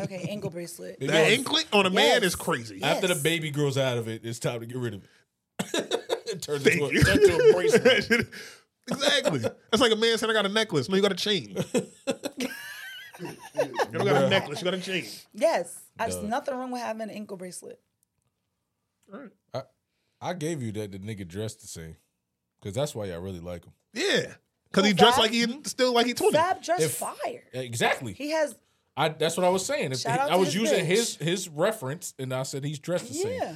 C: Okay, ankle bracelet.
A: That anklet on a man is crazy.
B: After the baby grows out of it, (laughs) it's time to get rid of it. it
A: (laughs)
B: turns
A: Thank
B: into
A: you.
B: a, turns into
A: (laughs)
B: a bracelet.
A: exactly. That's like a man saying, "I got a necklace." No, you got a
B: (laughs)
A: chain. you don't got a
B: Bruh.
A: necklace. You got a chain.
C: Yes. There's
B: Duh.
C: nothing wrong with having an ankle bracelet.
B: I, I gave you that the nigga dressed the same, because that's why y'all really like him.
A: Yeah, because he dressed like he still like he twenty.
C: Fab dressed
B: If-
C: fire.
B: Exactly.
C: He has
B: I that's what I was saying. If
C: Shout out
B: I
C: to
B: was
C: his
B: using
C: bitch.
B: his his reference, and I said he's dressed the same.
C: yeah.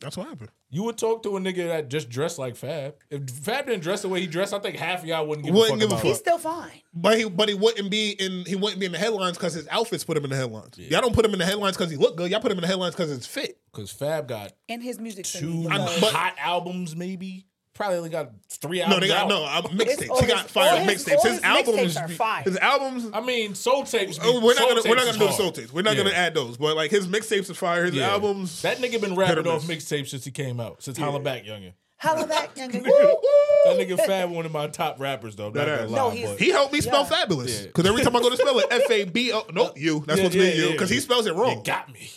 A: That's what happened.
B: You would talk to a nigga that just dressed like Fab. If Fab didn't dress the way he dressed, I think half of y'all wouldn't give
A: Wouldn't
B: a
A: give a
B: fuck.
C: He's
B: about
C: still fine.
A: But he but he wouldn't be in he wouldn't be in the headlines because his outfits put him in the headlines. Y'all don't put him in the headlines because he look good. Y'all put him in the headlines because it's fit.
B: Because Fab got
C: And his music.
B: two
A: I know, but-
B: hot albums, maybe. Probably only got three albums.
A: No, they got
B: out.
A: no uh,
C: It's
A: mixtapes.
C: all
A: He got
C: his-
A: fire
C: all his-
A: mixtapes.
C: all
A: His
C: his
A: albums,
C: mixtapes are fire.
A: his albums.
B: I mean, soul tapes. be-
A: Oh, we're
B: soul
A: not gonna we're
B: tapes
A: not
B: is
A: gonna do the
B: hard.
A: soul tapes. We're not
B: Yeah.
A: gonna add those. But like his mixtapes are fire. His
B: Yeah.
A: albums.
B: That nigga been
A: Hit
B: rapping
A: or
B: off
A: miss.
B: mixtapes since he came out, since Holla Back Youngin.
C: Holla
B: (laughs)
C: back, young Woo,
B: That
C: woo. (laughs)
B: nigga Fab one of my top rappers though. Not
A: That
B: gonna
A: ass.
B: lie,
C: No, he's-
B: but
A: He helped me spell
C: Yeah.
A: fabulous
B: Yeah.
A: because every time I go to
B: (laughs)
A: spell it, F A B O. Nope, you. That's
B: Yeah,
A: supposed to be
B: yeah,
A: you
B: yeah.
A: because he spells it wrong.
B: it
A: (laughs)
B: got me.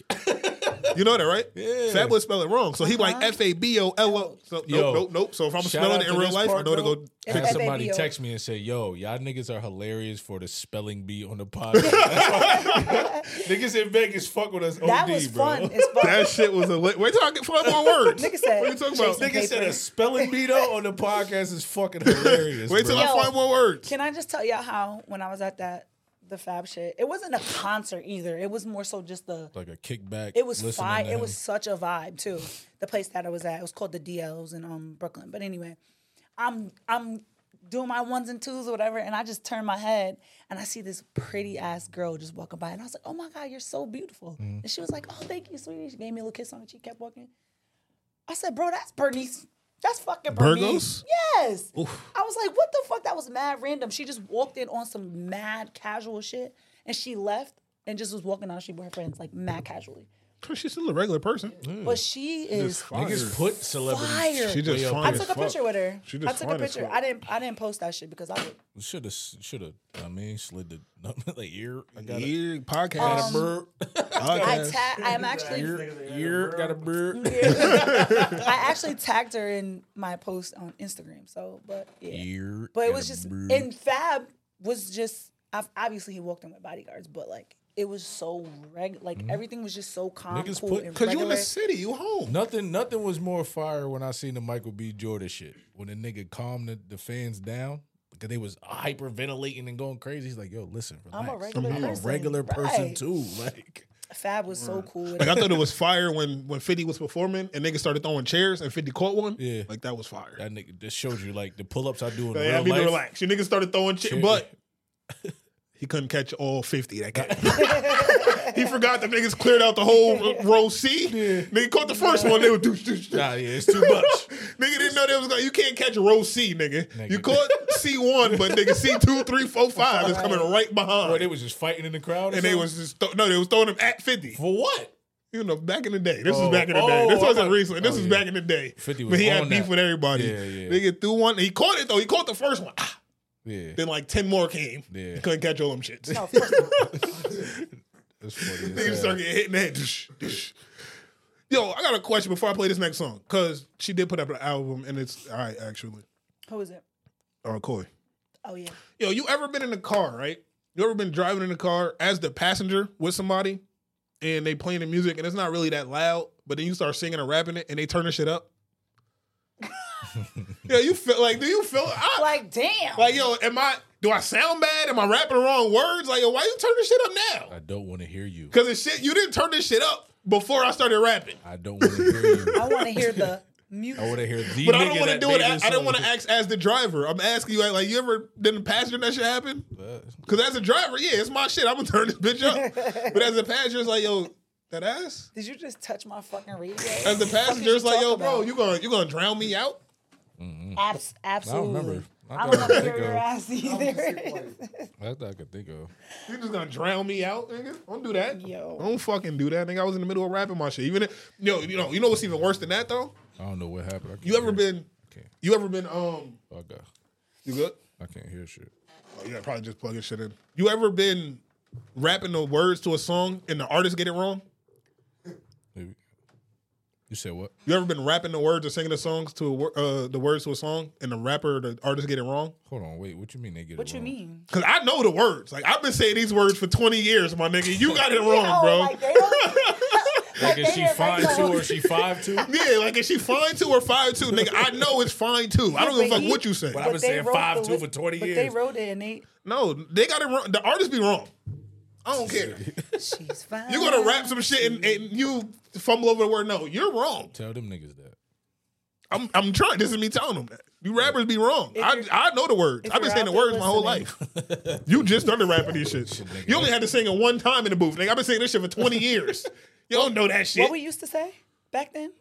A: You know that, right?
B: Yeah.
A: Fabulous spell it wrong. So he
C: Uh-huh.
A: like F A B O L O. So
B: Yo.
A: nope, nope, nope. So if I'm
B: Shout
A: spelling
B: out
A: it
B: to
A: in real
B: this
A: life, I
B: part,
A: know to
B: bro.
A: go.
C: It's
B: Had somebody
C: FABO.
B: text me and say, "Yo, y'all niggas are hilarious for the spelling bee on
A: (laughs)
B: the podcast." (laughs) niggas in Vegas fuck with us.
C: That
B: OD,
C: was
B: bro.
C: fun.
B: (laughs)
C: It's fun.
A: That shit was a lit. We're talking fun more words.
C: Nigga said,
A: what are you talking about?
C: Jason
B: Niggas said
C: paper.
B: a spelling bee though on the podcast is fucking hilarious.
A: Wait till
B: bro.
A: I find more words.
C: Can I just tell y'all how when I was at that the Fab shit, it wasn't a concert either. It was more so just the
B: like a kickback.
C: It was
B: listening
C: fire.
B: to
C: It
B: him.
C: was such a vibe too. The place that I was at, it was called the DLs in um Brooklyn. But anyway, I'm I'm doing my ones and twos or whatever, and I just turn my head and I see this pretty ass girl just walking by, and I was like, "Oh my god, you're so beautiful!"
B: Mm-hmm.
C: And she was like, "Oh, thank you, sweetie." She gave me a little kiss on the cheek, kept walking. I said, "Bro, that's Bernice." That's fucking Bernice.
A: Burgos?
C: Yes.
A: Oof.
C: I was like, what the fuck? That was mad random. She just walked in on some mad casual shit and she left and just was walking down the street with her friends, like mad casually.
A: She's still a regular person.
C: But she is
A: fire.
B: Niggas put celebrities.
C: fire.
A: She just
B: way up
A: fine
C: I
B: there.
A: as
C: took a picture with her.
A: She just
C: I took a
A: fine as
C: picture.
A: fuck.
C: I didn't. I didn't post that shit because I would.
B: Should have, should have. I mean, slid the (laughs) the ear. I got a,
A: Ear podcast.
B: got a bird.
C: Um, I ta- I'm actually.
B: Ear, ear, got a bird.
C: I actually tagged her in my post on Instagram. So, but yeah.
B: Ear.
C: But it
B: got
C: was
B: a
C: just
B: bird.
C: and Fab was just. I've, obviously, he walked in with bodyguards, but like it was so reg. Like everything was just so calm,
B: Niggas
C: cool,
B: put-
C: and
A: Because you in the
C: regular.
A: city, you home.
B: Nothing, nothing was more fire when I seen the Michael B. Jordan shit. When the nigga calmed the, the fans down because they was hyperventilating and going crazy. He's like, "Yo, listen,
C: I'm
B: relax.
C: a regular
B: I'm a
C: person,
B: regular person
C: right.
B: too." (laughs) Like,
C: Fab was so cool. with
A: Like I
C: it.
A: thought it was fire when when Fifty was performing and niggas started throwing chairs and Fifty caught one.
B: yeah,
A: Like that was fire.
B: that nigga just showed you like the pull ups I do in
A: Yeah, I mean
B: real
A: to
B: life. (laughs)
A: relax. You niggas started throwing
B: Shit.
A: chairs, but He couldn't catch all 50 that
B: (laughs)
A: game. he forgot the niggas cleared out the
C: (laughs)
A: whole uh, row C. Nigga caught the first one, they would do
B: Nah, yeah, it's too much.
A: nigga didn't know they was going. You can't catch row C, nigga. You caught C one, but nigga C two, three, four, five is coming right behind.
B: Where they was just fighting in the crowd, or
A: and they
B: something?
A: was just th- no, they was throwing them at fifty
B: for what?
A: You know, back in the day. This
B: Oh,
A: was back in the
B: oh,
A: day. This
B: I
A: wasn't
B: thought-
A: recent. This
B: oh,
A: was
B: yeah.
A: back in the day.
B: 50 was
A: but he
B: on
A: had beef
B: that.
A: with everybody.
B: Yeah, yeah.
A: Nigga threw one. He caught it though. He caught the first one. Ah.
B: Yeah.
A: Then like ten more came.
B: Yeah.
A: He couldn't catch all them shits. (laughs)
B: No, of That's funny.
A: Niggas
B: as hell.
A: start getting hit in the head. Dish, dish. Yo, I got a question before I play this next song because she did put up an album and it's all right actually.
C: Who is it?
A: Uh, Koi.
C: Oh yeah.
A: Yo, you ever been in a car, right? You ever been driving in a car as the passenger with somebody and they playing the music and it's not really that loud, but then you start singing and rapping it and they turn the shit
B: (laughs)
A: up? yeah, you feel like, do you feel I,
C: like damn?
A: Like, yo, am I do I sound bad? Am I rapping the wrong words? Like, yo, why you turn this shit up now?
B: I don't want to hear you.
A: Cause it's shit you didn't turn this shit up before I started rapping.
B: I don't want to hear you.
C: (laughs) I want to hear the music.
B: I want to hear the.
A: but I
B: nigga
A: don't want to
B: that
A: do
B: made
A: it.
B: this
A: I, I don't
B: song.
A: want to ask as the driver. I'm asking you, like, like, you ever did the passenger that shit happen? Because as a driver, yeah, it's my shit. I'm gonna (laughs) turn this bitch up. but as a passenger, it's like, yo, that ass.
C: Did you just touch my fucking radio?
A: As the passenger, it's like, yo, bro, you gonna you gonna drown me out?
C: Abs- absolutely.
B: remember. I
C: I
B: thought I
C: don't want to
B: think
C: hear your
B: of-
C: (laughs) ass either.
B: That's what I could think of.
A: You just gonna drown me out, nigga? Don't do that. Yo, don't fucking do that, nigga. I was in the middle of rapping my shit. Even if, yo, you know, you know what's even worse than that though?
B: I don't know what happened. I can't
A: You ever
B: hear.
A: been? You ever been? Um,
B: Oh, God.
A: you good?
B: I can't hear shit.
A: Oh, yeah, probably just plug your shit in. You ever been rapping the words to a song and the artist get it wrong?
B: You said what?
A: You ever been rapping the words or singing the songs to a, wor- uh, the words to a song and the rapper or the artist get it wrong?
B: Hold on, wait. What you mean they get
C: What
B: it
C: you
B: wrong?
C: mean?
A: Cause I know the words. Like I've been saying these words for twenty years, my nigga. You got
C: (laughs)
A: it
C: Oh,
A: wrong, bro.
T: (laughs)
B: Like, is she fine too or is she five too?
A: yeah, like is she fine two or five two, nigga? I know it's fine two. I don't give a
C: But
A: fuck
C: he-
A: what you say.
C: but they wrote the li- but They wrote it and they.
A: No, they got it wrong. The artist be wrong. I don't care.
T: (laughs)
C: She's fine.
A: You gonna rap some shit and, and you fumble over the word? No, you're wrong.
B: (laughs) Tell them niggas that.
A: I'm I'm trying. This is me telling them that. You rappers be wrong. I I know the words.
C: if
A: I've been
C: you're
A: saying the
C: out there
A: words my whole life. you just started rapping these shits. You only had to sing it one time in the booth. Nigga, I've been singing this shit for 20
C: (laughs)
A: years. You don't know that shit.
C: What we used to say back then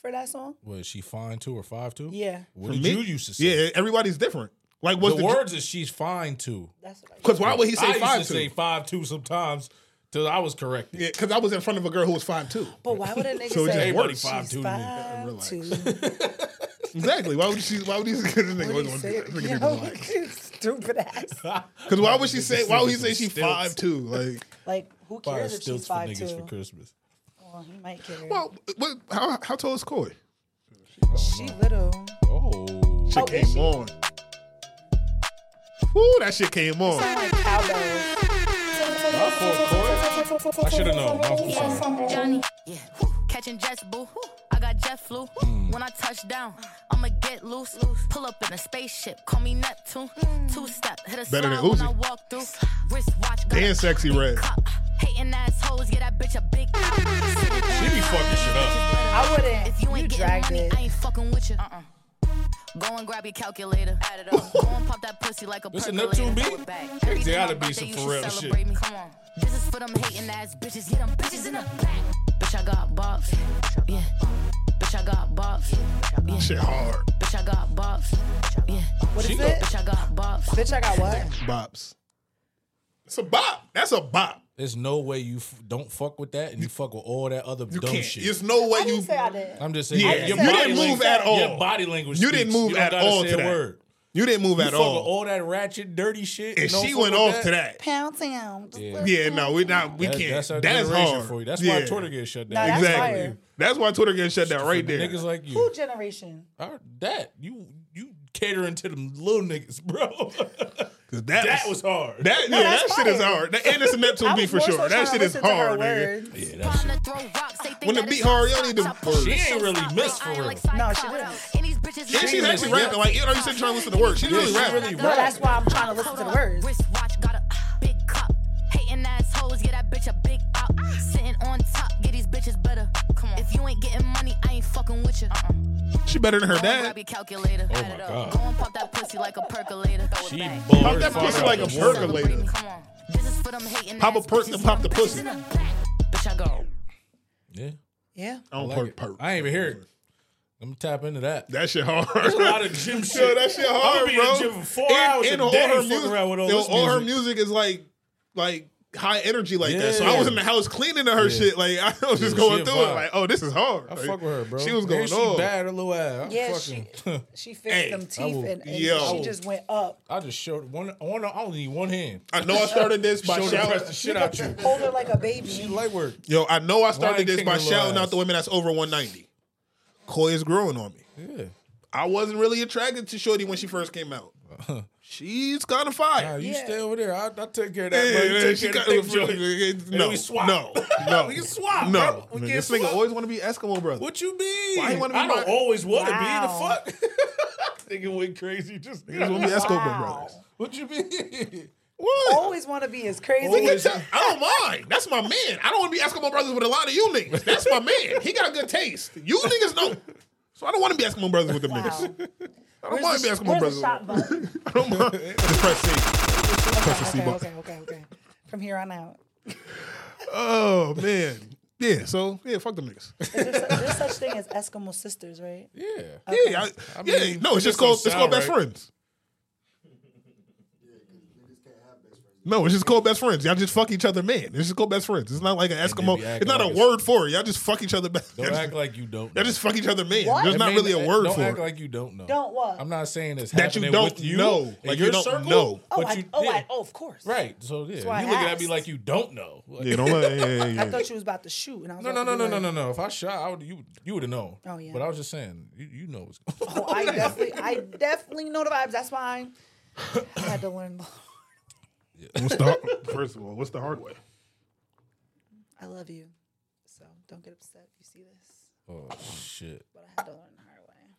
C: for that song?
B: Was she fine too or five too?
C: Yeah.
B: What
A: For
B: did
A: me?
B: you used to say?
A: Yeah, everybody's different. Like what's
B: the,
A: the,
B: words is she's fine too.
C: That's what
A: Because why would he say
B: I
A: five
B: used to
A: two?
B: say five two sometimes till I was corrected.
A: Yeah, because I was in front of a girl who was five two.
C: But why would a
B: (laughs)
C: nigga
A: So it
C: say
A: just works.
C: she's
A: Five two to me.
C: five two?
A: Exactly. Why would she? Why would he? (laughs) This nigga
C: What do you
A: wasn't
C: say?
A: gonna do that. Nigga
C: You
A: didn't
C: know,
A: like.
B: (laughs)
C: Stupid ass.
A: Because why would she say? Why would he say
B: Some
A: she
B: stilts.
A: five two? Like,
C: Like who
B: Buy her
C: cares if she's
B: stilts for
C: five
B: niggas for
C: two?
B: Christmas.
C: Well, he might care.
A: well, what, how how tall is Koi?
C: she little.
B: Oh,
A: Shit
C: Oh, is
A: came
C: she?
A: on. Woo, that shit came on.
B: I shoulda known. My fault.
T: Johnny, yeah. Catching jets, boo. I got jet flu. When I touch down, I'ma get loose. Pull up in a spaceship, call me Neptune. Two step, hit a
A: Better than
T: slide when
A: Uzi.
T: I walk through. Wrist watch, got
A: And sexy red.
T: hating assholes, yeah, that bitch a big.
B: She be fucking shit up.
C: I wouldn't.
T: If you ain't getting
C: dragged
T: money,
C: it.
T: I ain't fucking with you. Uh-uh. Go and grab your calculator. Add it up. Go and pop that pussy like a
B: This a
T: percolator.
B: Neptune beat?
T: Throw it back.
B: There
T: Everything
B: gotta
T: I
B: be
T: bought
B: some
T: that you
B: Pharrell
T: should
B: shit.
T: celebrate me. Come on. This is for them hating ass bitches. Get them bitches in the back. Bitch, I got bucks. Yeah. Bitch, I got bucks. Yeah.
A: Shit hard.
T: Bitch, I got bucks. Yeah.
C: What
A: She
C: is
A: got-
C: it?
T: Bitch, I got bucks.
C: Bitch, I got what?
A: Bops. It's a bop. That's a bop.
B: There's no way you f- don't fuck with that and you fuck with all that other dumb
A: Can't-
B: shit.
A: There's no way you.
C: Say I did.
B: I'm just saying.
A: Yeah, you
B: your body
A: didn't move
B: language-
A: at all.
B: Your body language.
A: You didn't
B: speaks.
A: move
B: You don't
A: at
B: gotta
A: all
B: say
A: to
B: a
A: that.
B: Word.
A: You didn't move
B: You
A: at
B: fuck with
A: all.
B: all that ratchet, dirty shit.
A: And
B: don't
A: she
B: fuck
A: went
B: with
A: off to that.
C: Pound town.
B: Yeah.
A: Yeah, no, we not. We
B: That-
A: can't.
B: That's
A: That's,
B: our generation
A: hard.
B: for you. That's why
A: Yeah.
B: Twitter gets shut
C: Nah,
B: down.
C: that's
A: exactly.
C: fire.
A: That's why Twitter gets shut down right
B: For the
A: there.
B: Niggas like you.
C: Who generation?
B: I- That you you catering to them little niggas, (laughs) bro.
A: That,
B: That was hard.
A: That
B: No,
A: yeah,
B: that's
A: that shit is
B: fire.
A: hard. That, and it's a Neptune
B: I
A: beat
B: was
A: for
B: more
A: sure.
B: so
A: that
B: trying to
A: shit is
B: listen to her
A: hard, nigga.
C: words.
B: Yeah,
T: Time to throw rocks. They think
A: When the
T: that
A: beat
T: it's
A: hard, y'all need the words.
B: She ain't really miss for real.
C: No, she didn't.
T: And these bitches
A: And she's actually rapping. Like, you know, you said trying to listen to the words. She's
B: Yeah,
A: really
B: she
A: rapping.
B: really
C: No, that's why I'm trying to listen to the words.
T: Wristwatch got a big cup. Hating assholes, yeah, that bitch a big up. Sitting on top, get these bitches better. Come on. If you ain't getting money, I ain't fucking with you. Uh-uh.
A: She better than her
T: Go and grab
A: dad.
T: your calculator.
A: Oh
T: Add
A: my
T: it up.
A: God.
T: Go and pop that pussy like a percolator. Throw it
B: She
T: back.
B: balled
A: Pump that
B: fuck
A: pussy
B: out
A: like a
B: the water.
A: percolator.
T: Come on. but I'm hating.
A: Pop a
T: ass
A: perk
T: bitches.
A: and pop the pussy.
T: Bitch, I go.
B: Yeah.
C: Yeah.
A: I don't
B: like
A: perk,
B: it. I ain't even hear it. Let me tap into that. That shit hard.
R: There's a lot of gym shit.
A: (laughs) Yo, that shit hard,
R: I'm be
A: bro.
R: in the gym for four hours a
A: all
R: day
A: her
R: fucking
A: music,
R: around with all
A: yo,
R: this
A: all her
R: music.
A: music is like, like high energy like that. So
R: Yeah.
A: I was in the house cleaning to her shit. Like (laughs) I was just
B: Yeah, she
A: going
B: a
A: through
B: vibe.
A: it. Like, oh, this is hard.
B: I
A: Like,
B: fuck with her, bro.
A: She was
B: Man,
A: going
B: she
A: off.
B: bad her little ass. I'm
C: Yeah,
B: fucking.
C: She fixed them teeth and, and she just went up.
B: (laughs) I just showed one. one I only need one hand.
A: I know I started this by
B: Shoulder
A: shout-
B: press the shit
A: (laughs)
B: out you.
C: Hold her like a baby.
B: She light work.
A: Yo, I know I started
B: Lion
A: this
B: King
A: by
B: her little
A: shouting
B: ass.
A: out the women that's over 190. Koi is growing on me.
B: Yeah.
A: I wasn't really attracted to Shorty when she first came
B: (laughs)
A: out. She's kind of fire.
B: Nah, you stay over there. I, I take care of that.
A: Yeah,
B: bro. You
A: yeah,
B: take
A: she
B: care of
A: got-
B: the thing for me. And
A: No,
B: we swap.
A: no, no.
B: (laughs) we can swap.
A: No,
B: bro. We
A: nigga,
B: can
A: this nigga
B: swap.
A: always want to be Eskimo brother.
B: What you mean?
A: Why he wanna be
B: I don't
A: my-
B: always want to
A: Wow.
B: be. The fuck? (laughs) Nigga went crazy. Just
A: Niggas want to
B: (laughs)
A: be Eskimo brothers.
B: What you mean?
C: Always want to be as crazy.
A: (laughs) Nigga, t- I don't mind. That's my man. I don't want to be Eskimo brothers with a lot of you niggas. That's my man. He got a good taste. You niggas know. So I don't want to be Eskimo brothers with them niggas. I don't want to
C: Where's the-
A: be Eskimo
C: where's
A: brothers.
C: the
A: (laughs)
C: shot button?
A: I don't mind. Just press C. Just press the C
C: Okay,
A: button.
C: okay, okay, okay. From here on out.
A: Oh man. Yeah, so yeah, fuck them
C: (laughs)
A: niggas.
C: There's such thing as Eskimo sisters, right?
B: Yeah.
A: Yeah, I,
B: I
A: yeah.
B: mean,
A: No,
B: it
A: it's just
B: just
A: called
B: don't
A: it's called
B: sound
A: best
B: right.
A: friends. No, it's just called best friends. Y'all just fuck each other, man. It's just called best friends. It's not like an Eskimo.
B: we act
A: It's not a
B: like
A: word for it. Y'all just fuck each other. Back.
B: Don't act like you don't.
A: Y'all just fuck each other, man.
C: What?
A: There's
B: It
A: not
B: may- eh,
A: really a word
B: don't
A: for
B: act
A: it.
B: like you don't know.
C: Don't what?
B: I'm not saying this
A: That you
B: happening
A: don't
B: with you.
A: know.
B: in
A: Like,
B: your
A: you don't
B: circle,
A: know.
C: Oh,
B: but
C: I,
B: you
C: oh,
B: yeah.
C: I, oh, of course.
B: Right. So yeah,
C: That's
B: you
C: why I
B: looking at me
C: asked.
B: like you don't know.
A: Yeah, don't let- yeah, yeah, yeah.
C: I thought you was about to shoot, and I was
B: No, no,
C: about
B: no,
C: to
B: no,
C: be
B: no,
C: like,
B: no, no. If I shot, I would. You, you would have known.
C: Oh, yeah.
B: But I was just saying, you, you know what's going.
C: (laughs) Oh, I definitely, I definitely know the vibes. That's why I had to learn. more.
A: What's the hard- (laughs) first of all? What's the hard way?
C: I love you, so don't get upset if you see this.
B: on. Oh shit.
C: But I had to learn the hard way.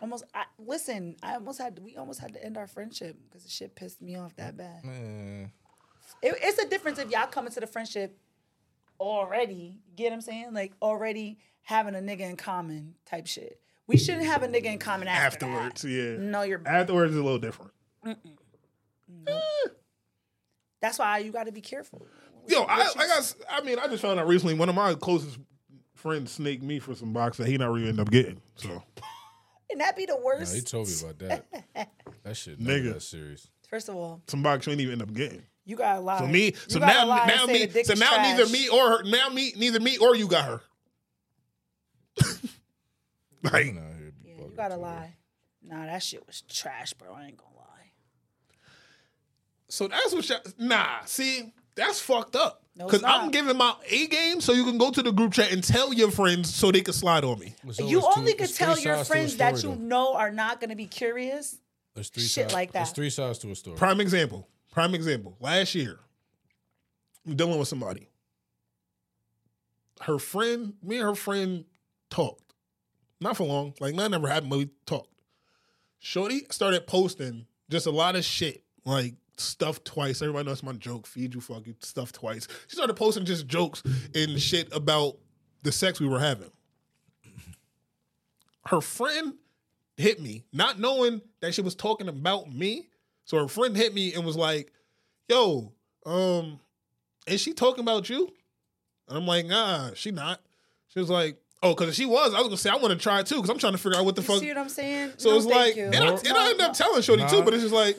C: Almost, I, listen. I almost had. We almost had to end our friendship because the shit pissed me off that bad.
B: Man.
C: It, it's a difference if y'all come into the friendship already. Get what I'm saying? Like already having a nigga in common type shit. We shouldn't have a nigga in common after.
A: Afterwards, yeah.
C: No, you're.
A: Afterwards is a little different. Eh.
C: That's why you got to be careful.
A: Yo, I, I got. s- I mean, I just found out recently one of my closest friends snaked me for some box that he not really end up getting. So
C: And that be the
B: No,
C: worst.
B: he told me about that.
C: (laughs)
B: That shit,
A: Nigga.
B: nigga, that serious.
C: First of all,
A: some box you ain't even end up getting.
C: you got a lie.
A: So me,
C: You
A: so
C: gotta
A: now,
C: lie and
A: now
C: say
A: me,
C: the dick
A: so
C: is
A: now neither
C: trash.
A: me or her, now me, neither me or you got her. (laughs) like,
C: Yeah, you gotta lie. Nah, that shit was trash, bro. I ain't gonna lie.
A: so that's what. you nah, see, that's fucked up.
C: No, it's
A: Cause I'm
C: not.
A: giving my A game, so you can go to the group chat and tell your friends so they can slide on me.
C: you only could tell your friends that you know are not gonna be curious.
B: There's three
C: Shit
B: sides.
C: like
B: There's
C: that.
B: three sides to a story.
A: Prime example. Prime example. Last year, I'm dealing with somebody. Her friend, me and her friend talked. Not for long. Like nothing ever happened, but we talked. Shorty started posting just a lot of shit. Like stuff twice. Everybody knows my joke. Feed you fucking stuff twice. She started posting just jokes and shit about the sex we were having. Her friend hit me, not knowing that she was talking about me. So her friend hit me and was like, "Yo, um, is she talking about you?" And I'm like, "Nah, she not." She was like, "Oh, because if she was, I was gonna say I want to try it too, because I'm trying to figure out what the
C: You
A: fuck."
C: see what I'm saying?
A: so
C: No,
A: it's
C: thank
A: like,
C: you.
A: and, I, and I ended up telling Shorty too,
B: Nah.
A: but it's just like,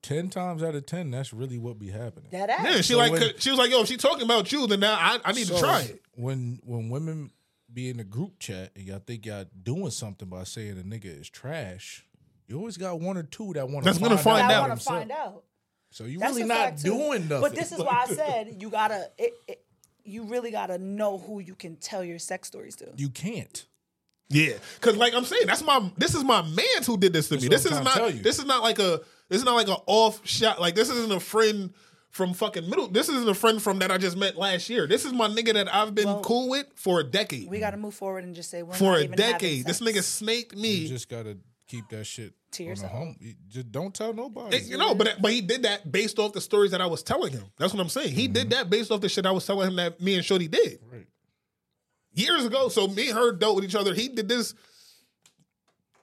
B: Ten times out of ten, that's really what be happening.
C: that ass.
A: man, she
B: So
A: like,
B: when-
A: she was like, "Yo, if she talking about you, then now I, I need
B: So,
A: to try it."
B: When when women be in the group chat and y'all think y'all doing something by saying a nigga is trash, you always got one or two that want to
A: That's gonna find
C: I
A: out
C: want to find out.
B: So you
C: That's
B: really
C: a
B: not
C: fact, too.
B: doing nothing.
C: But this is why
B: (laughs)
C: I said you gotta. It, it, you really gotta know who you can tell your sex stories to.
B: you can't.
A: Yeah, because like I'm saying, that's my this is my man's who did this to
B: That's
A: me.
B: what
A: This
B: I'm
A: is
B: trying to tell
A: not
B: you.
A: this is not like a this is not like a off shot. Like this isn't a friend from fucking middle. This isn't a friend from that I just met last year. This is my nigga that I've been cool with for a decade.
C: We gotta move forward and just say we're
A: For
C: not
A: a
C: even having
A: decade, this
C: sex.
A: nigga snaked me.
B: You just gotta keep that shit
C: To
B: on the
C: yourself.
B: home. You just don't tell nobody.
A: It- you know, but but he did that based off the stories that I was telling him. That's what I'm saying. He did that based off the shit I was telling him that me and Shorty did
B: Mm-hmm. Right.
A: years ago. So me and her dealt with each other. He did this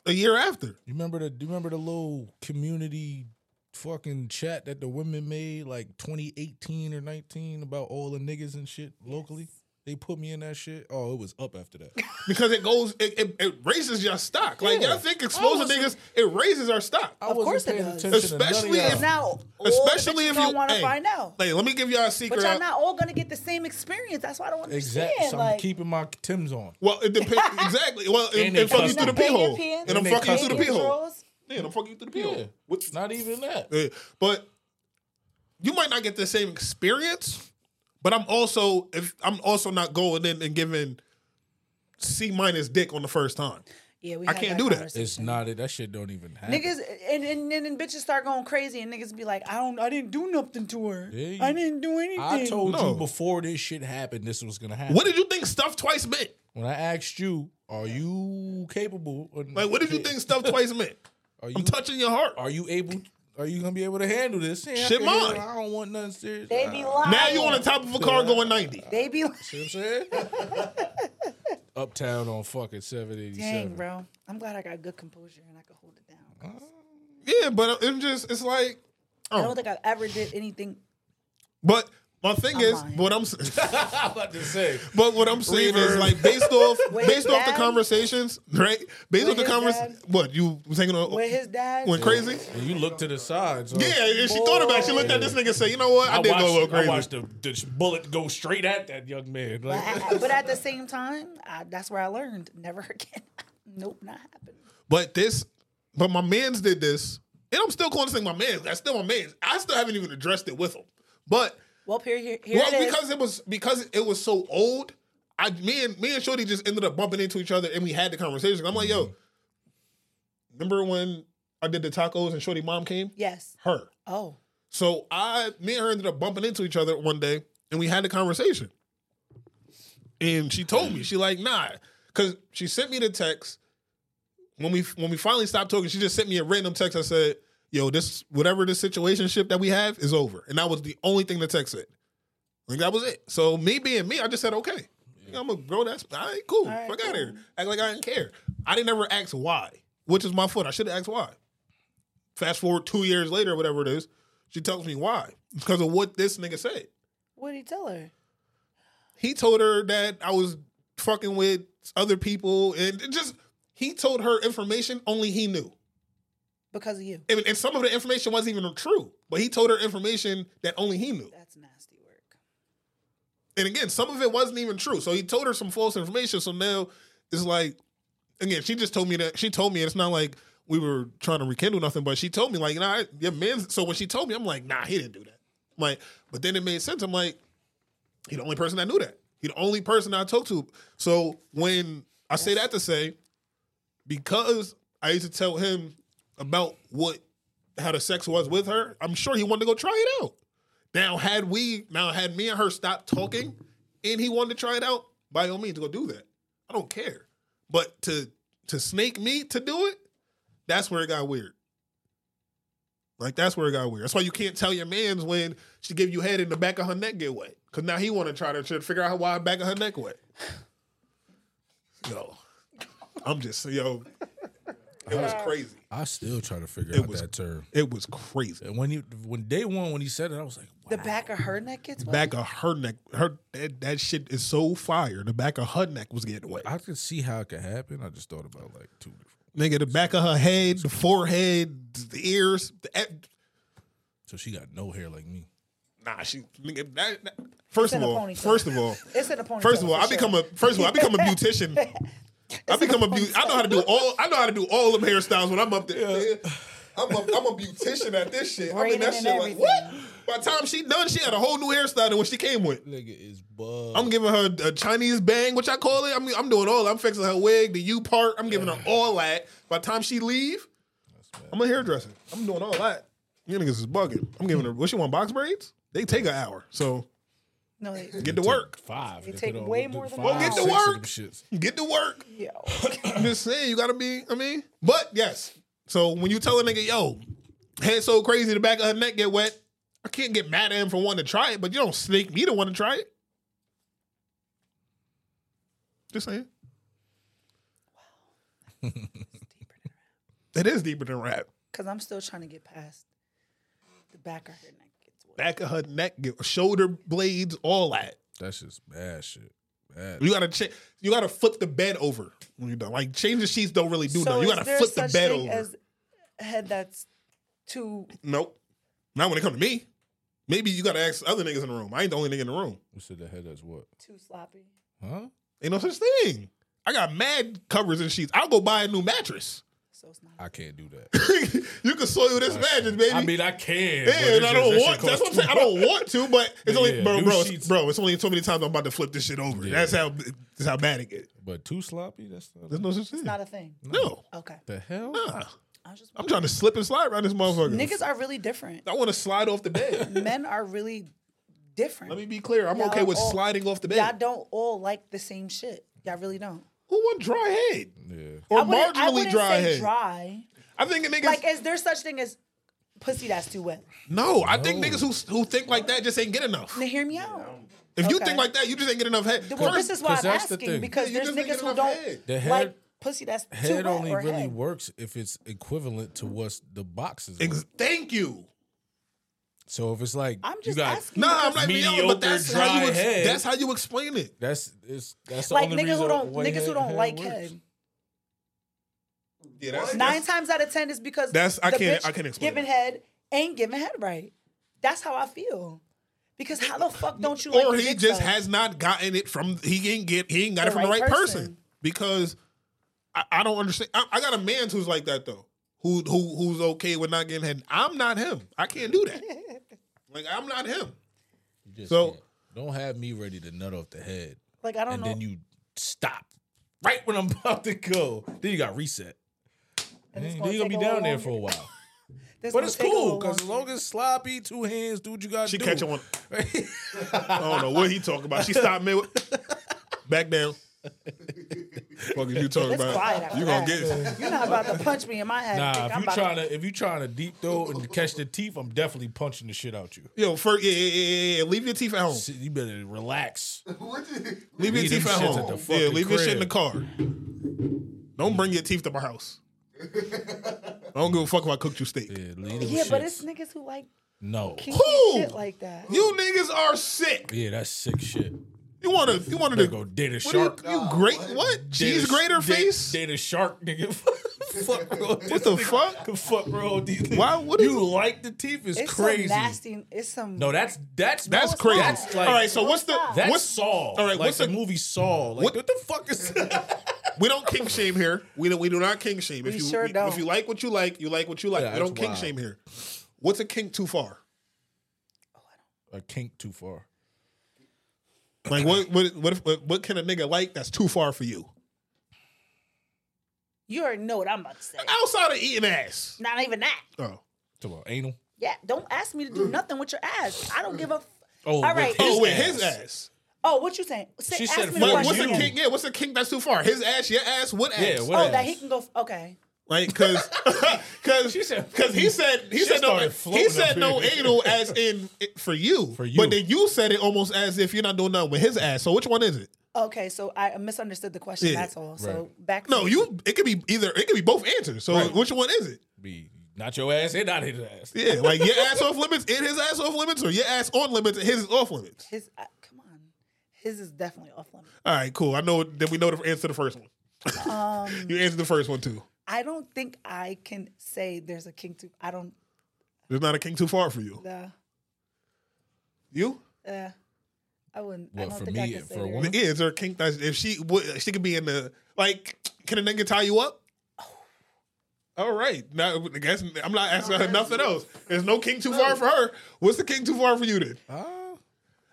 A: a year after.
B: You remember the? Do you remember the little community fucking chat that the women made like 2018 or 19 about all the niggas and shit locally? They put me in that shit. Oh, it was up after that.
A: because it goes, it, it, it raises your stock. Like
B: Yeah. Oh,
A: y'all think exposing
B: I
A: niggas, it raises our stock.
C: Of course it does.
A: Especially if,
C: Because now,
A: especially if you
C: don't want to
A: hey,
C: find out.
A: Hey, let me give y'all a
C: But
A: secret.
C: y'all
A: out-
C: not all gonna get the same experience. That's why I don't understand.
B: Exactly. So I'm
C: like,
B: keeping my Tim's on.
A: Well, it depends. exactly. Well,
B: And
A: and,
B: they
A: and fuck you
B: custom.
A: through the pee hole.
C: European?
A: And I'm
B: And they
A: fucking through the pee
B: custom.
A: hole. Yeah, and I'm fucking you through the pee hole. What's
B: Not even that.
A: Yeah, But you might not get the same experience. But I'm also if I'm also not going in and giving C minus dick on the first time.
C: yeah, we
A: I
C: had
A: can't do that.
C: conversation.
B: It's not it. That shit don't even happen.
C: Niggas and, and and then bitches start going crazy and niggas be like, I don't, I didn't do nothing to her.
B: Yeah, you-
C: I didn't do anything.
B: I told
C: No.
B: you before this shit happened, this was gonna happen.
A: What did you think stuff twice meant?
B: When I asked you, are you capable? Or
A: Like, what did
B: (laughs)
A: you think stuff twice meant?
B: Are you,
A: I'm touching your heart.
B: Are you able? Are you gonna be able to handle this? Hey, I
A: Shit
B: can handle
A: mine.
B: it. I don't want nothing serious.
C: They be lying.
A: Now you on the top of a car going 90.
C: They be like,
B: See what I'm saying?
C: (laughs)
B: Uptown on fucking seven eighty
C: dang,
B: seven.
C: bro. I'm glad I got good composure and I could hold it down.
A: Oh. Yeah, but it's just it's like
C: I
A: oh.
C: don't think I've ever did anything.
A: But my thing
C: I'm
A: is,
C: lying.
A: what I'm, s-
B: I'm about to say.
A: but what I'm saying is
B: Reverb.
A: like based
C: (laughs)
A: off
C: With
A: based off the
C: dad?
A: conversations, right? Based
C: With
A: off the
C: his
A: convers,
C: dad?
A: what you was hanging on
C: With his dad,
A: went crazy.
B: And you look to the side. So
A: Yeah, and she thought about. it. She looked at this nigga and said, "You know what? I, did
B: watched,
A: go a little
B: I
A: crazy."
B: watched the, the bullet go straight at that young man. Like,
A: (laughs)
C: but at the same time, I, that's where I learned. Never (laughs) again. nope, not happening.
A: But this, but my man's did this, and I'm still calling this thing my man's. That's still my man's. I still haven't even addressed it with him. But
C: Well, here, here, here
A: well,
C: it is.
A: because it was because it was so old, I me and me and Shorty just ended up bumping into each other, and we had the conversation. I'm like, "Yo, remember when I did the tacos and Shorty mom came?
C: yes.
A: Her."
C: Oh,
A: So I, me and her ended up bumping into each other one day, and we had a conversation. And she told me, she like, nah, because she sent me the text. When we when we finally stopped talking, she just sent me a random text. I said, "Yo, this whatever this situation ship that we have is over," and that was the only thing the text said. Like that was it. So me being me, I just said, "Okay, I'm a grown ass. I ain't cool. Fuck out here. Act like I didn't care. I didn't ever ask why, which is my foot. I should have asked why." Fast forward two years later, whatever it is, she tells me why. Because of what this nigga said.
C: what did he tell her?
A: He told her that I was fucking with other people and it just he told her information only he knew.
C: Because of you.
A: And, and some of the information wasn't even true, but he told her information that only he knew.
C: That's nasty work.
A: And again, some of it wasn't even true. So he told her some false information. So now it's like, again, she just told me that she told me it's not like we were trying to rekindle nothing, but she told me like, nah, your man's. So when she told me, I'm like, nah, he didn't do that. I'm like, but then it made sense. I'm like, he the only person that knew that. He the only person I talked to. So when I say that to say, because I used to tell him about what how the sex was with her, I'm sure he wanted to go try it out. Now, had we now had me and her stopped talking, and he wanted to try it out, by all means, go do that. I don't care. But to to snake me to do it, that's where it got weird. Like that's where it got weird. That's why you can't tell your man's when she give you head in the back of her neck get wet. Cause now he want to try to try to figure out why the back of her neck wet. Yo, I'm just yo. It was crazy.
B: I still try to figure
A: It
B: out
A: was-
B: that term.
A: It was crazy.
B: And when you when day one when he said it, I was like,
C: The back of her neck gets wet.
A: Back of her neck, her that, that shit is so fire. The back of her neck was getting wet.
B: I could see how it could happen. I just thought about like two. different-
A: Nigga, the back of her head, the forehead, the ears. The, e,
B: So she got no hair like me.
A: nah, she. Nigga, that, that- first
C: It's
A: of
C: in a
A: all,
C: ponytail.
A: first of all,
C: (laughs) It's in a ponytail.
A: First of all,
C: for
A: I become
C: sure.
A: a first of all, I
C: (laughs)
A: become a beautician. I become a beauty. I know how to do all. I know how to do all them hairstyles when I'm up there. man. I'm a, I'm a beautician at this shit. I mean
C: Braiding
A: that
C: and
A: shit like what? By the time she done, she had a whole new hairstyle than what she came with.
B: Nigga is bug.
A: I'm giving her a Chinese bang, which I call it. I'm I'm doing all. I'm fixing her wig, the U part. I'm giving her all that. By the time she leave, I'm a hairdresser. I'm doing all that. You niggas is bugging. I'm giving her. What she want? Box braids? They take an hour. So
C: No, they,
A: (laughs) get to work.
B: Five.
C: They
B: They
C: take
B: put on-
C: way
B: they
C: more than
B: five,
A: Well, get to
B: six of
A: work.
B: them shits.
A: Get to work.
C: yo.
A: I'm just saying, you gotta be. I mean, but yes. So when you tell a nigga, yo, head so crazy, the back of her neck get wet. I can't get mad at him for wanting to try it, but you don't snake me to want to try it. Just saying.
C: (laughs)
A: Wow, it is deeper than rap.
C: Because I'm still trying to get past The back of her neck.
A: Back of her neck, get- shoulder blades, all that.
B: That's just bad shit. Bad.
A: You gotta cha- you gotta flip the bed over when you're done. Like change the sheets don't really do
C: so
A: nothing. You
C: is
A: gotta
C: there
A: flip the
C: such
A: bed
C: thing
A: over.
C: As a head that's too.
A: Nope. Not when it come to me. Maybe you gotta ask other niggas in the room. I ain't the only nigga in the room.
B: You said the head as what?
C: Too sloppy.
B: Huh?
A: Ain't no such thing. I got mad covers and sheets. I'll go buy a new mattress. (laughs)
B: I can't do that.
A: You can soil this mattress, baby.
B: I mean, I can. but
A: Yeah,
B: it's
A: and I
B: just-
A: don't
B: that shit
A: want. That's
B: costs
A: what I'm saying.
B: too
A: I don't want to, but it's
B: Yeah,
A: only
B: yeah,
A: bro,
B: new
A: bro, it's,
B: sheets.
A: bro. It's only so many times I'm about to flip this shit over. That's how. That's how bad it gets.
B: But too sloppy. That's not
A: There's no such
C: It's
A: thing.
C: not a thing.
A: No.
C: Okay.
B: The hell?
A: Nah. I'm trying to slip and slide around this motherfucker.
C: Niggas are really different.
A: I want to slide off the bed.
C: (laughs) Men are really different. Let
A: me be clear. I'm okay with sliding off the bed.
C: Y'all don't all like the same shit. Y'all really don't.
A: Who want dry head?
B: Yeah.
A: Or
C: I wouldn't- I
A: marginally
C: wouldn't
A: dry
C: say
A: head.
C: Dry.
A: I think niggas.
C: Like, is there such thing as pussy that's too wet?
A: No, I think niggas who who think like that just ain't get enough.
C: Now hear me out.
A: If you
C: Okay.
A: think like that, you just ain't get enough head.
C: Well, this
A: First-
C: is why I'm asking because
A: Yeah, you
C: there's
A: just ain't
C: niggas
A: get
C: who
A: enough
C: don't
A: head.
B: The
C: like
B: head-
C: pussy that's too
B: Head
C: wet
B: only
C: or
B: really
C: head.
B: works if it's equivalent to what's the boxes.
A: Thank you.
B: So if it's like
C: I'm
B: you got
A: Nah, I'm like, yo,
B: mediocre
A: but that's
B: dry
A: how you ex-
B: head,
A: that's how you explain it.
B: that's it's that's the
C: like
B: only
C: niggas
B: reason
C: who don't
B: why
C: niggas
B: head-
C: who don't
B: head
C: like
B: works.
C: head.
A: Yeah, that's,
C: Nine times out of ten is because
A: That's- I
C: the
A: can't-
C: bitch
A: I can't explain
C: Giving head ain't giving head right. That's how I feel. Because how the fuck don't you?
A: or
C: like the
A: he
C: dick
A: just
C: suck?
A: has not gotten it from he ain't get he ain't got
C: The
A: it from
C: right
A: the right person,
C: person.
A: because I, I don't understand. I, I got a man who's like that though, who who who's okay with not getting head. I'm not him. I can't do
C: (laughs)
A: that. like I'm not him.
B: You just
A: So-
B: can't. don't have me ready to nut off the head.
C: Like, I don't
B: and
C: know.
B: then you stop right when I'm (laughs) about to go. Then you got reset.
C: And it's
B: Then
C: gonna
B: you're gonna
C: take
B: be
C: a little
B: down there
C: longer.
B: for a while.
C: This
B: but
C: gonna
B: it's
C: take a
B: cool
C: little
B: because as long as sloppy, two hands, do what you gotta
A: She
B: do.
A: catch him on. I don't know what he talking about. She stopped me. With, back down. Fuck is you talking
C: It's
A: about?
C: quiet after
A: you gonna
C: that.
A: get
C: You're not about to punch me in my
B: (laughs)
C: head.
B: Nah,
C: think
B: if
C: I'm
B: you
C: about
B: trying to if you trying to deep throat and catch the teeth, I'm definitely punching the shit out you.
A: yo first. Yeah, yeah, yeah, yeah, yeah. Leave your teeth at home.
B: You better relax.
A: Leave your
B: Leave them
A: teeth at
B: shits at
A: home.
B: the
A: yeah,
B: fucking
A: leave your shit in the
B: crib.
A: car. Don't bring your teeth to my house. I don't give a fuck if I cooked you steak.
B: Yeah,
C: yeah, but it's niggas who like
B: no.
C: kinky shit like that.
A: You niggas are sick.
B: Yeah, that's sick shit.
A: You wanna you wanna
B: Better go date a
A: what do you-
B: shark.
A: You, great what? Cheese grater face?
B: Date a shark, nigga. (laughs) fuck, bro.
A: What the fuck?
B: The fuck, bro?
A: Why would
B: you like the teeth? Is
C: It's
B: crazy.
C: some nasty. It's some.
B: No, that's that's
A: That's
B: no, it's
A: crazy.
B: not. That's like,
A: all right, so what's the
B: that's
A: what's
B: Saul?
A: All right,
B: like
A: what's
B: the,
A: the
B: movie Saul? Like what, the fuck is
A: we don't kink shame here. We do, we do not kink shame. If
C: We
A: you
C: sure
A: we- if
C: don't.
A: you like what you like, you like what you like.
B: Yeah,
A: we don't
B: that's
A: kink
B: wild.
A: shame here. What's a kink too far?
B: a kink too far?
A: Like what what what if, what can a nigga like that's too far for you?
C: You already know what I'm about to say.
A: Outside of eating ass.
C: Not even that.
A: Oh.
B: Talk about anal.
C: Yeah, don't ask me to do nothing with your ass. I don't give a. F-
B: Oh,
C: All
B: with
C: right.
B: his
A: oh, with
B: ass.
A: his ass.
C: oh, what you saying? Say,
B: She
C: ask
B: said
C: me
B: fuck
C: the
A: Like,
C: question
A: what's a
C: again.
A: kink? Yeah, what's a kink that's too far? His ass, your ass, what ass?
B: Yeah, what
C: oh,
B: ass?
C: that he can go. f- Okay.
A: Like, cause, (laughs) cause, cause he said he
B: She
A: said no,
B: started
A: he
B: floating
A: said
B: up
A: no
B: here.
A: anal as in it- for you, for
B: you.
A: But then you said it almost as if you're not doing nothing with his ass. So which one is it?
C: Okay, so I misunderstood the question.
A: Yeah,
C: That's all. So
B: right.
C: back.
A: No, you. It could be either. It could be both answers. So
B: Right.
A: which one is it?
B: Be not your ass and not his ass.
A: Yeah, (laughs) like your ass off limits and his ass off limits, or your ass on limits and his is off limits.
C: His, I, come on, his is definitely off limits.
A: All right, cool. I know. Then we know the answer to the first one.
C: Um,
A: (laughs) You answered the first one too.
C: I don't think I can say there's a kink to. I don't.
A: There's not a king too far for you.
C: Uh,
A: You?
C: uh, I wouldn't. I
B: What,
C: don't
B: for
C: think I
B: me
C: can
B: and
C: say
B: for a
C: there-
B: woman?
A: Yeah, is there a kink that if she would she could be in the like can a nigga tie you up? All right, now I guess I'm not asking her nothing else. There's no king too far for her. What's the king too far for you then?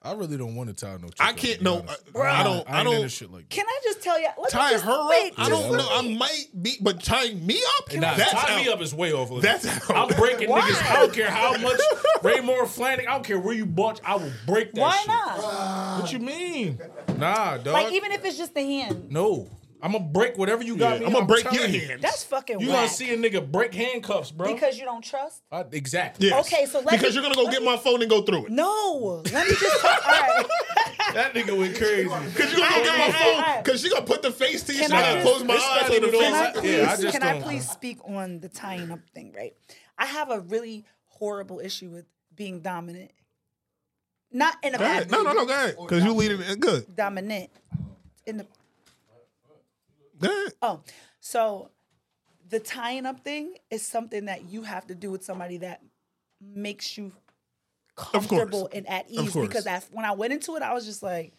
B: I really don't want to tie no. Chick
A: I
B: up, to
A: can't.
B: be
A: No,
B: honest.
A: I- I don't.
B: I
A: I
B: ain't into
A: don't
B: shit like
C: Can I just tell you? let me
A: tie
C: just-
A: her up.
C: wait,
A: I
C: just
A: don't
C: let
A: know. I
C: me-
A: might be, but tying me up.
B: Nah,
A: that's
B: tie
A: out.
B: me up is way over.
A: That's
B: I'm breaking
C: Why?
B: niggas. I don't care how much Raymore Flanagan. I don't care where you bunch. I will break that.
C: Why
B: shit.
C: not?
B: What you mean? Nah, dog.
C: Like even if it's just the hand,
B: no, I'm gonna break whatever you got.
A: Yeah,
B: me.
A: I'ma break your
B: telling you.
A: hands.
C: that's fucking.
B: You
C: whack.
B: gonna see a nigga break handcuffs, bro?
C: because you don't trust.
B: I- exactly.
A: Yes.
C: Okay, so let
A: because
C: me-
A: you're gonna go
C: let
A: get
C: me-
A: my phone and go through it.
C: No, let me just. Talk.
A: (laughs)
C: All right.
B: That nigga went crazy.
A: Because you're gonna go get my
C: Alright, alright,
A: phone.
C: alright.
A: Because she gonna put the face to you.
C: Can
A: She
C: I
A: gonna
C: just-
A: close my
B: It's not
A: eyes on the
B: even
A: face.
B: on-
C: Can I
B: Yeah, I
C: please,
B: just
C: can I
B: don't-
C: please speak on the tying up thing, right? I have a really horrible issue with being dominant. Not in a
A: Go
C: bad
A: ahead. No, no, no,
C: way.
A: go ahead. Because you leading it good.
C: Dominant. In the
A: Go ahead.
C: Oh, so the tying up thing is something that you have to do with somebody that makes you
A: course.
C: comfortable and at
A: Of
C: ease.
A: course.
C: Because I, when I went into it, I was just like,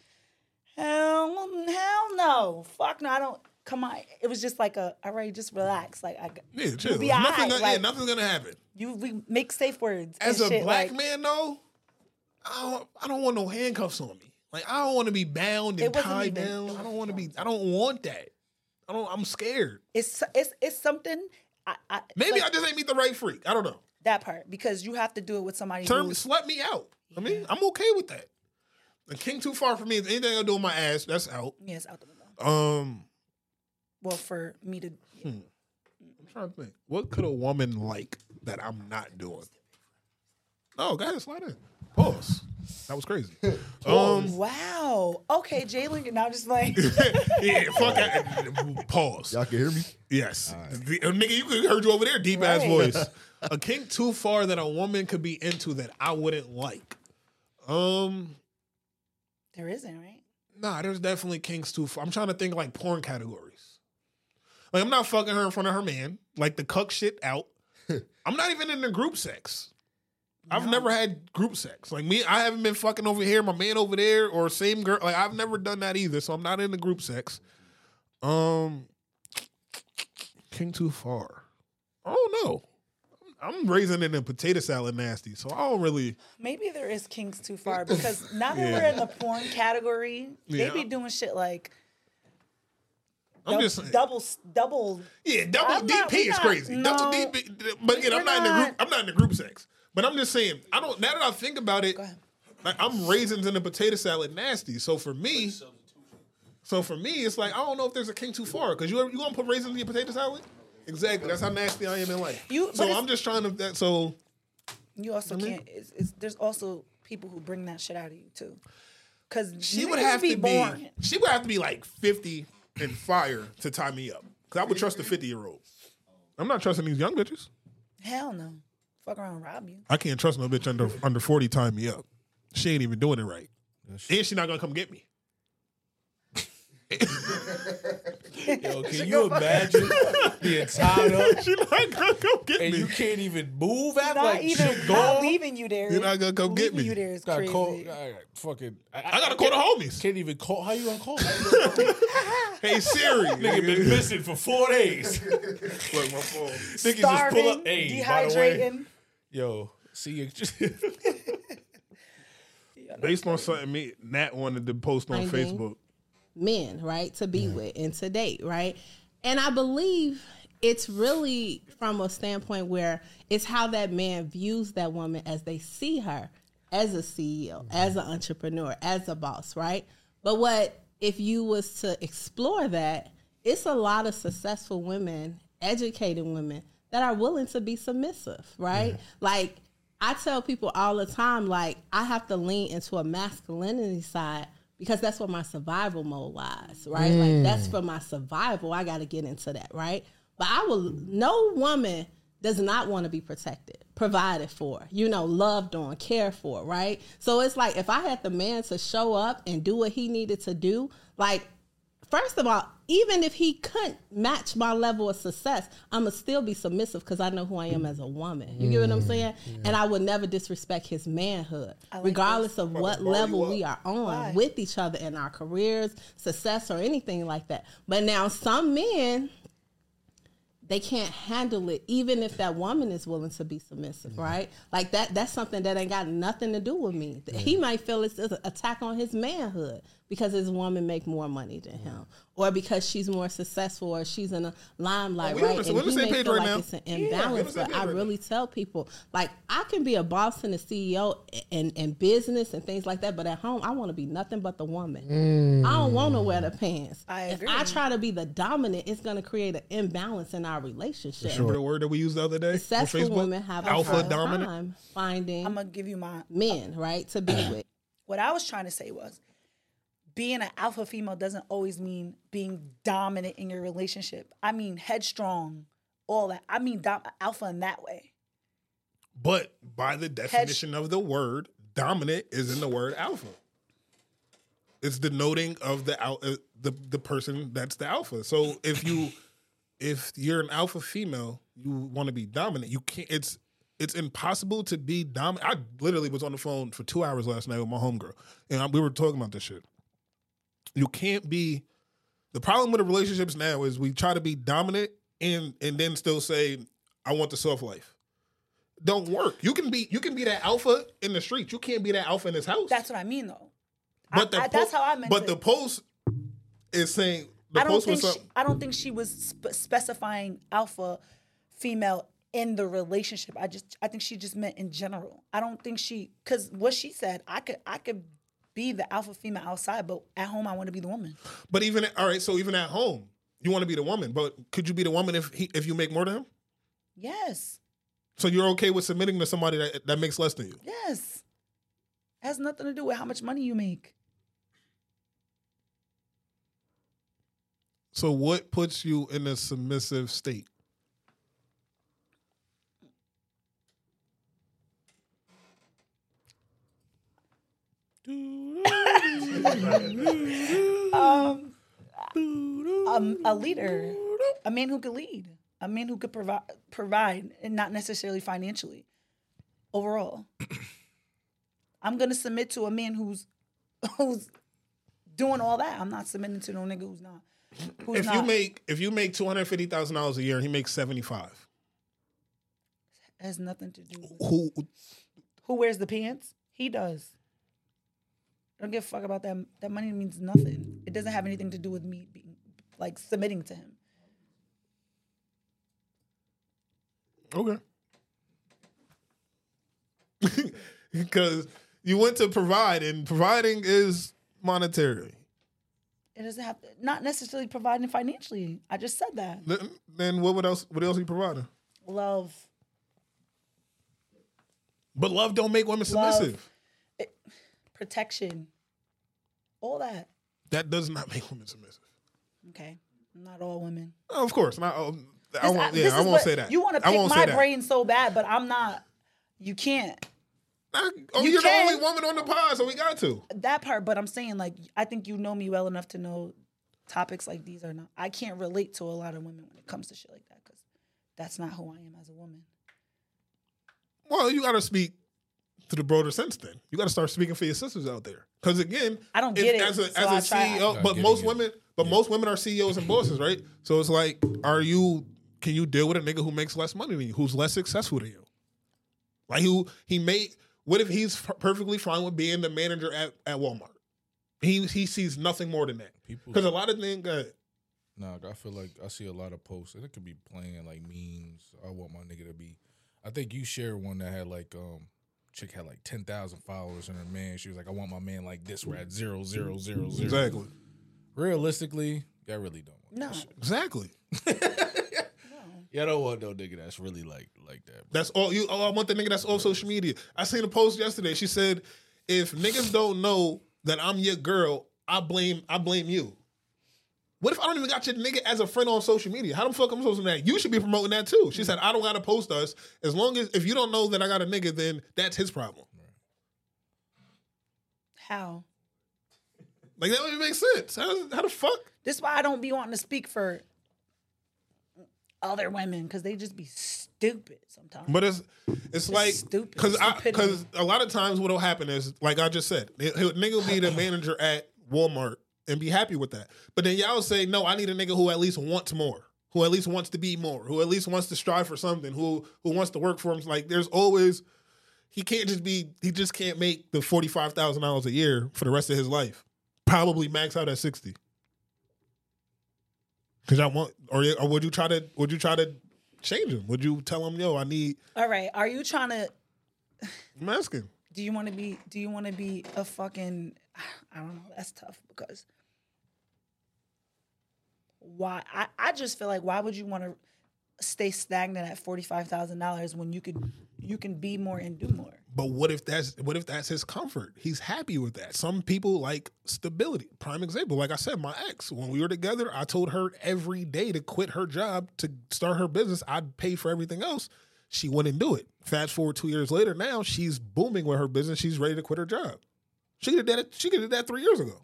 C: hell, hell no, fuck no, I don't. Come on, it was just like a all right, just relax. Like I,
A: Yeah, chill.
C: you'll be all
A: nothing
C: right.
A: gonna, yeah,
C: like
A: nothing's gonna happen.
C: you, we make safe words.
A: As
C: and
A: a
C: shit,
A: black
C: like,
A: man, though, I don't, I don't want no handcuffs on me. Like I don't want to be bound
C: It
A: and
C: wasn't
A: tied
C: even-
A: down. I don't want to be. I don't want that. I don't. I'm scared.
C: it's it's it's something. I, I
A: Maybe
C: like,
A: I just ain't meet the right freak. I don't know.
C: that part because you have to do it with somebody.
A: Term
C: who's-
A: slept me out. I mean, I'm okay with that. The king too far for me. If Anything I do with my ass, that's out.
C: Yeah, it's out the window.
A: Um,
C: Well, for me to
A: hmm. I'm trying to think. What could a woman like that I'm not doing? Oh, go ahead, slide in. Pause. That was
U: (laughs)
A: crazy. Um,
C: wow. Okay, Jalen. Now just like
A: yeah, fuck. I, pause. Y'all
U: can hear me.
A: Yes, The- uh, nigga, you could heard you over there, deep ass
U: Right. (laughs)
A: voice. a kink too far that a woman could be into that I wouldn't like. Um,
C: there isn't right.
A: Nah, there's definitely kinks too. Far. I'm trying to think like porn categories. Like I'm not fucking her in front of her man. Like the cuck shit out. I'm not even in the group sex. I've never had group sex. Like me, I haven't been fucking over here, my man over there, or same girl. Like I've never done that either. So I'm not in the group sex. Um, king too far. I don't know. I'm raising it in potato salad nasty, so I don't really.
C: Maybe there is kinks too far because now that
A: Yeah.
C: we're in the porn category,
A: Yeah.
C: they be doing shit like
A: I'm
C: dou-
A: just uh, saying.
C: double double.
A: Yeah, double
C: I'm
A: DP
C: not- we
A: is
C: not-
A: crazy. Double
C: no.
A: DP, but again, I'm
C: We're
A: not, in the
C: not-
A: group. I'm not in the group sex. But I'm just saying, I don't. Now that I think about it, like I'm raisins in a potato salad nasty. So for me, so for me, it's like I don't know if there's a king too far because you you gonna put raisins in your potato salad? Exactly. That's how nasty I am in life.
C: You- but
A: so
C: it's-
A: I'm just trying to. That, so
C: You also
A: Mhm.
C: can't. It's, it's, there's also people who bring that shit out of you too. Cause
A: she would have to be. She would have to be like 50 and fire to tie me up. Cause I would trust the 50 year old. I'm not trusting these young bitches.
C: Hell no. Fuck around, and rob you.
A: I can't trust no bitch under under forty time me up. She ain't even doing it right, and she not gonna come get me. (laughs)
R: Yo, can you imagine being tied up?
A: she not gonna come get
R: and me. you can't even move after
C: Not
R: like
C: even
R: shit
C: not
R: gone.
C: leaving you there.
A: gonna come
C: get me. You there is
R: Gotta
C: crazy.
R: call- I gotta fucking, I,
A: gotta call the homies.
R: Can't even call. How you gonna call?
A: hey
R: (laughs)
A: Siri,
R: nigga been missing for four days.
A: Look, my phone.
R: Nigga just pull up.
C: Starving,
R: Hey, by the way,
C: dehydrating.
R: yo, see you.
B: (laughs)
A: Based on something me Nat wanted to post on
V: Finding.
A: Facebook.
V: men, right, to be with and to date, right? And I believe it's really from a standpoint where it's how that man views that woman as they see her as a CEO, as an entrepreneur, as a boss, right? But what if you was to explore that, it's a lot of successful women, educated women that are willing to be submissive, right? Like I tell people all the time, like I have to lean into a masculinity side because that's where my survival mode lies, right?
D: Mm.
V: Like that's for my survival. I got to get into that, right? But I will. No woman does not want to be protected, provided for, you know, loved on, cared for, right? So it's like if I had the man to show up and do what he needed to do, like First of all, even if he couldn't match my level of success, I'ma still be submissive because I know who I am as a woman. You get what I'm
D: Mm,
V: saying? And I would never disrespect his manhood,
D: like
V: regardless of
D: About to
V: what
D: bar you
V: level
D: up.
V: we are on
D: Why?
V: with each other in our careers, success, or anything like that. But now some men, they can't handle it, even if that woman is willing to be
D: Mm-hmm.
V: submissive, right? Like that, that's something that ain't got nothing to do with me. Th-
D: Mm-hmm.
V: He might feel it's an attack on his manhood because his woman make more money than him, or because she's more successful, or she's in a limelight,
D: We on
V: right?
D: the- we on the
V: he
D: same
V: may
D: page
V: feel
D: right
V: like
D: now.
V: It's an
D: Yeah, we on the
V: imbalance,
D: same
V: but
D: page
V: I
D: right now.
V: really tell people like I can be a boss and a CEO and and business and things like that, but at home I want to be nothing but the woman.
D: Mm.
V: I don't want to wear the pants.
C: I
V: If I try to be the dominant, it's going to create an imbalance in our relationship.
A: Remember the word that we used the other day? on
V: Successful
A: Facebook?
V: women have a
A: alpha
V: hard
A: dominant.
V: time finding. I'm
C: gonna give you my
V: men, right, to be with.
C: What I was trying to say was being an alpha female doesn't always mean being dominant in your relationship. I mean headstrong, all that. I mean dom- alpha in that way.
A: But by the definition of the word, dominant is in the word alpha. It's denoting of the al- uh, the the person that's the alpha. So if you if you're an alpha female, you want to be dominant. You can't. It's it's impossible to be dominant. I literally was on the phone for two hours last night with my homegirl, and I- we were talking about this shit. You can't be. The problem with the relationships now is we try to be dominant and and then still say I want the soft life. Don't work. You can be you can be that alpha in the street. You can't be that alpha in this house.
C: That's what I mean, though.
A: But
C: I- that's how I meant
A: But
C: it.
A: the post is saying the
C: I don't
A: post
C: think
A: was
C: she,
A: something.
C: I don't think she was spe- specifying alpha female in the relationship. I just I think she just meant in general. I don't think she because what she said I could I could be the alpha female outside, but at home I want to be the woman.
A: But even all right, so even at home, you want to be the woman. But could you be the woman if he, if you make more than him?
C: Yes,
A: So you're okay with submitting to somebody that, that makes less than you?
C: yes. has nothing to do with how much money you make.
A: So what puts you in a submissive state?
C: um, um, a leader, a man who could lead, a man who could provide, provide, and not necessarily financially. Overall, (coughs) I'm gonna submit to a man who's who's doing all that. I'm not submitting to no nigga who's not. Who's
A: if
C: not.
A: you make if you make two hundred fifty thousand dollars a year and he makes seventy five,
C: It has nothing to do. With
A: who
C: who wears the pants? He does. I don't give a fuck about that. That money means nothing. It doesn't have anything to do with me being like submitting to him.
A: okay? (laughs) Because you went to provide, and providing is monetary.
C: It doesn't have not necessarily providing financially. I just said that.
A: Then, then what would else? What else you providing?
C: Love.
A: But love don't make women
C: Love.
A: submissive.
C: it- protection, all that.
A: That does not make women submissive.
C: Okay, not all women.
A: Of course, not. um, I
C: This-
A: won't.
C: this
A: Yeah, I
C: is
A: won't
C: what-
A: say that.
C: You want to
A: I
C: pick
A: won't say
C: my
A: that.
C: brain so bad, but I'm not. You can't.
A: Oh,
C: you
A: you are
C: can.
A: the only woman on the pod, so we got to.
C: That part, but I'm saying like I think you know me well enough to know topics like these are not. I can't relate to a lot of women when it comes to shit like that because that's not who I am as a woman.
A: Well, you got to speak to the broader sense. Then you got to start speaking for your sisters out there. Because again,
C: I don't
A: if-
C: get it,
A: as a,
C: so I
A: as a
C: try-
A: CEO.
C: Not
A: But
C: getting
A: most
C: it.
A: women, but most women are CEOs and bosses, right? So it's like, are you? Can you deal with a nigga who makes less money than you, who's less successful than you? Like who he may? What if he's f- perfectly fine with being the manager at, at Walmart? He he sees nothing more than that.
B: (laughs)
A: Because a lot of things. Uh,
B: Nah, I feel like I see a lot of posts, and it could be playing like memes. I want my nigga to be. I think you shared one that had like um, chick had like ten thousand followers, and her man, she was like, "I want my man like this." We're at zero, zero, zero, zero.
A: Exactly.
B: Realistically, I really don't. want
C: No,
A: Exactly.
B: Yeah, I don't want no nigga that's really like like that.
A: That's all you. Oh, I want the nigga that's all social media. I seen a post yesterday. She said, "If niggas don't know that I'm your girl, I blame I blame you." What if I don't even got your nigga as a friend on social media? How the fuck am I supposed to know that? You should be promoting that too. She said, "I don't gotta post us as long as if you don't know that I got a nigga, then that's his problem."
C: How?
A: Like that would make sense. How, how the fuck?
C: This why I don't be wanting to speak for other women because they just be stupid sometimes.
A: But it's it's like
C: stupid.
A: because
C: Stupidity.
A: because a lot of times what'll happen is like I just said, he- he'll- nigga will be the manager at Walmart and be happy with that. But then y'all say, no, I need a nigga who at least wants more, who at least wants to be more, who at least wants to strive for something, who who wants to work for him. Like there's always he can't just be he just can't make the forty five thousand dollars a year for the rest of his life. Probably max out at sixty. Cause I want, or, or would you try to? Would you try to change him? Would you tell him, yo, I need
C: all right, are you trying to?
A: I'm asking.
C: Do you want to be? Do you want to be a fucking? (sighs) I don't know. That's tough because why? I I just feel like why would you want to stay stagnant at forty five thousand dollars when you could you can be more and do more?
A: But what if that's what if that's his comfort? He's happy with that. Some people like stability. Prime example, like I said, my ex, when we were together, I told her every day to quit her job to start her business. I'd pay for everything else. She wouldn't do it. Fast forward two years later, now she's booming with her business. She's ready to quit her job. She could have done it. She could have did that three years ago.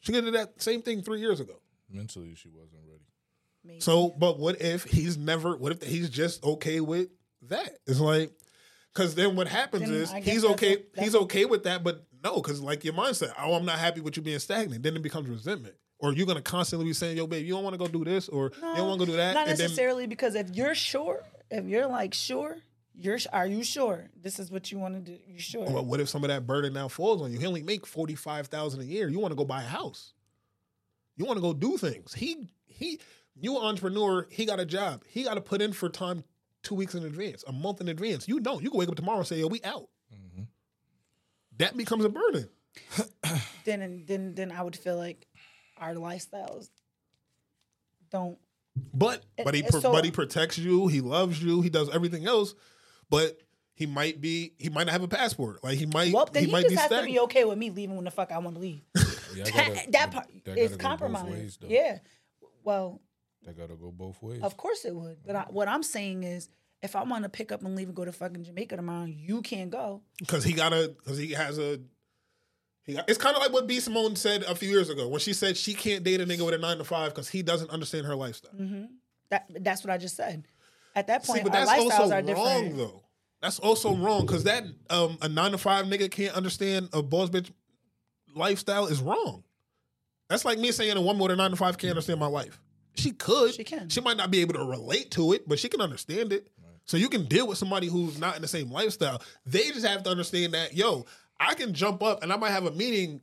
A: She could have did that same thing three years ago.
B: Mentally, she wasn't
C: (laughs)
B: ready.
A: So, but what if he's never? What if he's just okay with that? It's like, because then what happens
C: Then
A: is
C: I guess
A: he's
C: that's
A: okay.
C: what- that's
A: he's
C: what-
A: okay with that, but no, because like your mindset, oh, I'm not happy with you being stagnant. Then it becomes resentment, or you're gonna constantly be saying, "Yo, babe, you don't want to go do this, or you don't want to go do that."
C: Not
A: and then-
C: necessarily because if you're sure, if you're like sure, you're sh- are you sure this is what you want to do? You sure?
A: Well, what if some of that burden now falls on you? He only make forty five thousand a year. You want to go buy a house. You want to go do things. He he, you an entrepreneur. He got a job. He got to put in for time two weeks in advance, a month in advance. You don't. You can wake up tomorrow and say, "Yo, we out." That becomes a burden.
C: then and then then I would feel like our lifestyles don't.
A: But
C: And-
A: but he
C: and
A: pr-
C: so-
A: but he protects you. He loves you. He does everything else. But he might be he might not have a passport. Like he might
C: Well, then
A: he,
C: he,
A: might
C: just
A: be
C: has
A: stagnant.
C: to be okay with me leaving when the fuck I want to leave.
B: Yeah, I
C: that,
B: gotta-
C: that part
B: that gotta go
C: is
B: both
C: compromise.
B: ways, though.
C: yeah. Well,
B: That gotta go both ways.
C: Of course it would. But I, what I'm saying is, if I want to pick up and leave and go to fucking Jamaica tomorrow, you can't go.
A: because he got a because he has a. He got, it's kind of like what B Simone said a few years ago when she said she can't date a nigga with a nine to five because he doesn't understand her lifestyle.
C: hmm That that's what I just said. At that point,
A: See, but
C: our
A: that's
C: lifestyles
A: also
C: are
A: wrong
C: different.
A: though. That's also wrong because that um, a nine to five nigga can't understand a boss bitch lifestyle is wrong. That's like me saying a woman with a nine to five can't understand my life. She could. She can. She might not be able to relate to it, but she can understand it. So you can deal with somebody who's not in the same lifestyle. They just have to understand that, yo, I can jump up and I might have a meeting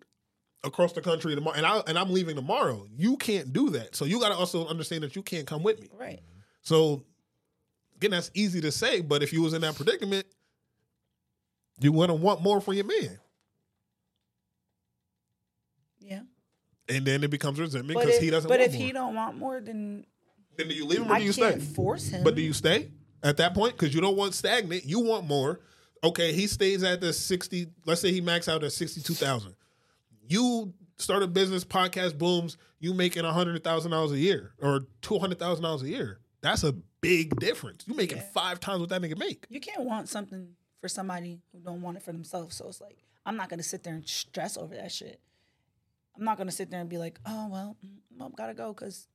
A: across the country tomorrow and I and I'm leaving tomorrow. You can't do that. So you gotta also understand that you can't come with me.
C: Right.
A: So again, that's easy to say, but if you was in that predicament, you wouldn't want more for your man.
C: Yeah.
A: And then it becomes resentment
C: But
A: because
C: if,
A: he doesn't
C: but
A: want
C: if
A: more.
C: he don't want more, then
A: Then do you leave him or
C: I
A: do you
C: can't
A: stay?
C: force him.
A: But do you stay at that point? Because you don't want stagnant. You want more. Okay, he stays at the sixty. Let's say he max out at sixty two thousand. You start a business, podcast booms. You making hundred thousand dollars a year or two hundred thousand dollars a year. That's a big difference. You making five times what that nigga make.
C: you can't want something for somebody who don't want it for themselves. So it's like I'm not gonna sit there and stress over that shit. I'm not gonna sit there and be like, oh well, mm, mom gotta go because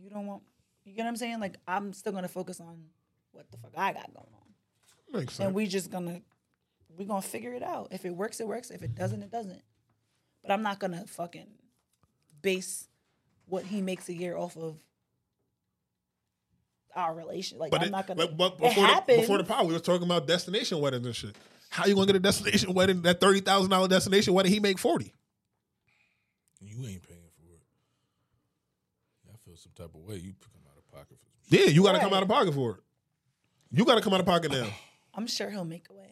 C: you don't want. You get what I'm saying? Like I'm still gonna focus on what the fuck I got going on,
A: Makes sense.
C: and we just gonna we gonna figure it out. If it works, it works. If it doesn't, it doesn't. But I'm not gonna fucking base what he makes a year off of our relation. Like
A: but
C: I'm
A: it-
C: not gonna.
A: but- but
C: it
A: before, the,
C: happens.
A: before the power, we were talking about destination weddings and shit. How you gonna get a destination wedding? That thirty thousand dollar destination wedding, he make forty.
B: You ain't paying for it. I feel some type of way. You come out of pocket for some
A: Yeah, you got to
C: Right.
A: come out of pocket for it. You got to come out of pocket
C: (laughs)
A: now. (laughs)
C: I'm sure he'll make a way.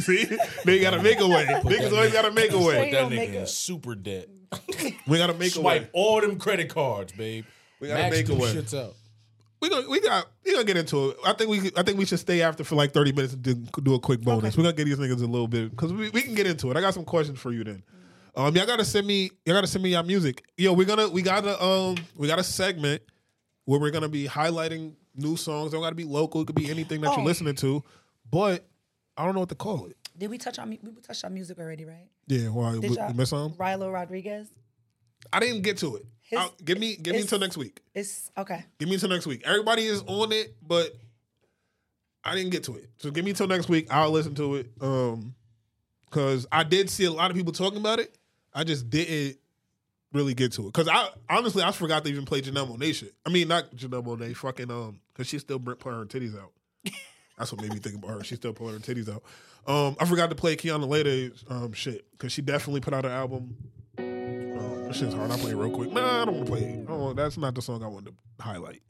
A: See, they got to make a
C: (laughs)
A: way. Niggas always got to make a
B: Put that
A: way.
B: nigga in
A: (laughs)
B: super debt.
A: We got to make a
B: Swipe
A: way.
B: all them credit cards, babe.
A: We gotta
B: Max
A: make a
B: them
A: way.
B: Shits out.
A: We gonna we got we gonna get into it. I think we I think we should stay after for like thirty minutes and do, do a quick bonus. We're gonna get these niggas a little bit because we, we can get into it. I got some questions for you then. Um, y'all gotta send me y'all gotta send me y'all music. Yo, we're gonna we gotta um we got a segment where we're gonna be highlighting new songs. They Don't gotta be local. It could be anything that
C: Oh.
A: you're listening to, but I don't know what to call it.
C: Did we touch on mu- we touched on music already, right?
A: Yeah, why we,
C: Did
A: we
C: y'all-
A: miss something?
C: Rilo Rodriguez.
A: I didn't get to it.
C: His-
A: I'll- give me give me
C: his-
A: until next week.
C: It's okay.
A: Give me until next week. Everybody is on it, but I didn't get to it. So give me until next week. I'll listen to it. Um, cause I did see a lot of people talking about it. I just didn't really get to it. Cause I honestly I forgot to even play Janelle Monae shit. I mean not Janelle Monae, fucking um, cause she's still br- putting her titties out. That's what made me think about her. She's still pulling her titties out. Um, I forgot to play Kiana Lele's um, shit because she definitely put out an album. Um, this shit's hard. I'll play it real quick. Nah, I don't want to play it. Oh, that's not the song I wanted to highlight.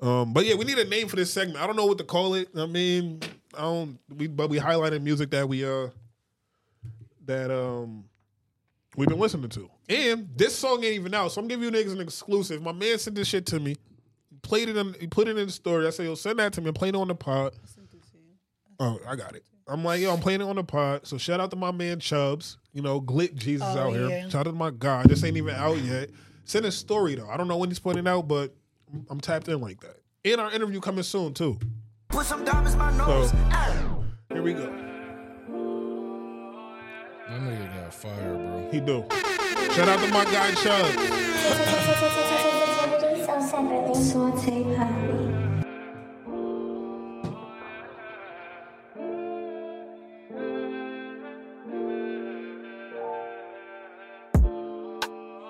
A: Um, but yeah, we need a name for this segment. I don't know what to call it. I mean, I don't. We but we highlighted music that we uh that um we've been listening to, and this song ain't even out. So I'm giving you niggas an exclusive. My man sent this shit to me. Played it in, he put it in the story. I said, yo, send that to me. I'm playing it on the pod. Oh, I got it. I'm like, yo, I'm playing it on the pod. So shout out to my man Chubbs. You know, Glit Jesus
C: Oh,
A: out here.
C: yeah.
A: Shout out to my God. This ain't even out yet. Send a story though. I don't know when he's putting it out, but I'm tapped in like that. And our interview coming soon too.
D: Put some diamonds in my nose. ah.
A: Here we go.
B: That nigga got fire, bro.
A: He do. Shout out to my guy Chug.
F: Saute papi.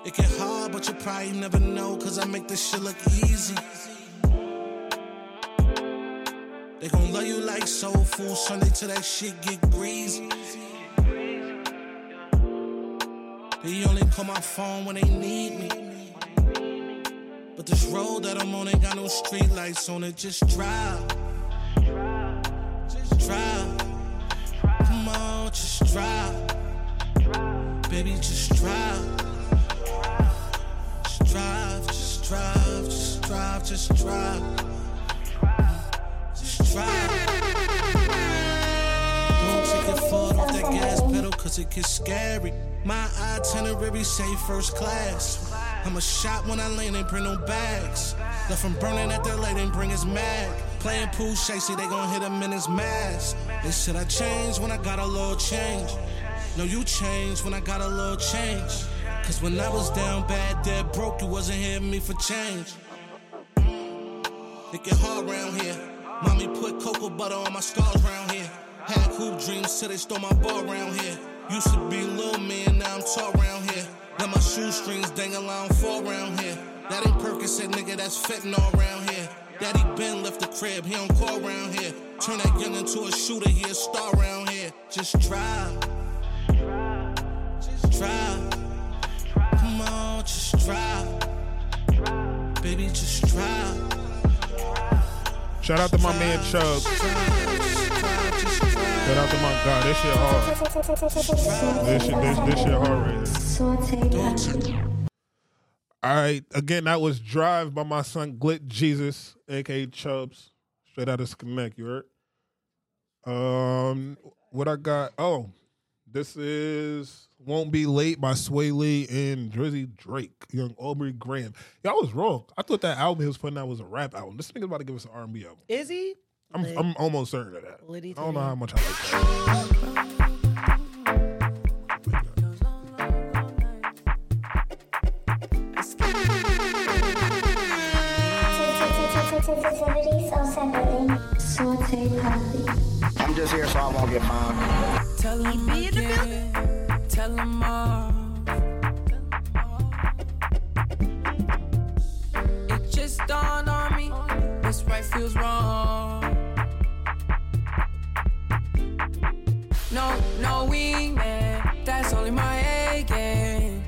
U: It get hard, but you probably never know, cause I make this shit look easy. They gon' love you like soul food Sunday till that shit get greasy. They only call my phone when they need me. But this road that I'm on ain't got no street lights on it, just drive. Just drive. Come on, just drive. Baby, just drive. Just drive, just drive, just drive, just drive. Just drive. Don't take your foot off that gas pedal, cause it gets scary. My itinerary say first class. I'm a shot when I land and bring no bags. Left from burning at the light and bring his mag. Playing pool chasey, they gon' hit him in his mask. They said I changed when I got a little change. No, you changed when I got a little change. Cause when I was down bad, dead broke, you wasn't hearing me for change. It get hard round here. Mommy put cocoa butter on my scars round here. Had hoop dreams till they stole my ball round here. Used to be little man, now I'm tall round here. Now my shoestrings dangle, I don't fall round here. That ain't Percocet, nigga, that's fentanyl round here. Daddy Ben left the crib, he don't call round here. Turn that young into a shooter, he a star round here. Just drive. Just drive. Come on, just drive. Baby, just drive.
A: Shout out to my man Chug. Shout out to my guy. This shit hard. This shit, this, this shit hard right here.
F: Saute papi.
A: All right. Again, that was Drive by my son Glit Jesus, aka Chubbs, straight out of Skamec. You heard? Um, what I got? Oh, this is Won't Be Late by Sway Lee and Drizzy Drake, young Aubrey Graham. Y'all was wrong. I thought that album he was putting out was a rap album. This nigga's about to give us an R&B album.
C: Is he?
A: I'm,
C: Lit.
A: I'm almost certain of that.
C: Liddy
A: I don't know
C: titty.
A: how much I like that.
F: Saute papi.
I: I'm just here so I won't get fined.
E: Tell him again. Tell him all. It just dawned on me. What's right feels wrong. No, no wingman. That's only my A game.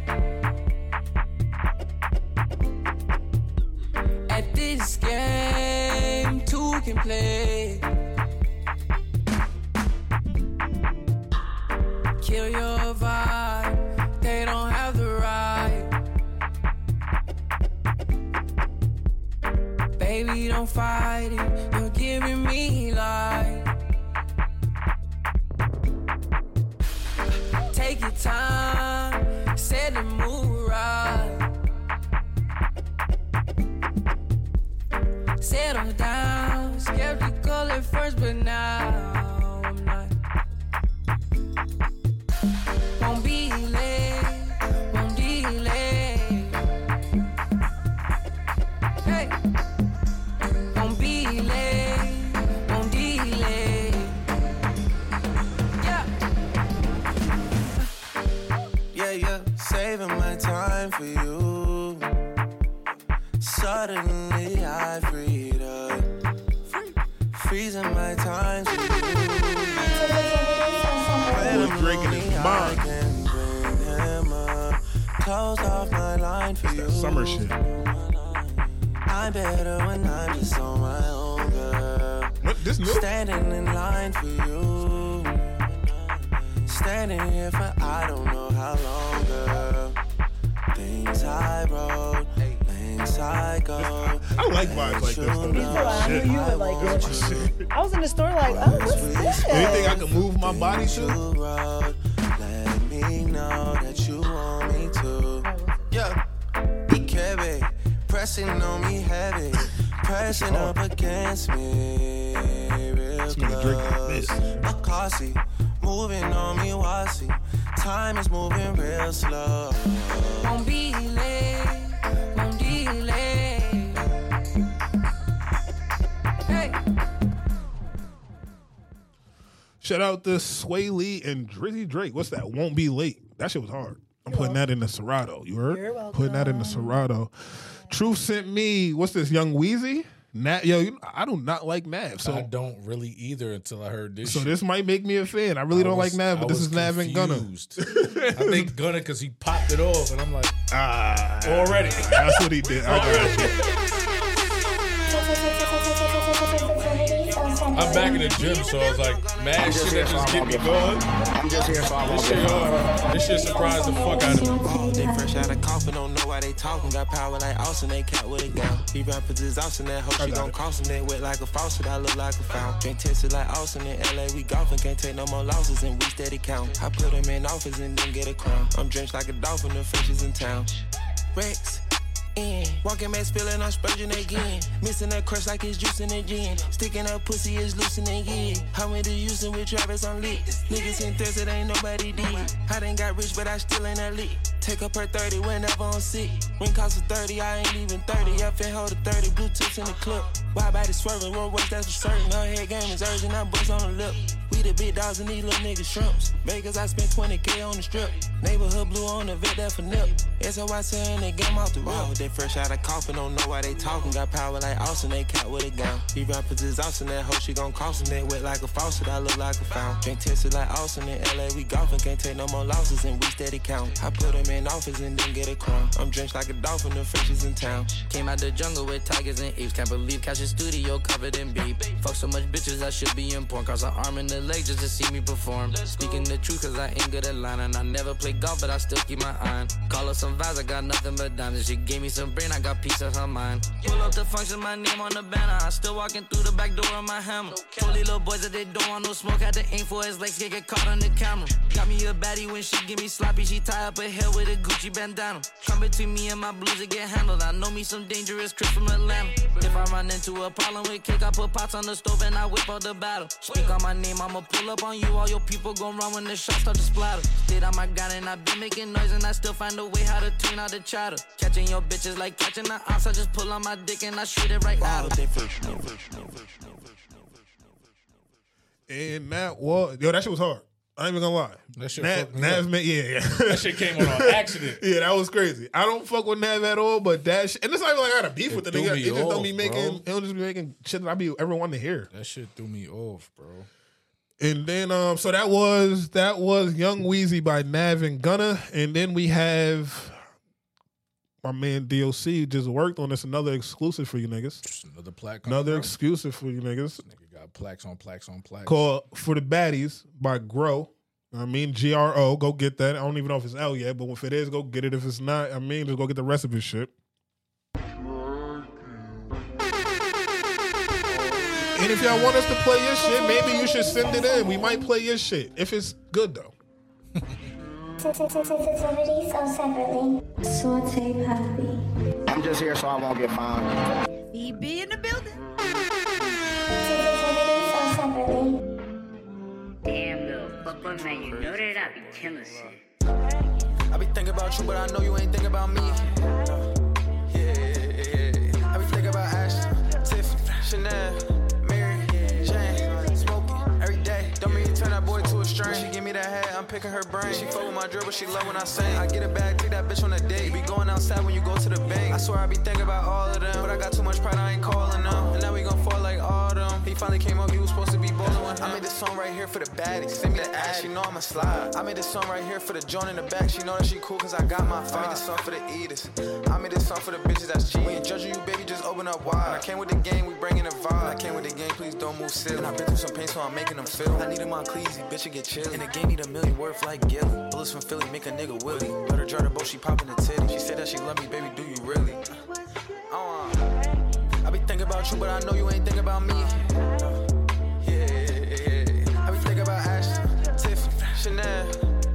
E: At this game, two can play. Kill your vibe. They don't have the right. Baby, don't fight it. You're giving me life. Take your time. Set the mood right. Settle down. Skeptical at first, but now I'm not. Won't be late, won't delay. Hey, won't be late, won't delay. Yeah.
U: Yeah, yeah, saving my time for you. Suddenly I freed up. Freezing my time for you. When I'm
A: drinking his
U: lonely, I
A: mind.
U: can bring him up. Close off my line for you.
A: Summer shit.
U: I'm better when I'm just on my own, girl.
A: This new?
U: Standing in line for you. Standing here for I don't know how long, girl. Things I wrote, things I go.
A: I like vibes like this though. This is my shit.
C: you would like
A: This is (laughs) my shit.
C: I was in the store like, oh, what's this?
A: Anything I can move my body to?
U: road. Let me know that you want me to. Yeah, be pressing on me heavy.
S: pressing up against me. Real close. A car seat, moving on me wasi. Time is moving real slow.
W: Won't be late, won't delay. Hey.
A: Shout out to Sway Lee and Drizzy Drake. What's that? Won't be late. That shit was hard. I'm putting that in the Serato. You heard?
X: You're
A: Putting that in the Serato. Truth sent me. What's this? Young Wheezy. Nat, yo, you, I do not like Nav. So
B: I don't really either until I heard this.
A: So
B: shit.
A: this might make me a fan. I really
B: I
A: don't
B: was-
A: like Nav, but
B: I
A: this
B: was
A: is Nav and Gunna.
B: I think Gunna because he popped it off, and I'm like,
A: ah,
B: already.
A: That's what he did. I got you.
Y: I'm back in the gym, so I was like, mad shit that just get me going. I'm just here for This shit hard. This shit surprised the fuck out of me.
S: Oh, they fresh out of coffin, don't know why they talking. Got power like Austin, they cat with a gun. He rappers is Austin, that hoe she gon' cross him. They wet like a faucet, I look like a fountain. Drink tested like Austin in LA, we golfing. Can't take no more losses and we steady count. I put him in office and then get a crown. I'm drenched like a dolphin, the fish is in town. Rex. In. Walking man spilling, I'm spurging again. Missing that crush like it's juicing again. Sticking up pussy is loosening again. How many using with Travis on lit? Niggas in thirst, it ain't nobody did. I done got rich, but I still ain't elite. Take up her 30 whenever I'm sick. When cost of 30, I ain't even 30. Up and hold a 30, Bluetooth in the clip. Why body swerving, roll works, that's for certain. Her head game is urgent, I'm bust on the lip. We the big dogs and these little niggas shrimps. Vegas, I spent 20k on the strip. Neighborhood blue on the vet, that for nip. SOY saying they game off the road. they fresh out of coffin, don't know why they talking. Got power like Austin, they cat with a gun. He rappers is Austin, that hoe she gon' cross him. They wet like a faucet, I look like a fountain. Drink tested like Austin in LA, we golfing. Can't take no more losses and we steady count. I put him in office and then get a crown. I'm drenched like a dolphin, the fish is in town.
E: Came out the jungle with tigers and apes. Can't believe Cash in studio covered in beef. Fuck so much bitches, I should be in porn. Cause an arm and a leg just to see me perform. Speaking the truth, cause I ain't good at lying. And I never play golf, but I still keep my eye on. Call up some vibes, I got nothing but dimes. And she gave me some brain, I got piece of her mind. Pull up the function, my name on the banner. I still walking through the back door of my hammer. Told these little boys that they don't want no smoke. Had to aim for his legs, can't get caught on the camera. Got me a baddie when she give me sloppy. She tie up her hair with a Gucci bandana. Come between me and my blues, it get handled. I know me some dangerous Chris from Atlanta. If I run into a problem with cake, I put pots on the stove and I whip out the battle. Speak on my name, I'ma pull up on you. All your people gon' run when the shots start to splatter. Stayed on my grind and I been making noise and I still find a way how to tune out the chatter. Catching your bitches like catching an ox. I just pull on my dick and I shoot it right out.
A: And Nat was yo, that shit was hard. I ain't even gonna lie. That
Y: shit
A: Nav,
Y: fucked me
A: Nav
Y: up.
A: made- yeah, yeah. (laughs)
Y: That shit came on an accident.
A: yeah, that was crazy. I don't fuck with Nav at all, but that shit, and it's not even like I got a beef with the
B: threw
A: nigga.
B: me
A: He just don't
B: off,
A: be making.
B: bro.
A: He'll just be making shit that I be ever wanting to hear.
B: That shit threw me off, bro.
A: And then um, so that was that was Young Weezy by Nav and Gunna, and then we have my man DOC just worked on this another exclusive for you niggas.
B: Another plaque. coming
A: Another
B: out.
A: exclusive for you niggas
B: Nigga got plaques on plaques on plaques.
A: called For the Baddies by Grow. I mean, G R O. Go get that. I don't even know if it's out yet, but if it is, go get it. If it's not, I mean, just go get the rest of his shit. And if y'all want us to play your shit, maybe you should send it in. We might play your shit if it's good though.
F: Sensitivity so separately. Saute puppy.
I: I'm just here so I won't get fined.
W: BB in the building.
Z: Damn, little fucker, man, you know that I be killing shit.
S: I be thinking about you, but I know you ain't thinking about me. Uh, yeah, yeah. I be thinking about Ashley, Tiffany, Chanel, Mary, Jane, smoking every day. Don't mean to turn that boy to a strain. She give me that head, I'm picking her brain. She fuck with my dribble, she love when I sing. I get a bag, take that bitch on a date. You be going outside when you go to the bank. I swear I be thinking about all of them, but I got too much pride, I ain't calling them. And now we gon' fall like autumn. He finally came up, he was supposed to be bowling with him. I made this song right here for the baddies. Send me the ad, she know I'm a slide. I made this song right here for the joint in the back. She know that she cool cause I got my five. I made this song for the eaters. I made this song for the bitches that's cheating. We ain't judging you, baby, just open up wide. I came with the game, we bringing the vibe. I came with the game, please don't move silly. And I been through some pain, so I'm making them feel. I needed my cleats, these bitches get chilly. And the game need a million worth like Gilly. Bullets from Philly, make a nigga willy. Let her drive the boat, she popping the titty. She said that she love me, baby, do you really? Uh, I be thinking about you, but I know you ain't thinking about me. Uh, yeah, yeah, yeah. I be thinking about Ashley, Tiffany, Chanel,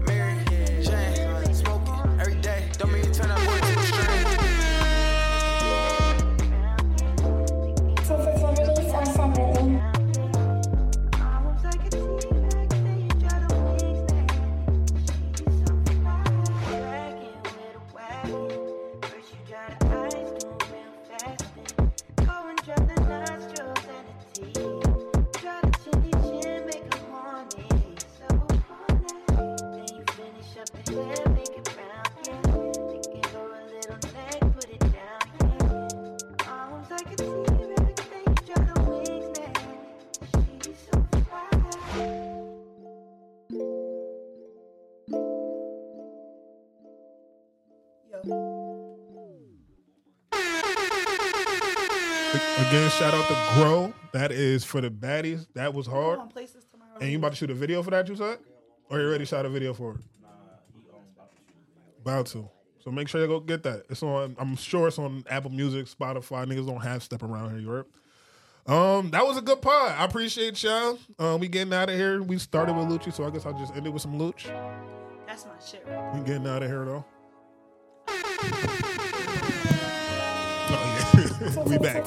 S: Mary, Jane, smoking every day. Don't mean to turn that boy to a strain.
A: Again, shout out to Grow. That is for the baddies. That was hard. And you about to shoot a video for that, you said? Or you already shot a video for it? About to. So make sure you go get that. It's on. I'm sure it's on Apple Music, Spotify. Niggas don't have step around here. You heard? Um, that was a good pod. I appreciate y'all. Um, we getting out of here. We started with Lucci, so I guess I'll just end it with some Luch.
C: That's my shit right
A: We getting out of here though. (laughs) Oh, (laughs) we back.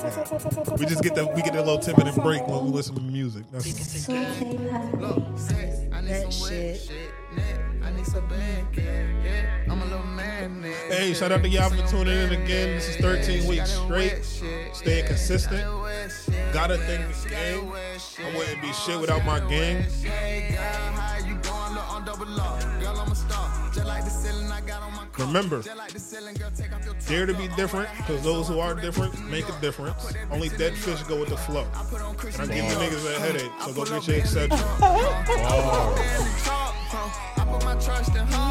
A: We just get the we get a little ten minute break when we listen to music. That's
F: Look,
I: sex, I need some wet shit. Nah, I need some bad yeah, yeah. I'm a little man. nah.
A: Hey, shout out to y'all for tuning in again. This is 13 weeks straight. Staying consistent. Gotta think the game. I wouldn't be shit without my game. Remember, dare to be different because those who are different make a difference. Only dead fish go with the flow. And I give you niggas a headache, so go get your exception.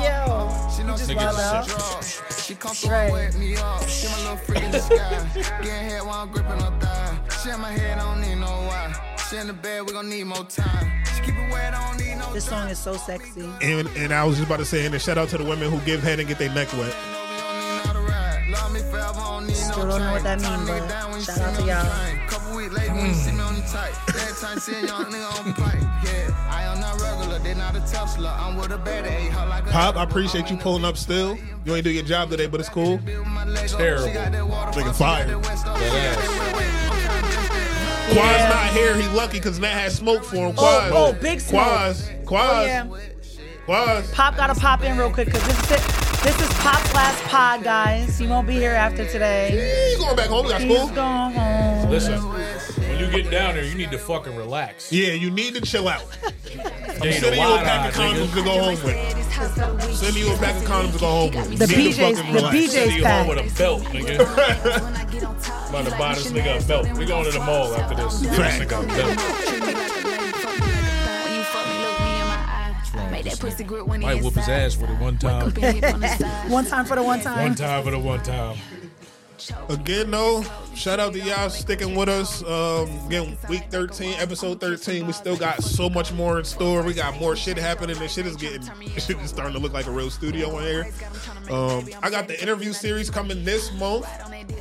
I: Yo, she knows
A: just
I: she
A: wild
I: got
A: out.
I: drugs. She comes through and wet me up. She my little freak in the sky. Getting head while I'm gripping her thigh. She in my head, I don't need no why. She in the bed, we gon' need more time. She keep it wet, I don't need no
C: This song is so sexy.
A: And, and I was just about to say, and a shout out to the women who give head and get their neck wet.
I: Love me forever, I don't need
C: Still
I: no
C: don't know what that
I: chain. Turn a
C: means,
I: nigga down
C: but
I: when you
C: shout
I: see
C: out
I: me
C: to
I: on the
C: y'all.
I: train. Couple weeks later when you see me on the tight. That time seeing young nigga on pipe. Yeah, I am not regular, they not a Tesla. I'm with a bad eight, her like a
A: Pop, I appreciate you pulling up still. You ain't do your job today, but it's cool. Terrible. Nigga fired. Quaz not here. He lucky because Nat had smoke for him. Quaz.
C: oh, big smoke.
A: Quaz.
C: Oh,
A: Quaz.
C: yeah.
A: Quaz.
C: Pop gotta pop in real quick because this is this is Pop's last pod, guys. He won't be here after today.
A: He's going back home. He got school.
C: He's going home.
R: Listen, when you get down there, you need to fucking relax.
A: Yeah, you need to chill out. I'm
R: They ain't
A: sending you a
R: wide
A: pack of
R: eye, nigga.
A: condoms to go home with. Sending you a pack of condoms to go home with.
R: The
A: Need to
R: BJ's
A: fucking
R: the
A: relax.
R: BJ's Sending you home pack. with a belt, nigga. I'm about to buy this nigga a belt. We going to the mall after this. Give this nigga a belt.
L: Made that pussy grip when
B: Might
L: he
B: whoop his ass with it one time.
C: one time for the one time.
B: One time for the one time.
A: Again, though, shout out to y'all sticking with us. Um, again, week 13, episode 13. We still got so much more in store. We got more shit happening. This shit is getting, (laughs) shit is starting to look like a real studio on here. Um, I got the interview series coming this month.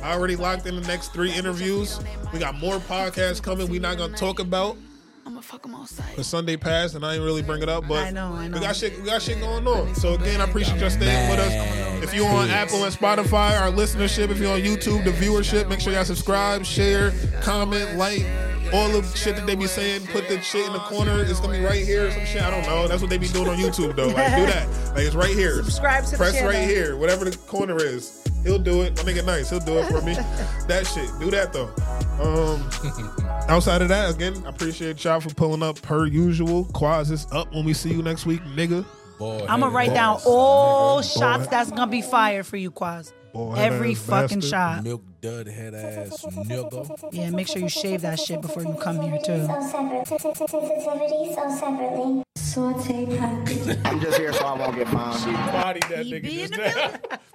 A: I already locked in the next three interviews. We got more podcasts coming. we not going to talk about.
L: I'ma fuck him on sight.
A: The Sunday passed and I ain't really bring it up, but
L: I know, I know.
A: we got shit, we got shit going on. So again, I appreciate y'all staying with us. If you're on Apple and Spotify, our listenership. If you're on YouTube, the viewership. Make sure y'all subscribe, share, comment, like. All the shit that they be saying, put the shit in the corner. It's gonna be right here or some shit. I don't know. That's what they be doing on YouTube though. Like do that. Like it's right here.
C: Subscribe to the
A: Press
C: channel.
A: right here. Whatever the corner is, he'll do it. I make it nice. He'll do it
C: (laughs)
A: for me. that shit. Do that though. Um, outside of that, again, I appreciate y'all for pulling up per usual. Quaz is up when we see you next week, nigga. Boy,
C: I'm gonna write down all shots that's gonna be fired for you, Quaz. Every fucking shot.
B: Milk dud head ass nigga.
C: Yeah, make sure you shave that shit before you come here too.
F: Sensitivities so separately. Saute papi.
G: I'm just here so I won't get fined. She
R: bodied that nigga just now.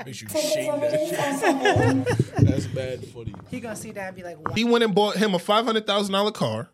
R: Makes you shake
A: that
R: shit. That's bad footy.
C: He gonna see that and be like,
A: He went and bought him a five hundred thousand dollar car.